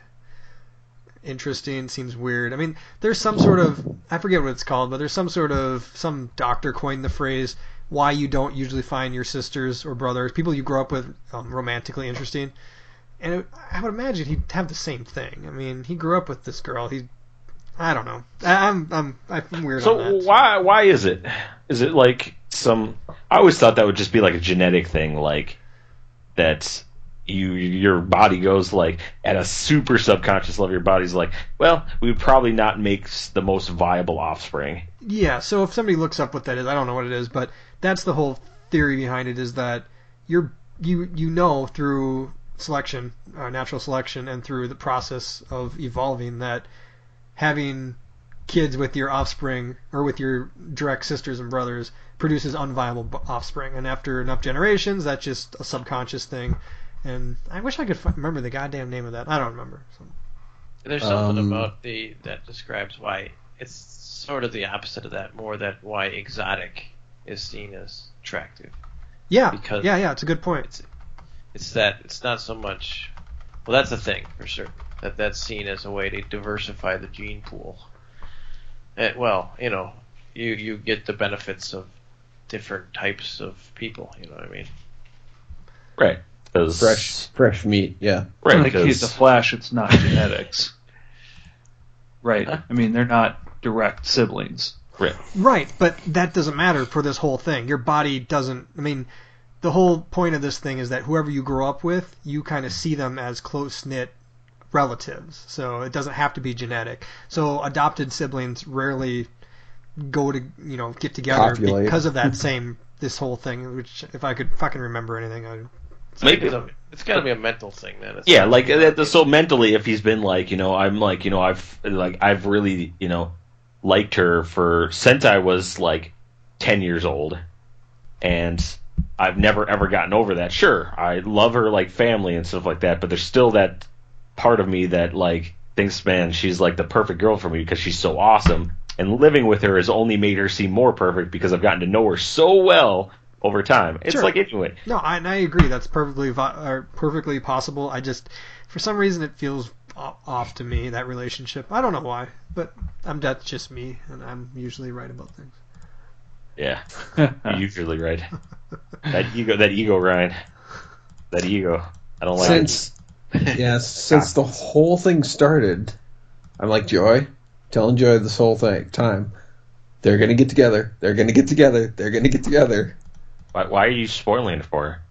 [SPEAKER 1] interesting seems weird. I mean, there's some sort of I forget what it's called, but there's some sort of some doctor coined the phrase why you don't usually find your sisters or brothers, people you grow up with, um, romantically interesting. And it, I would imagine he'd have the same thing. I mean, he grew up with this girl. He, I don't know. I, I'm I'm I'm weird on
[SPEAKER 4] So
[SPEAKER 1] that.
[SPEAKER 4] why, why is it? Is it like some? I always thought that would just be like a genetic thing, like that you your body goes like at a super subconscious level. Your body's like, well, we would probably not make s- the most viable offspring.
[SPEAKER 1] Yeah, so if somebody looks up what that is, I don't know what it is, but that's the whole theory behind it is that you're you you know through selection, uh, natural selection and through the process of evolving that having kids with your offspring or with your direct sisters and brothers produces unviable b- offspring and after enough generations that's just a subconscious thing and I wish I could fi- remember the goddamn name of that. I don't remember. So,
[SPEAKER 3] There's something
[SPEAKER 2] Um,
[SPEAKER 3] about the that describes why it's sort of the opposite of that, more that why exotic is seen as attractive.
[SPEAKER 1] yeah.
[SPEAKER 3] Because-
[SPEAKER 1] yeah, yeah, it's a good point.
[SPEAKER 3] It's that it's not so much. Well, that's a thing for certain. That that's seen as a way to diversify the gene pool. And, well, you know, you you get the benefits of different types of people. You know what I mean?
[SPEAKER 4] Right. Because
[SPEAKER 2] Fresh fresh meat, yeah.
[SPEAKER 4] Right.
[SPEAKER 5] In the case of
[SPEAKER 4] Because
[SPEAKER 5] Flash, it's not genetics. Right. I mean, they're not direct siblings.
[SPEAKER 1] Right, but that doesn't matter for this whole thing. Your body doesn't. I mean, the whole point of this thing is that whoever you grow up with, you kind of see them as close knit relatives. So it doesn't have to be genetic. So adopted siblings rarely go to you know get together
[SPEAKER 2] Copulate.
[SPEAKER 1] because of that same this whole thing. Which if I could fucking remember anything, I
[SPEAKER 4] maybe
[SPEAKER 3] It's, a- it's got to be a mental thing then. It's
[SPEAKER 4] Yeah,
[SPEAKER 3] not-
[SPEAKER 4] like that- that's so mentally, if he's been like, you know, I'm like, you know, I've like I've really, you know, liked her for since I was like ten years old, and I've never ever gotten over that. Sure, I love her like family and stuff like that, but there's still that part of me that like thinks, man, she's like the perfect girl for me because she's so awesome. And living with her has only made her seem more perfect because I've gotten to know her so well over time. It's
[SPEAKER 1] Sure.
[SPEAKER 4] like anyway,
[SPEAKER 1] No, I, and I agree. That's perfectly vi- or perfectly possible. I just, for some reason, it feels o- off to me that relationship. I don't know why, but I'm that's just me, and I'm usually right about things.
[SPEAKER 4] yeah, you're usually right. That ego, that ego, Ryan, that ego. I don't like it.
[SPEAKER 2] since yeah, since the whole thing started, I'm like Joy, telling Joy this whole thing time. They're gonna get together. They're gonna get together. They're gonna get together
[SPEAKER 4] Why, why are you spoiling it for her?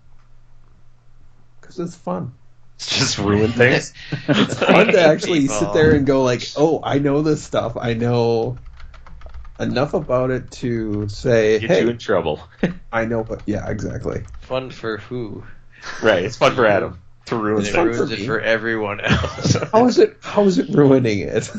[SPEAKER 2] because it's fun.
[SPEAKER 4] It's just ruin things.
[SPEAKER 2] It's fun to actually
[SPEAKER 3] People.
[SPEAKER 2] sit there and go like, "Oh, I know this stuff. I know enough about it to say,
[SPEAKER 4] Get you
[SPEAKER 2] hey,
[SPEAKER 4] in trouble.
[SPEAKER 2] I know what." Yeah, exactly.
[SPEAKER 3] Fun for who?
[SPEAKER 4] right. It's fun for Adam uh, to ruin
[SPEAKER 3] And
[SPEAKER 4] Oh,
[SPEAKER 2] It's
[SPEAKER 3] it
[SPEAKER 4] things.
[SPEAKER 2] fun for
[SPEAKER 3] ruins it
[SPEAKER 2] me.
[SPEAKER 3] for everyone else.
[SPEAKER 2] How is it? How is it ruining it?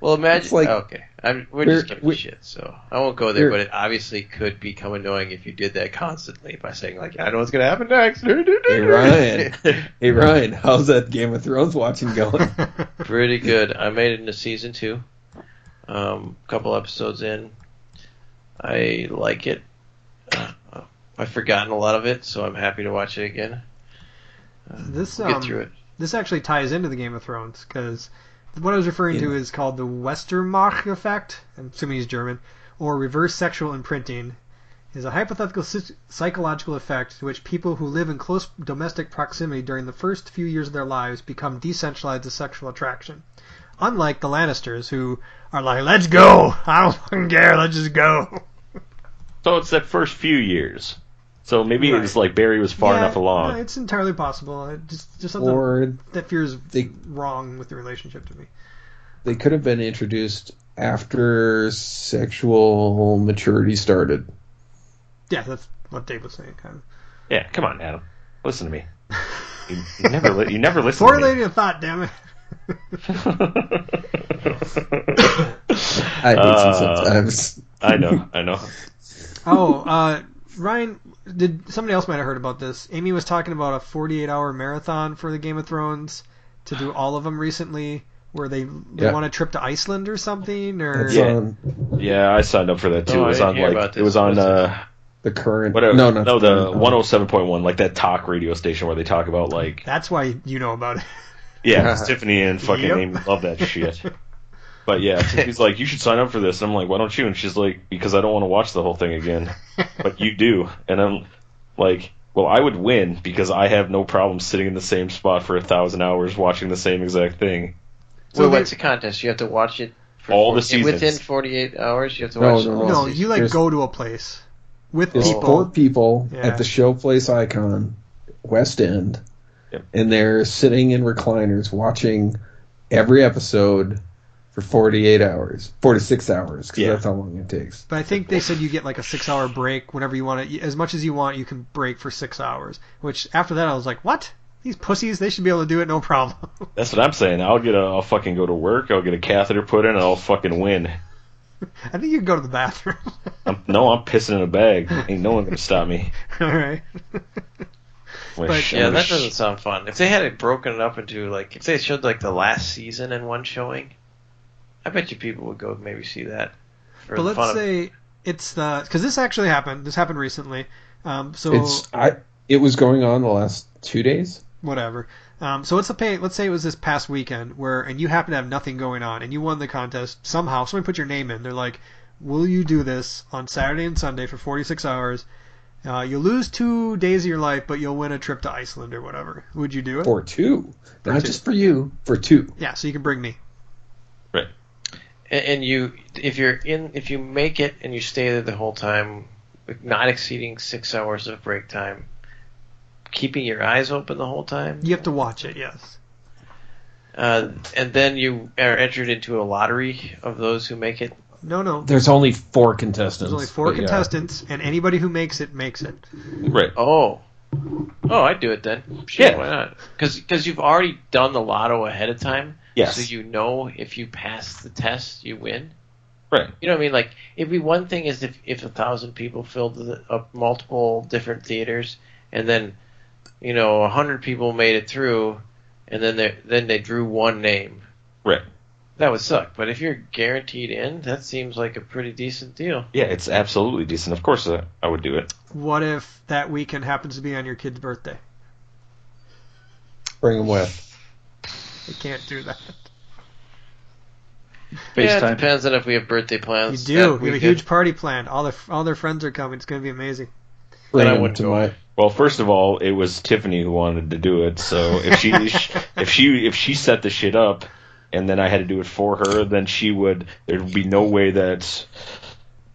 [SPEAKER 3] well, imagine.
[SPEAKER 2] It's like-
[SPEAKER 3] oh, okay, I'm, we're,
[SPEAKER 2] We're-
[SPEAKER 3] just giving
[SPEAKER 2] we-
[SPEAKER 3] shit, so I won't go there.
[SPEAKER 2] We're-
[SPEAKER 3] But it obviously could become annoying if you did that constantly by saying like, "I know what's gonna happen next."
[SPEAKER 2] Hey Ryan, hey Ryan, how's that Game of Thrones watching going?
[SPEAKER 3] Pretty good. I made it into season two. Um, couple episodes in. I like it. Uh, I've forgotten a lot of it, so I'm happy to watch it again.
[SPEAKER 1] This
[SPEAKER 3] Get
[SPEAKER 1] um,
[SPEAKER 3] through it.
[SPEAKER 1] this actually ties into the Game of Thrones because what I was referring to is called the Westermach effect. I'm assuming he's German, or reverse sexual imprinting, is a hypothetical psy- psychological effect to which people who live in close domestic proximity during the first few years of their lives become desensitized to sexual attraction. Unlike the Lannisters, who are like, "Let's go! I don't fucking care. Let's just go."
[SPEAKER 4] So it's that first few years. So maybe it was like Barry was far
[SPEAKER 1] Yeah,
[SPEAKER 4] enough along.
[SPEAKER 1] no, it's entirely possible. It just just something
[SPEAKER 2] or
[SPEAKER 1] that feels
[SPEAKER 2] they-
[SPEAKER 1] wrong with the relationship to me.
[SPEAKER 2] they could have been introduced after sexual maturity started.
[SPEAKER 1] Yeah, that's what Dave was saying. Kind of.
[SPEAKER 4] Yeah, come on, Adam. Listen to me. You, you never li- you never listen to me.
[SPEAKER 1] Formulating a thought, damn it.
[SPEAKER 2] I hate
[SPEAKER 4] Uh,
[SPEAKER 2] you sometimes.
[SPEAKER 4] I know, I know.
[SPEAKER 1] oh, uh, Ryan, did somebody else might have heard about this? Amy was talking about a 48-hour marathon for the Game of Thrones to do all of them recently, where they, they
[SPEAKER 2] Yeah.
[SPEAKER 1] want a trip to Iceland or something, or
[SPEAKER 2] It's
[SPEAKER 4] Yeah.
[SPEAKER 2] on
[SPEAKER 4] Yeah, I signed up for that too.
[SPEAKER 3] No,
[SPEAKER 4] it was
[SPEAKER 3] Oh, I didn't
[SPEAKER 4] on
[SPEAKER 3] hear
[SPEAKER 4] like
[SPEAKER 3] about
[SPEAKER 4] it was
[SPEAKER 3] this.
[SPEAKER 4] on
[SPEAKER 3] What's
[SPEAKER 4] uh
[SPEAKER 2] the current.
[SPEAKER 4] whatever
[SPEAKER 2] No, no,
[SPEAKER 4] the one oh seven point one, like that talk radio station where they talk about like
[SPEAKER 1] that's why you know about it.
[SPEAKER 4] Yeah, it's Tiffany and fucking
[SPEAKER 1] Yep.
[SPEAKER 4] Amy love that shit. But yeah, Tiffany's like, you should sign up for this. And I'm like, why don't you? And she's like, because I don't want to watch the whole thing again. But you do. And I'm like, well, I would win because I have no problem sitting in the same spot for a thousand hours watching the same exact thing.
[SPEAKER 1] So
[SPEAKER 3] well,
[SPEAKER 1] they-
[SPEAKER 3] what's the contest? You have to watch it for
[SPEAKER 4] All the
[SPEAKER 3] forty- within
[SPEAKER 4] seasons.
[SPEAKER 3] 48 hours. You have to
[SPEAKER 2] No,
[SPEAKER 3] watch
[SPEAKER 2] no,
[SPEAKER 3] it
[SPEAKER 2] no.
[SPEAKER 3] all
[SPEAKER 1] no,
[SPEAKER 3] season.
[SPEAKER 1] you like
[SPEAKER 2] there's-
[SPEAKER 1] go to a place with
[SPEAKER 2] There's
[SPEAKER 1] people.
[SPEAKER 2] four people
[SPEAKER 1] Yeah.
[SPEAKER 2] at the showplace icon, West End,
[SPEAKER 4] Yep.
[SPEAKER 2] and they're sitting in recliners watching every episode for 48 hours, 46 hours, because
[SPEAKER 4] Yeah.
[SPEAKER 2] that's how long it takes.
[SPEAKER 1] But I think they said you get like a six-hour break whenever you want to. As much as you want, you can break for six hours. Which after that, I was like, what? These pussies, they should be able to do it no problem.
[SPEAKER 4] That's what I'm saying. I'll get a, I'll fucking go to work. I'll get a catheter put in. and I'll fucking win.
[SPEAKER 1] I think you can go to the bathroom.
[SPEAKER 4] I'm, no, I'm pissing in a bag. Ain't no one gonna stop me.
[SPEAKER 1] All right.
[SPEAKER 4] I'm gonna
[SPEAKER 1] But-
[SPEAKER 4] sh- I'm
[SPEAKER 3] Yeah,
[SPEAKER 4] gonna
[SPEAKER 3] that
[SPEAKER 4] sh-
[SPEAKER 3] doesn't sound fun. If they had it broken up into like, if they showed like the last season in one showing, I bet you people would go maybe see that. For
[SPEAKER 1] But
[SPEAKER 3] the fun
[SPEAKER 1] let's
[SPEAKER 3] of it.
[SPEAKER 1] say it's the because this actually happened. This happened recently. Um, so
[SPEAKER 2] It's I. It was going on the last two days.
[SPEAKER 1] whatever. Um, so let's say let's say it was this past weekend where and you happen to have nothing going on and you won the contest somehow. Somebody put your name in. They're like, "Will you do this on Saturday and Sunday for 46 hours? Uh, you'll lose two days of your life, but you'll win a trip to Iceland or whatever. Would you do it?
[SPEAKER 2] For two, not
[SPEAKER 1] two.
[SPEAKER 2] just for you. For two.
[SPEAKER 1] Yeah, so you can bring me.
[SPEAKER 3] and, and you, if you're in, if you make it and you stay there the whole time, not exceeding six hours of break time, keeping your eyes open the whole time,
[SPEAKER 1] You have to watch it. Yes.
[SPEAKER 3] uh, and then you are entered into a lottery of those who make it.
[SPEAKER 1] No, no.
[SPEAKER 2] There's only four contestants.
[SPEAKER 1] There's only four
[SPEAKER 2] but yeah.
[SPEAKER 1] contestants, and anybody who makes it makes it.
[SPEAKER 4] right.
[SPEAKER 3] Oh. Oh, I'd do it then. Sure,
[SPEAKER 4] Yeah.
[SPEAKER 3] why not? Because you've already done the lotto ahead of time.
[SPEAKER 4] Yes.
[SPEAKER 3] So you know if you pass the test, you win.
[SPEAKER 4] Right.
[SPEAKER 3] You know what I mean? Like, it'd be one thing is if if a thousand people filled the, up multiple different theaters, and then, you know, a hundred people made it through, and then they then they drew one name,
[SPEAKER 4] Right.
[SPEAKER 3] That would suck. But if you're guaranteed in, that seems like a pretty decent deal.
[SPEAKER 4] Yeah, it's absolutely decent. Of course, uh, I would do it.
[SPEAKER 1] What if that weekend happens to be on your kid's birthday?
[SPEAKER 2] Bring them with.
[SPEAKER 1] You can't do that.
[SPEAKER 3] yeah, it
[SPEAKER 5] FaceTime.
[SPEAKER 3] depends on if we have birthday
[SPEAKER 1] You
[SPEAKER 3] plans.
[SPEAKER 1] do.
[SPEAKER 3] That
[SPEAKER 1] You have a
[SPEAKER 3] weekend.
[SPEAKER 1] huge party planned. All their all their friends are coming. It's going to be amazing.
[SPEAKER 2] Bring
[SPEAKER 3] I
[SPEAKER 2] them
[SPEAKER 3] wouldn't
[SPEAKER 2] to
[SPEAKER 3] go.
[SPEAKER 2] my.
[SPEAKER 4] Well, first of all, it was Tiffany who wanted to do it. So if she if she if she set the shit up, and then I had to do it for her, then she would. There'd be no way that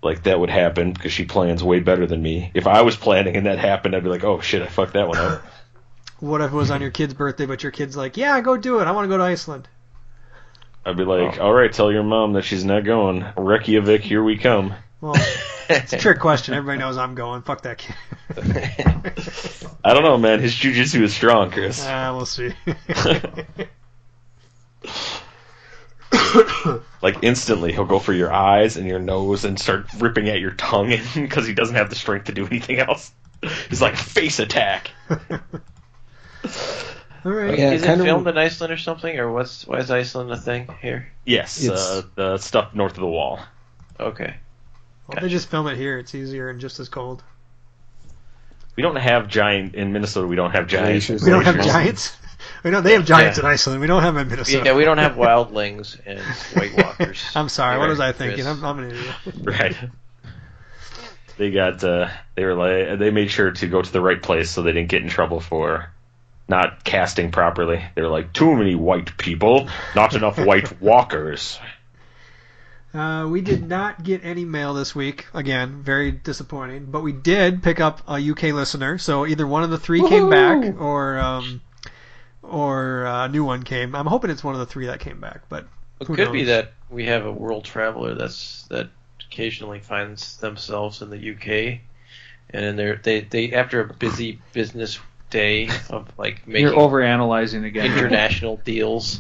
[SPEAKER 4] like that would happen because she plans way better than me. If I was planning and that happened, I'd be like, oh shit, I fucked that one up.
[SPEAKER 1] What if it was on your kid's birthday, but your kid's like, "Yeah, go do it. I want to go to Iceland."
[SPEAKER 4] I'd be
[SPEAKER 3] Oh.
[SPEAKER 4] like, all right, tell your mom that she's not going. Reykjavik, here we come.
[SPEAKER 1] Well, it's a trick question. Everybody knows I'm going. Fuck that kid.
[SPEAKER 4] I don't know, man. His jujitsu is strong, Chris.
[SPEAKER 1] Ah, we'll see. Uh.
[SPEAKER 4] like instantly he'll go for your eyes and your nose and start ripping at your tongue because he doesn't have the strength to do anything else he's like face attack
[SPEAKER 1] All right.
[SPEAKER 2] Yeah,
[SPEAKER 3] is it
[SPEAKER 2] kinda-
[SPEAKER 3] filmed in Iceland or something, or what's why is Iceland a thing here?
[SPEAKER 4] yes uh,
[SPEAKER 2] It's-
[SPEAKER 4] the stuff north of the wall
[SPEAKER 3] Okay,
[SPEAKER 1] Well, they just film it here. It's easier and just as cold.
[SPEAKER 4] we don't have giant in minnesota we don't have giants
[SPEAKER 2] Glaciers.
[SPEAKER 1] We don't have
[SPEAKER 2] Glaciers.
[SPEAKER 1] giants. We know they have giants
[SPEAKER 3] Yeah.
[SPEAKER 1] in Iceland. We don't have them in Minnesota.
[SPEAKER 3] yeah, we don't have wildlings and white walkers.
[SPEAKER 1] I'm sorry.
[SPEAKER 3] You're
[SPEAKER 1] what was
[SPEAKER 3] right,
[SPEAKER 1] I thinking?
[SPEAKER 3] Chris.
[SPEAKER 1] I'm, I'm an idiot.
[SPEAKER 4] right they got uh, they were like they made sure to go to the right place so they didn't get in trouble for not casting properly they were like too many white people not enough white walkers
[SPEAKER 1] Uh, we did not get any mail this week. Again, very disappointing. But we did pick up a UK listener. So either one of the 3 came back, or um, or uh, a new one came. I'm hoping it's one of the three that came back. But
[SPEAKER 3] It
[SPEAKER 1] Who
[SPEAKER 3] could be
[SPEAKER 1] knows?
[SPEAKER 3] that we have a world traveler that's that occasionally finds themselves in the UK, and then they're, they they after a busy business day of like making
[SPEAKER 5] You're overanalyzing again.
[SPEAKER 3] international deals,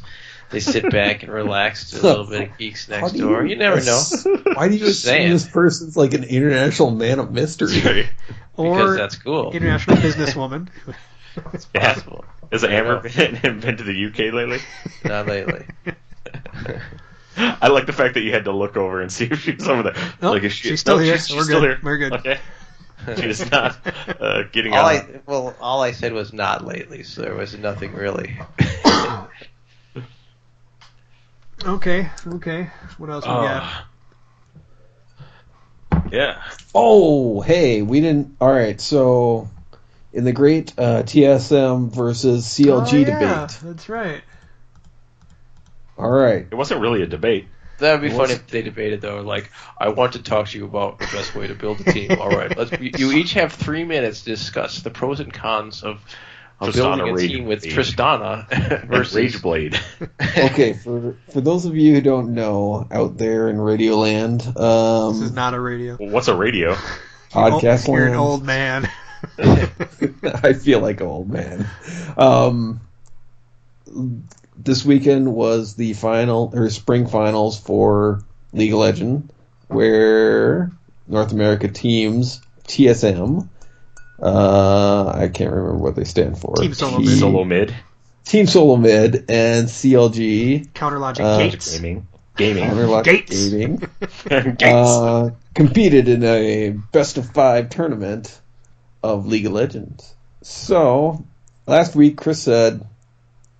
[SPEAKER 3] they sit back and relax to a little bit of geeks next door. You never know.
[SPEAKER 2] Why do you
[SPEAKER 3] Just
[SPEAKER 2] assume
[SPEAKER 3] saying.
[SPEAKER 2] this person's like an international man of mystery?
[SPEAKER 1] or
[SPEAKER 3] because that's cool.
[SPEAKER 1] international businesswoman.
[SPEAKER 3] It's possible.
[SPEAKER 4] Has Amber been, been to the UK lately?
[SPEAKER 3] Not lately.
[SPEAKER 4] I like the fact that you had to look over and see if she was over there.
[SPEAKER 1] Nope,
[SPEAKER 4] like if she-
[SPEAKER 1] Oh, she's still
[SPEAKER 4] nope,
[SPEAKER 1] here.
[SPEAKER 4] She's, she's
[SPEAKER 1] We're
[SPEAKER 4] still
[SPEAKER 1] good.
[SPEAKER 4] here.
[SPEAKER 1] We're good.
[SPEAKER 4] Okay. She's not uh, getting
[SPEAKER 3] All
[SPEAKER 4] out.
[SPEAKER 3] I well, all I said was not lately, so there was nothing really.
[SPEAKER 1] Okay, okay. What else we
[SPEAKER 3] Oh.
[SPEAKER 1] got?
[SPEAKER 4] Uh, yeah.
[SPEAKER 2] Oh, hey, we didn't. All right, so in the great uh, TSM versus CLG
[SPEAKER 1] oh, yeah,
[SPEAKER 2] debate.
[SPEAKER 1] That's right.
[SPEAKER 2] All right,
[SPEAKER 4] It wasn't really a debate.
[SPEAKER 3] That would be
[SPEAKER 2] What's-
[SPEAKER 3] funny if they debated though. Like, I want to talk to you about the best way to build a team. All right, let's. You you each have three minutes to discuss the pros and cons of, of
[SPEAKER 4] Tristana
[SPEAKER 3] building a
[SPEAKER 4] Rage
[SPEAKER 3] team with
[SPEAKER 4] Blade.
[SPEAKER 3] Tristana versus.
[SPEAKER 4] Rage Blade.
[SPEAKER 2] okay. For for those of you who don't know out there in Radioland,
[SPEAKER 1] This is
[SPEAKER 2] um,
[SPEAKER 1] not a radio.
[SPEAKER 4] What's a radio?
[SPEAKER 2] podcast
[SPEAKER 1] Oh, You're an
[SPEAKER 2] land,
[SPEAKER 1] old man.
[SPEAKER 2] I feel like an old man. Um, this weekend was the final or spring finals for League of Legend, where North America teams TSM. Uh, I can't remember what they stand for.
[SPEAKER 1] Team Solo
[SPEAKER 2] T-
[SPEAKER 1] Mid.
[SPEAKER 4] Solo Mid.
[SPEAKER 2] Team Solo Mid and CLG.
[SPEAKER 1] Counter logic
[SPEAKER 2] Uh,
[SPEAKER 1] gates.
[SPEAKER 4] Gaming. Gaming.
[SPEAKER 2] Counter Lock
[SPEAKER 1] Gates.
[SPEAKER 2] Gaming,
[SPEAKER 4] Gates.
[SPEAKER 2] uh, competed in a best of five tournament of League of Legends. So last week, Chris said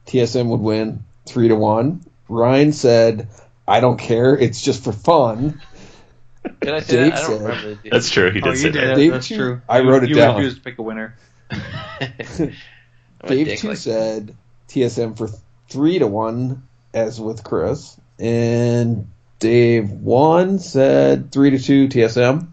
[SPEAKER 2] TSM would win three to one. Ryan said, "I don't care. It's just for fun."
[SPEAKER 3] Did I say that?
[SPEAKER 2] Dave
[SPEAKER 3] I don't
[SPEAKER 2] said-
[SPEAKER 3] remember. the-
[SPEAKER 4] That's true. He did
[SPEAKER 1] Oh, you
[SPEAKER 4] say
[SPEAKER 1] did.
[SPEAKER 4] that.
[SPEAKER 5] Yeah,
[SPEAKER 2] Dave
[SPEAKER 5] that's
[SPEAKER 2] Chu-
[SPEAKER 5] true.
[SPEAKER 2] I wrote it
[SPEAKER 5] you,
[SPEAKER 2] down.
[SPEAKER 5] You refuse to pick a winner.
[SPEAKER 3] I'm a
[SPEAKER 2] Dave
[SPEAKER 3] dick
[SPEAKER 2] two
[SPEAKER 3] like-
[SPEAKER 2] said TSM for three to one, as with Chris, and Dave one said three to two TSM.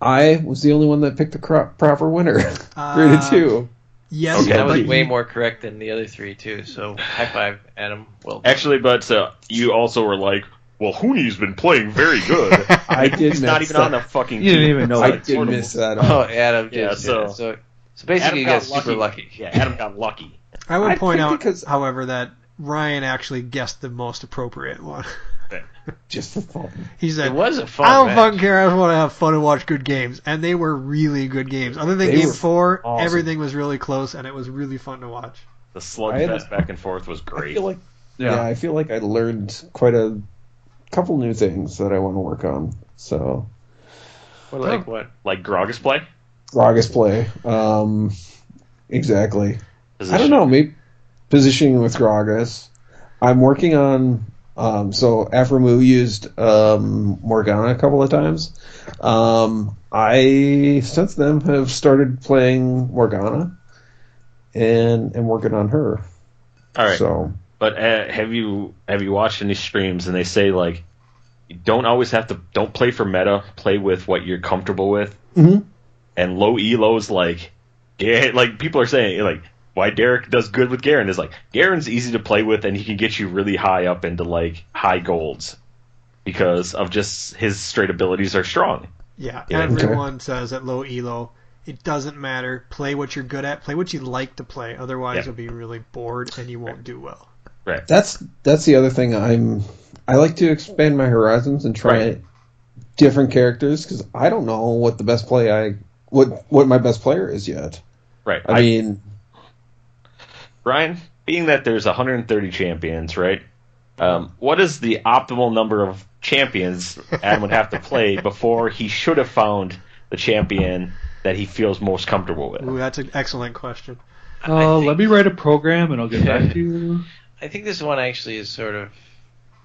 [SPEAKER 2] I was the only one that picked the cro- proper winner, three to
[SPEAKER 1] Uh,
[SPEAKER 2] two.
[SPEAKER 1] Yes,
[SPEAKER 4] Okay.
[SPEAKER 3] that was
[SPEAKER 1] but
[SPEAKER 3] way more correct than the other three too. So high five, Adam. Well,
[SPEAKER 4] Actually, but uh, you also were like, well, Hooney's been playing very good.
[SPEAKER 2] I did
[SPEAKER 4] He's
[SPEAKER 2] miss
[SPEAKER 4] not even
[SPEAKER 2] that.
[SPEAKER 4] on the fucking
[SPEAKER 5] You didn't
[SPEAKER 4] team.
[SPEAKER 5] even know
[SPEAKER 4] It's
[SPEAKER 2] I
[SPEAKER 4] like,
[SPEAKER 2] did
[SPEAKER 4] sort of-
[SPEAKER 2] miss that. uh,
[SPEAKER 3] oh, Adam. Did,
[SPEAKER 4] Yeah,
[SPEAKER 3] yeah.
[SPEAKER 4] so-
[SPEAKER 3] So so, basically, you got super lucky.
[SPEAKER 4] Yeah, Adam got lucky.
[SPEAKER 1] I would
[SPEAKER 2] I
[SPEAKER 1] point
[SPEAKER 2] think
[SPEAKER 1] out,
[SPEAKER 2] because-
[SPEAKER 1] however, that Ryan actually guessed the most appropriate one.
[SPEAKER 2] just for fun.
[SPEAKER 1] He said,
[SPEAKER 3] It was a fun.
[SPEAKER 1] "I don't
[SPEAKER 3] match.
[SPEAKER 1] fucking care. I just want to have fun and watch good games." And they were really good games. Other than
[SPEAKER 2] They
[SPEAKER 1] game
[SPEAKER 2] were
[SPEAKER 1] four,
[SPEAKER 2] awesome.
[SPEAKER 1] everything was really close, and it was really fun to watch.
[SPEAKER 4] The
[SPEAKER 2] I had-
[SPEAKER 4] slugfest back and forth was
[SPEAKER 2] I
[SPEAKER 4] great.
[SPEAKER 2] feel like yeah.
[SPEAKER 5] Yeah.
[SPEAKER 2] I feel like I learned quite a couple new things that I want to work on. So
[SPEAKER 3] Or like what?
[SPEAKER 4] Like Gragas play?
[SPEAKER 2] Gragas play, um, exactly. I don't
[SPEAKER 4] Position.
[SPEAKER 2] know. Maybe positioning with Gragas. I'm working on. Um, so Afremu used um, Morgana a couple of times. Um, I since then have started playing Morgana, and am working on her.
[SPEAKER 4] All right.
[SPEAKER 2] So
[SPEAKER 4] But uh, have you have you watched any streams and they say like you don't always have to don't play for meta, play with what you're comfortable with.
[SPEAKER 2] Mhm.
[SPEAKER 4] And low elo's like yeah, like people are saying like why Derek does good with Garen is like Garen's easy to play with and he can get you really high up into like high golds because of just his straight abilities are strong.
[SPEAKER 1] Yeah,
[SPEAKER 4] Yeah.
[SPEAKER 1] everyone says at low elo, it doesn't matter. Play what you're good at. Play what you like to play. Otherwise,
[SPEAKER 4] Yeah.
[SPEAKER 1] you'll be really bored and you won't do well.
[SPEAKER 2] that's that's the other thing I'm I like to expand my horizons and try
[SPEAKER 4] Right.
[SPEAKER 2] different characters because I don't know what the best play I what what my best player is yet.
[SPEAKER 4] Right.
[SPEAKER 2] I, mean,
[SPEAKER 4] Ryan, being that there's 130 champions, right? Um, what is the optimal number of champions Adam would have to play before he should have found the champion that he feels most comfortable with?
[SPEAKER 1] Ooh, that's an excellent question.
[SPEAKER 5] Uh,
[SPEAKER 3] think-
[SPEAKER 5] let me write a program and I'll get back to you.
[SPEAKER 3] I think this one actually is sort of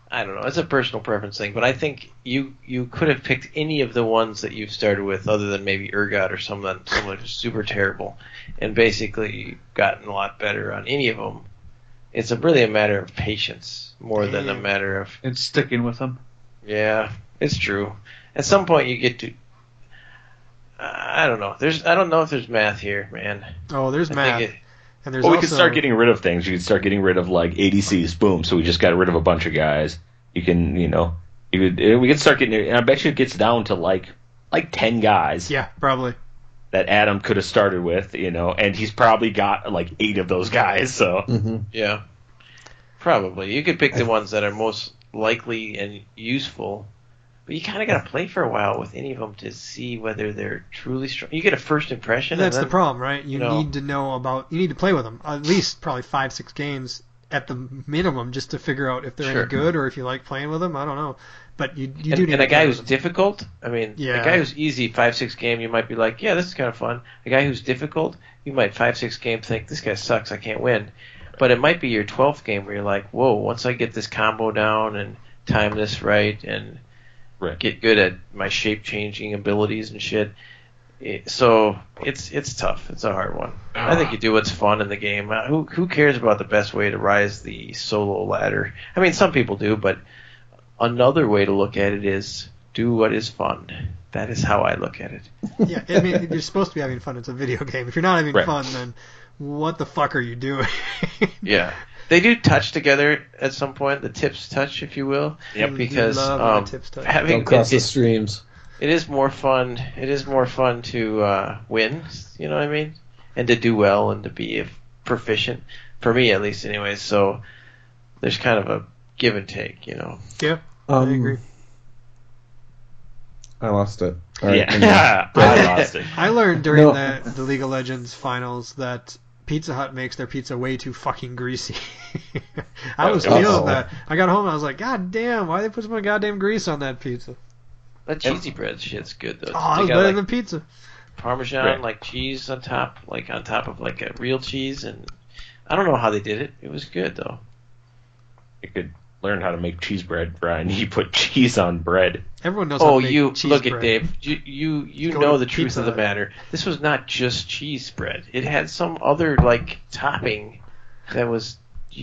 [SPEAKER 3] I don't know, it's a personal preference thing, but I think you you could have picked any of the ones that you've started with other than maybe Urgot or someone someone who's super terrible and basically gotten a lot better on any of them. It's a, really a matter of patience more than a
[SPEAKER 1] Yeah.
[SPEAKER 3] matter of
[SPEAKER 5] And sticking with them.
[SPEAKER 3] yeah, it's true. At some point you get to I don't know. There's I don't know if there's math here, man.
[SPEAKER 1] Oh, there's
[SPEAKER 3] I
[SPEAKER 1] math,
[SPEAKER 3] think it,
[SPEAKER 1] and there's
[SPEAKER 4] Well, we
[SPEAKER 1] also
[SPEAKER 4] could start getting rid of things. You could start getting rid of like ADCs. Boom. So we just got rid of a bunch of guys. You can, you know, you could. eh, We could start getting. I bet you it gets down to like like 10 guys
[SPEAKER 1] yeah, probably.
[SPEAKER 4] that Adam could have started with, you know, and he's probably got like eight of those guys. So
[SPEAKER 2] mhm.
[SPEAKER 3] Yeah, probably. You could pick the ones that are most likely and useful, but you kind of got to play for a while with any of them to see whether they're truly strong. You get a first impression.
[SPEAKER 1] And that's
[SPEAKER 3] and
[SPEAKER 1] the
[SPEAKER 3] then-
[SPEAKER 1] problem, right? You
[SPEAKER 3] No.
[SPEAKER 1] need to know about. You need to play with them at least probably five, six games at the minimum just to figure out if they're
[SPEAKER 3] Sure.
[SPEAKER 1] any good or if you like playing with them. I don't know, but you you do
[SPEAKER 3] And,
[SPEAKER 1] need
[SPEAKER 3] and
[SPEAKER 1] to
[SPEAKER 3] a guy
[SPEAKER 1] play
[SPEAKER 3] who's
[SPEAKER 1] with
[SPEAKER 3] difficult, I mean,
[SPEAKER 1] Yeah.
[SPEAKER 3] a guy who's easy, five six game, you might be like, yeah, this is kind of fun. A guy who's difficult, you might five six game think this guy sucks, I can't win. But it might be your twelfth game where you're like, whoa, once I get this combo down and time this right and
[SPEAKER 4] Right.
[SPEAKER 3] get good at my shape changing abilities and shit. It- So it's it's tough. It's a hard one. I think you do what's fun in the game. Uh, Who who cares about the best way to rise the solo ladder? I mean, some people do, but another way to look at it is do what is fun. That is how I look at it.
[SPEAKER 1] them. yeah, I mean you're supposed to be having fun. It's a video game. If you're not having
[SPEAKER 4] Right.
[SPEAKER 1] fun, then what the fuck are you doing?
[SPEAKER 3] Yeah. They do touch together at some point, the tips touch, if you will.
[SPEAKER 4] Yep.
[SPEAKER 3] Because
[SPEAKER 1] Love when the
[SPEAKER 3] um,
[SPEAKER 1] tips touch.
[SPEAKER 3] having
[SPEAKER 2] don't
[SPEAKER 3] been,
[SPEAKER 2] cross the streams.
[SPEAKER 3] it is more fun. It is more fun to uh, win. You know what I mean? And to do well and to be a proficient for me, at least, anyways. So there's kind of a give and take, you know.
[SPEAKER 1] yeah,
[SPEAKER 2] Um,
[SPEAKER 1] I agree.
[SPEAKER 2] I lost it. All right, I'm done.
[SPEAKER 4] yeah, I lost it.
[SPEAKER 1] I learned during
[SPEAKER 2] No.
[SPEAKER 1] the, the League of Legends finals that Pizza Hut makes their pizza way too fucking greasy. I was
[SPEAKER 4] Uh-oh.
[SPEAKER 1] feeling that. I got home and I was like, God damn, why they put so much goddamn grease on that pizza?
[SPEAKER 3] That cheesy bread shit's good though.
[SPEAKER 1] Oh, it
[SPEAKER 3] They
[SPEAKER 1] was
[SPEAKER 3] got,
[SPEAKER 1] better
[SPEAKER 3] like,
[SPEAKER 1] than pizza.
[SPEAKER 3] Parmesan,
[SPEAKER 4] Right.
[SPEAKER 3] like cheese on top, like on top of like a real cheese, and I don't know how they did it. It was good though.
[SPEAKER 4] you could learn how to make cheese bread, Brian. You put cheese on bread.
[SPEAKER 1] Everyone knows. how
[SPEAKER 3] Oh,
[SPEAKER 1] to make
[SPEAKER 3] you
[SPEAKER 1] cheese
[SPEAKER 3] look at
[SPEAKER 1] bread.
[SPEAKER 3] Dave. You you, you
[SPEAKER 1] Go
[SPEAKER 3] know
[SPEAKER 1] to
[SPEAKER 3] the truth
[SPEAKER 1] Pizza
[SPEAKER 3] of the
[SPEAKER 1] Hut.
[SPEAKER 3] matter. This was not just cheese bread. It had some other like topping that was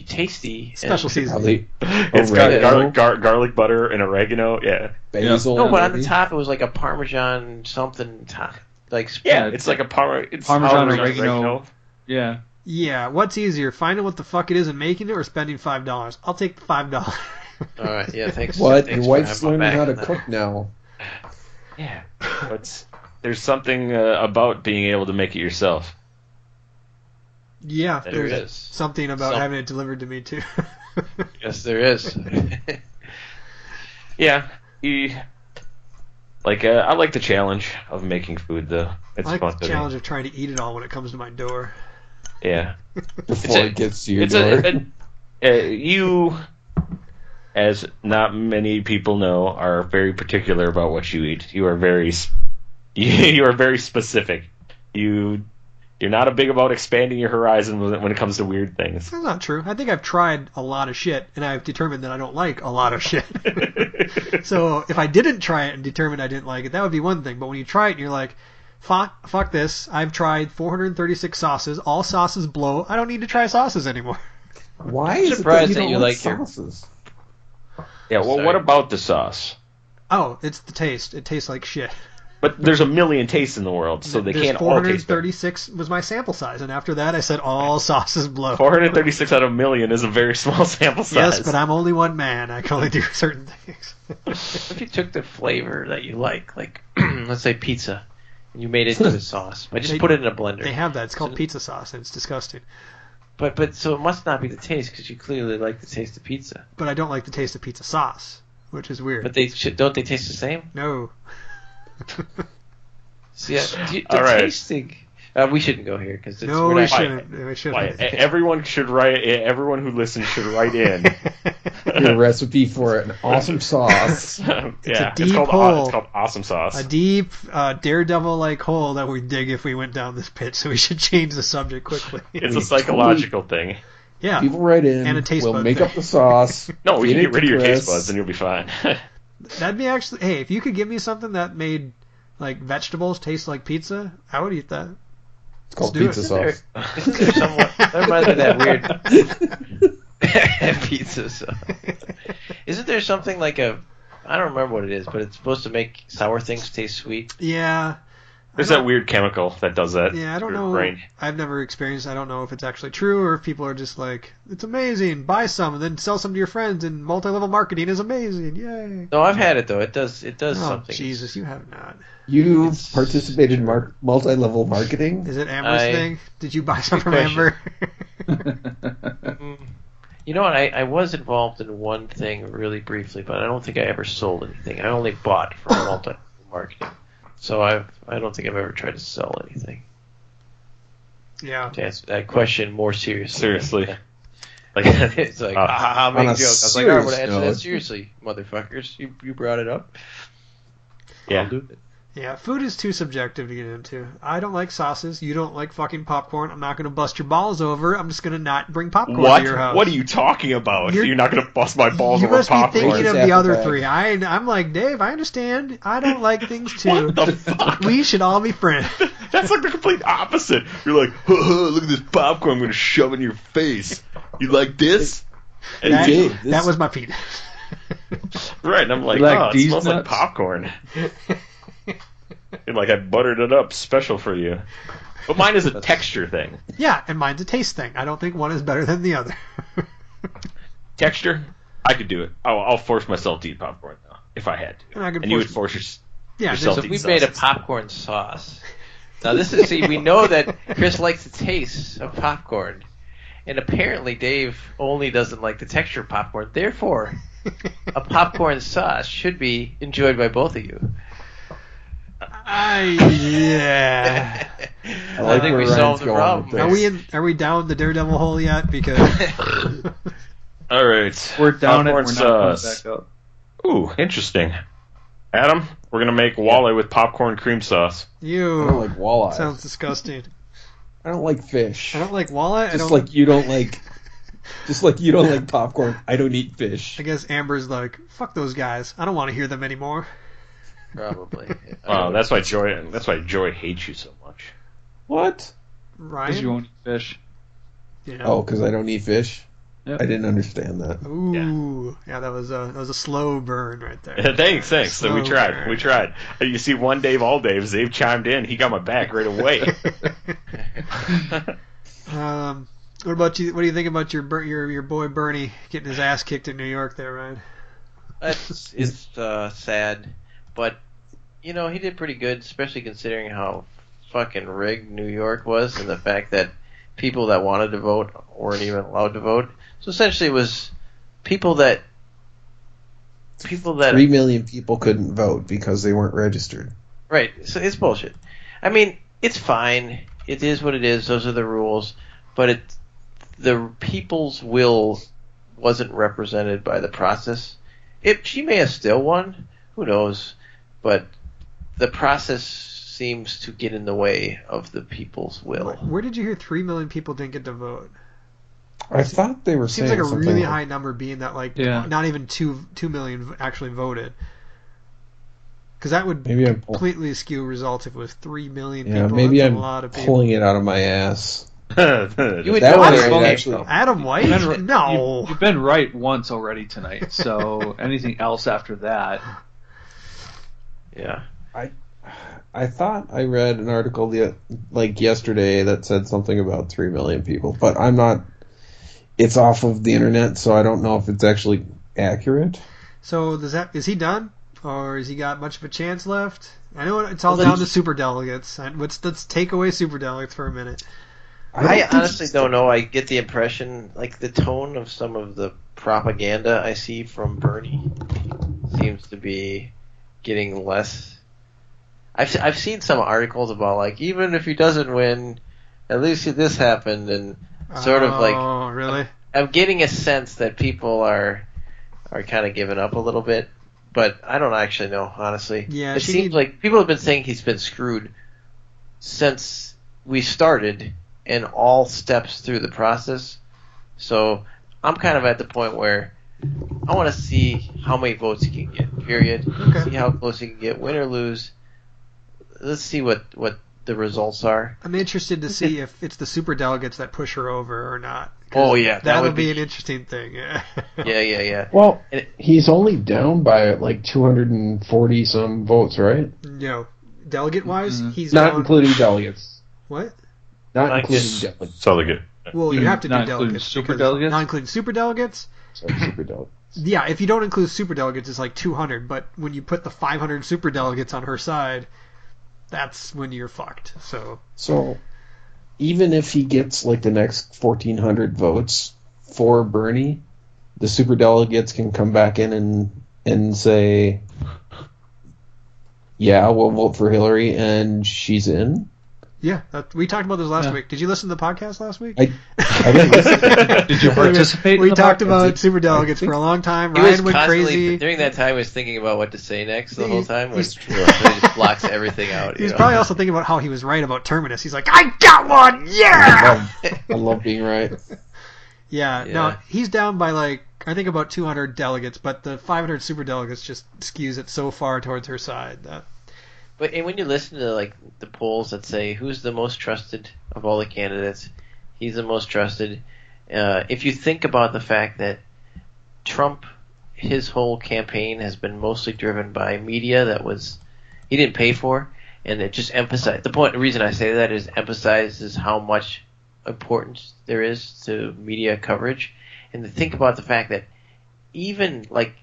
[SPEAKER 3] tasty. and-
[SPEAKER 1] Special season.
[SPEAKER 2] Probably
[SPEAKER 1] Oh,
[SPEAKER 4] It's got
[SPEAKER 2] Oregano.
[SPEAKER 4] garlic, gar- garlic butter and oregano. Yeah,
[SPEAKER 2] basil.
[SPEAKER 3] No, but on the
[SPEAKER 2] maybe.
[SPEAKER 3] top it was like a Parmesan something top, like
[SPEAKER 4] yeah.
[SPEAKER 5] Yeah,
[SPEAKER 4] It's like a parma. It's
[SPEAKER 5] Parmesan, oregano. Yeah.
[SPEAKER 1] Yeah, what's easier, finding what the fuck it is and making it, or spending five dollars? I'll take the five dollars.
[SPEAKER 3] All right, yeah, thanks.
[SPEAKER 2] What?
[SPEAKER 3] thanks
[SPEAKER 2] Your
[SPEAKER 3] for
[SPEAKER 2] wife's
[SPEAKER 3] having my
[SPEAKER 2] learning
[SPEAKER 3] back
[SPEAKER 2] how
[SPEAKER 3] on
[SPEAKER 2] to
[SPEAKER 3] that.
[SPEAKER 2] cook now.
[SPEAKER 4] Yeah, but there's something uh, about being able to make it yourself.
[SPEAKER 1] yeah,
[SPEAKER 4] There
[SPEAKER 1] there's
[SPEAKER 3] There is.
[SPEAKER 1] something about
[SPEAKER 3] Some-
[SPEAKER 1] having it delivered to me too.
[SPEAKER 3] Yes, there is.
[SPEAKER 4] Yeah, you- like uh, I like the challenge of making food though. It's
[SPEAKER 1] I like
[SPEAKER 4] fun.
[SPEAKER 1] the challenge of trying to eat it all when it comes to my door.
[SPEAKER 4] Yeah,
[SPEAKER 2] Before
[SPEAKER 3] a-
[SPEAKER 2] it gets to your
[SPEAKER 4] it's a,
[SPEAKER 2] door.
[SPEAKER 4] a uh, you, as not many people know, are very particular about what you eat. You are very, s- you, you are very specific. You, you're not a big about expanding your horizon when it- when it comes to weird things.
[SPEAKER 1] That's not true. I think I've tried a lot of shit, and I've determined that I don't like a lot of shit. so if I didn't try it and determined I didn't like it, that would be one thing. But when you try it, and you're like, fuck, fuck this. I've tried 436 sauces. All sauces blow. I don't need to try sauces anymore.
[SPEAKER 2] Why
[SPEAKER 3] I'm
[SPEAKER 2] is
[SPEAKER 3] surprised
[SPEAKER 2] it
[SPEAKER 3] that
[SPEAKER 2] that you, don't
[SPEAKER 3] you
[SPEAKER 2] like
[SPEAKER 3] like your-
[SPEAKER 2] sauces?
[SPEAKER 4] Yeah. Well, what
[SPEAKER 3] Sorry.
[SPEAKER 4] about the sauce?
[SPEAKER 1] Oh, it's the taste. It tastes like shit.
[SPEAKER 4] But there's a million tastes in the world, so they
[SPEAKER 1] There's
[SPEAKER 4] can't all taste. bad.
[SPEAKER 1] 436 was my sample size, and after that, I said all sauces blow.
[SPEAKER 4] 436 out of a million is a very small sample size.
[SPEAKER 1] Yes, but I'm only one man. I can only do certain things.
[SPEAKER 3] If you took the flavor that you like, like let's say pizza, and you made it into a sauce, but just
[SPEAKER 1] They-
[SPEAKER 3] put it in a blender.
[SPEAKER 1] They have that. It's called pizza sauce, and it's disgusting.
[SPEAKER 3] But but so it must not be the taste because you clearly like the taste of pizza.
[SPEAKER 1] But I don't like the taste of pizza sauce, which is weird.
[SPEAKER 3] But they should don't they taste the same?
[SPEAKER 1] no.
[SPEAKER 3] So yeah, do you, uh, the
[SPEAKER 4] All right.
[SPEAKER 3] tasting. Uh, we shouldn't go here because
[SPEAKER 1] No,
[SPEAKER 3] we're
[SPEAKER 1] we
[SPEAKER 3] not,
[SPEAKER 1] shouldn't. We shouldn't.
[SPEAKER 4] Why, e- everyone should write. e- Everyone who listens should write in.
[SPEAKER 2] Your recipe for an awesome sauce.
[SPEAKER 4] yeah,
[SPEAKER 1] deep
[SPEAKER 4] called,
[SPEAKER 1] hole.
[SPEAKER 4] It's called awesome sauce.
[SPEAKER 1] A deep uh, daredevil-like hole that we'd dig if we went down this pit. So we should change the subject quickly.
[SPEAKER 4] it's a psychological thing.
[SPEAKER 1] yeah,
[SPEAKER 2] People write in.
[SPEAKER 1] And a taste
[SPEAKER 2] we'll
[SPEAKER 1] bud
[SPEAKER 2] make
[SPEAKER 1] thing.
[SPEAKER 2] up the sauce.
[SPEAKER 4] No, we
[SPEAKER 2] feed
[SPEAKER 4] can
[SPEAKER 2] it
[SPEAKER 4] get rid
[SPEAKER 2] to
[SPEAKER 4] of your
[SPEAKER 2] Chris.
[SPEAKER 4] taste buds and you'll be fine.
[SPEAKER 1] that'd be actually. Hey, if you could give me something that made like vegetables taste like pizza, I would eat that.
[SPEAKER 2] It's called
[SPEAKER 1] Let's do
[SPEAKER 2] pizza
[SPEAKER 1] it.
[SPEAKER 2] sauce.
[SPEAKER 3] Isn't there somewhat, that reminds me of that weird pizza sauce. Isn't there something like a I don't remember what it is, but it's supposed to make sour things taste sweet.
[SPEAKER 1] Yeah,
[SPEAKER 4] There's
[SPEAKER 1] I
[SPEAKER 4] that weird chemical that does that.
[SPEAKER 1] yeah. I don't
[SPEAKER 4] to your
[SPEAKER 1] know.
[SPEAKER 4] Brain.
[SPEAKER 1] I've never experienced. I don't know if it's actually true or if people are just like, it's amazing. Buy some and then sell some to your friends. And multi-level marketing is amazing. Yay!
[SPEAKER 3] No, I've had it though. It does it does
[SPEAKER 1] Oh,
[SPEAKER 3] something.
[SPEAKER 1] Jesus, you have not.
[SPEAKER 2] You've participated in mar- multi-level marketing.
[SPEAKER 1] Is it Amber's
[SPEAKER 3] I-
[SPEAKER 1] thing? Did you buy some from
[SPEAKER 3] question.
[SPEAKER 1] Amber?
[SPEAKER 3] Mm. You know what? I, I was involved in one thing really briefly, but I don't think I ever sold anything. I only bought for multi marketing, so I I don't think I've ever tried to sell anything.
[SPEAKER 1] yeah.
[SPEAKER 3] To answer that question more seriously,
[SPEAKER 4] Seriously. Like,
[SPEAKER 3] it's like
[SPEAKER 1] Oh.
[SPEAKER 4] Uh,
[SPEAKER 3] ah, ha, ha, make
[SPEAKER 2] on a
[SPEAKER 3] jokes. I was like, all right,
[SPEAKER 2] serious
[SPEAKER 3] to answer
[SPEAKER 2] note.
[SPEAKER 3] that seriously, motherfuckers. You you brought it up.
[SPEAKER 4] yeah.
[SPEAKER 3] I'll do it.
[SPEAKER 1] Yeah, food is too subjective to get into. I don't like sauces. You don't like fucking popcorn. I'm not going to bust your balls over. I'm just going to not bring popcorn to your
[SPEAKER 4] What?
[SPEAKER 1] house.
[SPEAKER 4] What are you talking about?
[SPEAKER 1] You're-
[SPEAKER 4] You're, not going to bust my balls
[SPEAKER 1] you
[SPEAKER 4] over
[SPEAKER 1] must be
[SPEAKER 4] popcorn.
[SPEAKER 1] thinking of
[SPEAKER 2] Zapper
[SPEAKER 1] the other
[SPEAKER 2] bag.
[SPEAKER 1] three. I, I'm like, Dave, I understand. I don't like things too.
[SPEAKER 4] what the fuck?
[SPEAKER 1] we should all be friends.
[SPEAKER 4] That's like the complete opposite. You're like, huh, huh, look at this popcorn I'm going to shove in your face. You like this? And
[SPEAKER 1] That,
[SPEAKER 4] you-
[SPEAKER 2] Dave, this-
[SPEAKER 1] that was my penis.
[SPEAKER 4] Right, and I'm like,
[SPEAKER 5] like
[SPEAKER 4] oh, it
[SPEAKER 5] these
[SPEAKER 4] smells like
[SPEAKER 5] nuts?"
[SPEAKER 4] popcorn. and like I buttered it up special for you. But mine is a texture thing.
[SPEAKER 1] yeah, and mine's a taste thing. I don't think one is better than the other.
[SPEAKER 4] Texture, I could do it. I'll, I'll force myself to eat popcorn though, if I had to.
[SPEAKER 1] And I could
[SPEAKER 4] And you would
[SPEAKER 1] force-
[SPEAKER 4] force yourself.
[SPEAKER 1] yeah,
[SPEAKER 4] Yourself.
[SPEAKER 3] So
[SPEAKER 4] Salty
[SPEAKER 3] we made a
[SPEAKER 4] sauces.
[SPEAKER 3] popcorn sauce. Now this is see we know that Chris likes the taste of popcorn, and apparently Dave only doesn't like the texture of popcorn. Therefore, a popcorn sauce should be enjoyed by both of you.
[SPEAKER 1] I, yeah.
[SPEAKER 3] I,
[SPEAKER 2] like
[SPEAKER 3] think
[SPEAKER 2] where
[SPEAKER 3] we
[SPEAKER 2] Ryan's
[SPEAKER 3] solved the
[SPEAKER 2] going
[SPEAKER 3] problem.
[SPEAKER 2] with
[SPEAKER 1] Ah. Are we in? Are we down the daredevil hole yet? Because
[SPEAKER 4] All right.
[SPEAKER 5] We're down it. We're
[SPEAKER 4] popcorn
[SPEAKER 5] not coming
[SPEAKER 4] sauce.
[SPEAKER 5] back up.
[SPEAKER 4] Ooh, interesting. Adam, we're gonna make walleye with popcorn cream sauce.
[SPEAKER 2] I don't
[SPEAKER 1] you
[SPEAKER 2] like walleye.
[SPEAKER 1] sounds disgusting.
[SPEAKER 2] I don't like fish.
[SPEAKER 1] I don't like walleye. I
[SPEAKER 2] just
[SPEAKER 1] don't.
[SPEAKER 2] like you don't like. Just like you don't like popcorn, I don't eat fish.
[SPEAKER 1] I guess Amber's like, fuck those guys. I don't want to hear them anymore.
[SPEAKER 3] Probably.
[SPEAKER 4] Wow, that's why Joy. That's why Joy hates you so much.
[SPEAKER 2] What?
[SPEAKER 5] Because
[SPEAKER 1] Ryan.
[SPEAKER 5] you won't eat fish.
[SPEAKER 1] yeah.
[SPEAKER 2] Oh, because I don't eat fish.
[SPEAKER 5] Yep.
[SPEAKER 2] I didn't understand that.
[SPEAKER 1] Ooh. Yeah. that was a that was a slow burn right there.
[SPEAKER 4] thanks, thanks. So we
[SPEAKER 1] Slow
[SPEAKER 4] tried.
[SPEAKER 1] burn.
[SPEAKER 4] We tried. Uh, You see, one Dave, all Daves. Dave chimed in. He got my back right away.
[SPEAKER 1] um, what about you? What do you think about your Ber- your your boy Bernie getting his ass kicked in New York there, Ryan?
[SPEAKER 3] It's it's uh, sad, but you know he did pretty good, especially considering how fucking rigged New York was, and the fact that people that wanted to vote weren't even allowed to vote. So essentially, it was people that people that
[SPEAKER 2] Three million people couldn't vote because they weren't registered.
[SPEAKER 3] Right. So it's bullshit. I mean, it's fine. It is what it is. Those are the rules. But it, the people's will wasn't represented by the process. It she may have still won, who knows? But the process seems to get in the way of the people's will.
[SPEAKER 1] Where did you hear three million people didn't get to vote?
[SPEAKER 2] I thought they were
[SPEAKER 1] Seems
[SPEAKER 2] saying
[SPEAKER 1] like a
[SPEAKER 2] something.
[SPEAKER 1] really high number, being that like
[SPEAKER 5] Yeah.
[SPEAKER 1] not even two two million v- actually voted. Because that would
[SPEAKER 2] Maybe I'm pull-
[SPEAKER 1] completely skew results if it was three million
[SPEAKER 2] yeah,
[SPEAKER 1] people.
[SPEAKER 2] maybe
[SPEAKER 1] That's
[SPEAKER 2] I'm
[SPEAKER 1] a lot of people.
[SPEAKER 2] pulling it out of my ass.
[SPEAKER 3] You would
[SPEAKER 2] That
[SPEAKER 3] know
[SPEAKER 2] one
[SPEAKER 3] where
[SPEAKER 2] is
[SPEAKER 3] it came
[SPEAKER 2] actually-
[SPEAKER 3] from.
[SPEAKER 1] Adam White?
[SPEAKER 5] You've been-
[SPEAKER 1] no.
[SPEAKER 5] You've, you've been right once already tonight, so anything else after that?
[SPEAKER 3] Yeah.
[SPEAKER 2] I thought I read an article the like yesterday that said something about three million people, but I'm not. It's off of the internet, so I don't know if it's actually accurate.
[SPEAKER 1] So does that is he done, or has he got much of a chance left? I know it's all
[SPEAKER 3] Well,
[SPEAKER 1] down to
[SPEAKER 3] he's-
[SPEAKER 1] super delegates. Let's let's take away super delegates for a minute.
[SPEAKER 2] don't
[SPEAKER 3] I,
[SPEAKER 2] think-
[SPEAKER 3] honestly don't know. I get the impression, like the tone of some of the propaganda I see from Bernie seems to be getting less. I've I've seen some articles about like even if he doesn't win, at least this happened, and Sort of like-
[SPEAKER 1] Oh, really?
[SPEAKER 3] I'm getting a sense that people are are kind of giving up a little bit. But I don't actually know, honestly.
[SPEAKER 1] Yeah,
[SPEAKER 3] it
[SPEAKER 1] she
[SPEAKER 3] seems
[SPEAKER 1] need-
[SPEAKER 3] like people have been saying he's been screwed since we started and all steps through the process. So I'm kind of at the point where I want to see how many votes he can get. Period.
[SPEAKER 1] Okay.
[SPEAKER 3] See how close he can get, win or lose. Let's see what what the results are.
[SPEAKER 1] I'm interested to see if it's the super delegates that push her over or not. 'Cause
[SPEAKER 3] Oh, yeah, that
[SPEAKER 1] that'll
[SPEAKER 3] would
[SPEAKER 1] be,
[SPEAKER 3] be-
[SPEAKER 1] an interesting thing. Yeah.
[SPEAKER 3] Yeah, yeah, yeah.
[SPEAKER 2] Well,
[SPEAKER 3] And it-
[SPEAKER 2] he's only down by like 240 some votes, right?
[SPEAKER 1] no, delegate wise,
[SPEAKER 5] Mhm.
[SPEAKER 1] he's
[SPEAKER 2] Not
[SPEAKER 1] down-
[SPEAKER 2] including delegates.
[SPEAKER 1] what?
[SPEAKER 2] Not
[SPEAKER 3] Like
[SPEAKER 2] including
[SPEAKER 3] this-
[SPEAKER 2] delegates.
[SPEAKER 4] So they get
[SPEAKER 1] Well, you
[SPEAKER 5] Including-
[SPEAKER 1] have to do
[SPEAKER 5] not including
[SPEAKER 1] delegates.
[SPEAKER 5] super
[SPEAKER 1] because-
[SPEAKER 5] delegates?
[SPEAKER 1] Not including super delegates.
[SPEAKER 2] Sorry, super delegates.
[SPEAKER 1] Yeah, if you don't include super delegates, it's like 200. But when you put the 500 super delegates on her side, that's when you're fucked. So
[SPEAKER 2] So, even if he gets like the next 1,400 votes for Bernie, the superdelegates can come back in and and say, "Yeah, we'll vote for Hillary, and she's in."
[SPEAKER 1] yeah, that, we talked about this last
[SPEAKER 5] Yeah.
[SPEAKER 1] week. Did you listen to the podcast last week?
[SPEAKER 2] I, I didn't listen.
[SPEAKER 5] Did you participate?
[SPEAKER 1] we
[SPEAKER 5] in the
[SPEAKER 1] talked
[SPEAKER 5] podcast?
[SPEAKER 1] about super delegates for a long time.
[SPEAKER 3] He was
[SPEAKER 1] Ryan went
[SPEAKER 3] constantly
[SPEAKER 1] crazy.
[SPEAKER 3] during that time. he Was thinking about what to say next the
[SPEAKER 1] He-
[SPEAKER 3] whole time. Which
[SPEAKER 1] he's-
[SPEAKER 3] so he just blocks everything out. you
[SPEAKER 1] He's
[SPEAKER 3] know?
[SPEAKER 1] probably also thinking about how he was right about Terminus. He's like, I got one, yeah.
[SPEAKER 2] I love, I love being right.
[SPEAKER 1] Yeah,
[SPEAKER 3] Yeah.
[SPEAKER 1] no, he's down by like I think about 200 delegates, but the 500 super delegates just skews it so far towards her side. That,
[SPEAKER 3] But and when you listen to like the polls that say who's the most trusted of all the candidates, he's the most trusted. Uh, if you think about the fact that Trump, his whole campaign has been mostly driven by media that was he didn't pay for, and it just emphasized the point. The reason I say that is emphasizes how much importance there is to media coverage, and to think about the fact that even like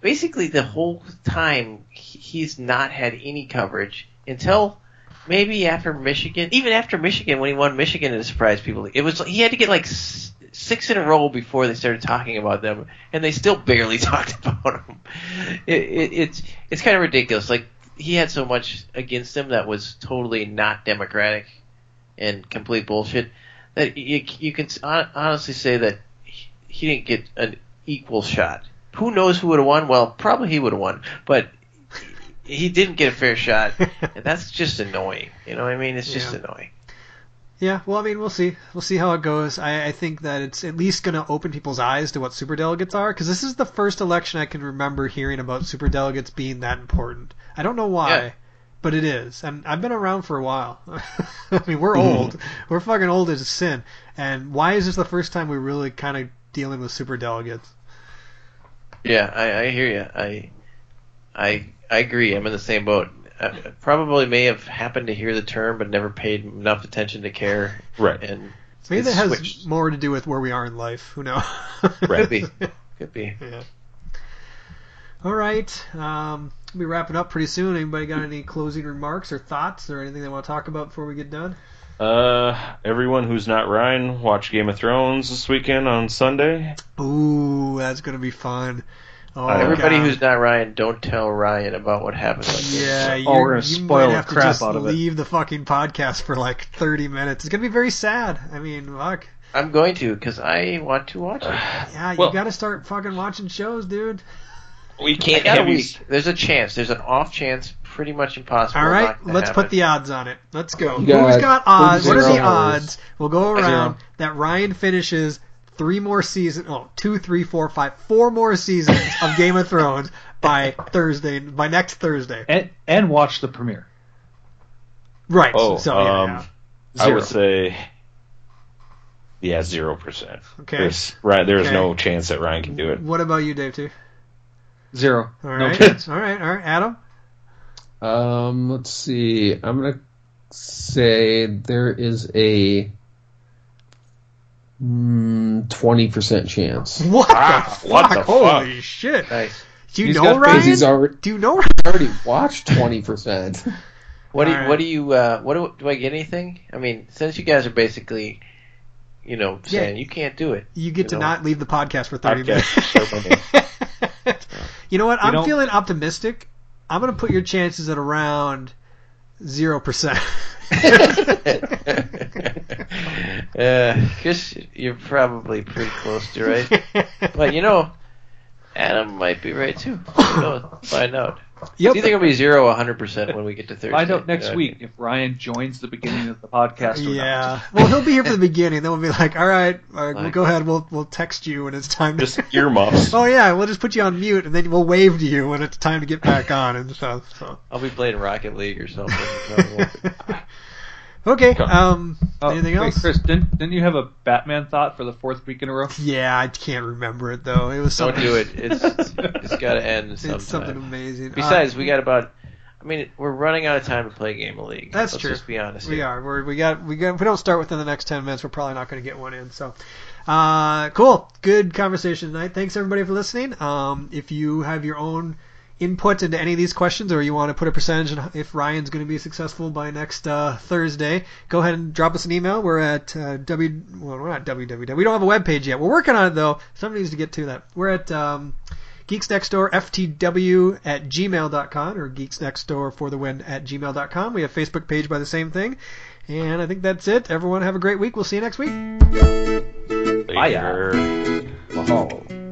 [SPEAKER 3] basically the whole time he- he's not had any coverage until maybe after Michigan, even after Michigan when he won Michigan it surprised people. It was he had to get like s- six in a row before they started talking about them, and they still barely talked about him. It, it, it's it's kind of ridiculous. Like he had so much against him that was totally not democratic and complete bullshit. That you, you can hon- honestly say that he, he didn't get an equal shot. Who knows who would have won? Well, probably he would have won, but he didn't get a fair shot, and that's just annoying. You know what I mean? It's just
[SPEAKER 1] Yeah.
[SPEAKER 3] annoying.
[SPEAKER 1] yeah, well, I mean, we'll see. We'll see how it goes. I, I think that it's at least going to open people's eyes to what super delegates are, because this is the first election I can remember hearing about super delegates being that important. I don't know why.
[SPEAKER 3] Yeah.
[SPEAKER 1] But it is, and I've been around for a while. I mean, we're
[SPEAKER 3] Mm-hmm.
[SPEAKER 1] old. We're fucking old as sin. And why is this the first time we're really kind of dealing with super delegates?
[SPEAKER 3] Yeah, I, I hear you. I, I, I agree. I'm in the same boat. I probably may have happened to hear the term, but never paid enough attention to care.
[SPEAKER 4] right.
[SPEAKER 3] And
[SPEAKER 1] Maybe
[SPEAKER 3] It's
[SPEAKER 1] that has
[SPEAKER 3] switched.
[SPEAKER 1] more to do with where we are in life. Who knows?
[SPEAKER 3] could be, could be.
[SPEAKER 1] All right. Um, we'll be wrapping up pretty soon. Anybody got any closing remarks or thoughts or anything they want to talk about before we get done?
[SPEAKER 4] Uh, everyone who's not Ryan, watch Game of Thrones this weekend on Sunday.
[SPEAKER 1] Ooh, that's gonna be fun.
[SPEAKER 5] Uh,
[SPEAKER 1] Oh,
[SPEAKER 3] Everybody
[SPEAKER 1] God.
[SPEAKER 3] who's not Ryan, don't tell Ryan about what happened. Like this.
[SPEAKER 1] yeah, you,
[SPEAKER 5] Oh, we're gonna
[SPEAKER 1] you
[SPEAKER 5] spoil
[SPEAKER 1] might
[SPEAKER 5] the
[SPEAKER 1] have to
[SPEAKER 5] crap
[SPEAKER 1] just
[SPEAKER 5] out of it.
[SPEAKER 1] leave the fucking podcast for like 30 minutes. It's gonna be very sad. I mean, fuck.
[SPEAKER 3] I'm going to because I want to watch it.
[SPEAKER 1] Yeah, you
[SPEAKER 4] Well-
[SPEAKER 1] gotta start fucking watching shows, dude.
[SPEAKER 4] We
[SPEAKER 3] I
[SPEAKER 4] can't
[SPEAKER 3] got a
[SPEAKER 4] have you.
[SPEAKER 3] week. There's a chance. There's an off chance. Pretty much impossible.
[SPEAKER 1] All right,
[SPEAKER 3] not to
[SPEAKER 1] let's put
[SPEAKER 3] happen.
[SPEAKER 1] the odds on it. Let's go.
[SPEAKER 2] You got
[SPEAKER 1] Who's got odds? What are the
[SPEAKER 2] zero.
[SPEAKER 1] odds? We'll go
[SPEAKER 3] Zero.
[SPEAKER 1] around that Ryan finishes three more seasons. Oh, two, three, four, five, four more seasons of Game of Thrones by Thursday, by next Thursday.
[SPEAKER 5] and and watch the premiere.
[SPEAKER 1] Right.
[SPEAKER 4] Oh,
[SPEAKER 1] so yeah,
[SPEAKER 4] um,
[SPEAKER 1] yeah.
[SPEAKER 4] I
[SPEAKER 5] Zero.
[SPEAKER 4] would say, yeah, zero percent.
[SPEAKER 1] Okay.
[SPEAKER 4] There's right. There's
[SPEAKER 1] Okay.
[SPEAKER 4] no chance that Ryan can do it.
[SPEAKER 1] What about you, Dave? Too.
[SPEAKER 5] Zero.
[SPEAKER 1] All
[SPEAKER 5] no
[SPEAKER 1] right.
[SPEAKER 5] chance.
[SPEAKER 1] All right. All right. Adam.
[SPEAKER 2] Um, let's see. I'm gonna say there is a mm, twenty percent chance
[SPEAKER 1] What
[SPEAKER 4] Wow,
[SPEAKER 1] the
[SPEAKER 4] Ah, what
[SPEAKER 1] fuck?
[SPEAKER 4] the fuck?
[SPEAKER 1] Holy shit!
[SPEAKER 3] Nice.
[SPEAKER 1] Do you
[SPEAKER 5] He's
[SPEAKER 1] know
[SPEAKER 5] got
[SPEAKER 2] because
[SPEAKER 1] Ryan?
[SPEAKER 2] he's already
[SPEAKER 1] Do you know?
[SPEAKER 2] already watched twenty percent.
[SPEAKER 3] What do you,
[SPEAKER 1] Alright.
[SPEAKER 3] what do you uh, what do, do I get anything? I mean, since you guys are basically, you know,
[SPEAKER 1] Yeah.
[SPEAKER 3] saying you can't do it.
[SPEAKER 1] You get to
[SPEAKER 3] No.
[SPEAKER 1] not leave the podcast for 30
[SPEAKER 4] Podcast.
[SPEAKER 1] minutes. you know what? I'm
[SPEAKER 5] don't-
[SPEAKER 1] feeling optimistic. I'm going to put your chances at around 0%.
[SPEAKER 3] uh, Chris, you're probably pretty close to right, but you know, Adam might be right too. We'll find out.
[SPEAKER 1] yep.
[SPEAKER 3] Do you think it'll be zero, one hundred percent when we get to Thursday?
[SPEAKER 5] Find out next
[SPEAKER 3] Yeah.
[SPEAKER 5] week if Ryan joins the beginning of the podcast. Or Not.
[SPEAKER 1] yeah. Well, he'll be here for the beginning. Then we'll be like, all right, all right we'll
[SPEAKER 3] Like-
[SPEAKER 1] go ahead. We'll, we'll text you when it's time.
[SPEAKER 4] Just
[SPEAKER 1] To...
[SPEAKER 4] earmuffs.
[SPEAKER 1] oh, yeah. We'll just put you on mute and then we'll wave to you when it's time to get back on and stuff. So.
[SPEAKER 3] I'll be playing Rocket League or something.
[SPEAKER 1] okay.
[SPEAKER 4] Come.
[SPEAKER 1] Um,
[SPEAKER 5] Oh,
[SPEAKER 1] anything
[SPEAKER 5] wait,
[SPEAKER 1] else?
[SPEAKER 5] Chris, didn't, didn't you have a Batman thought for the fourth week in a row?
[SPEAKER 1] Yeah, I can't remember it, though. It was
[SPEAKER 3] Don't
[SPEAKER 1] something.
[SPEAKER 3] do it. It's it's got to end sometime.
[SPEAKER 1] It's something amazing. Uh,
[SPEAKER 3] Besides, we got about. I mean, we're running out of time to play a game of league.
[SPEAKER 1] That's
[SPEAKER 3] Let's
[SPEAKER 1] true.
[SPEAKER 3] Just be honest.
[SPEAKER 1] We
[SPEAKER 3] here.
[SPEAKER 1] are. We're, we got. We got. If we don't start within the next ten minutes, we're probably not going to get one in. So, uh, cool. Good conversation tonight. Thanks everybody for listening. Um, if you have your own input into any of these questions, or you want to put a percentage on if Ryan's going to be successful by next uh, Thursday, go ahead and drop us an email. We're at uh, w. Well, we're not www. We don't have a web page yet. We're working on it though. Somebody needs to get to that. We're at. Um, Geeks Next Door, FTW at gmail.com or Geeks Next Door for the win at gmail.com. We have a Facebook page by the same thing. And I think that's it. Everyone have a great week. We'll see you next week.
[SPEAKER 4] Later.
[SPEAKER 2] Mahalo.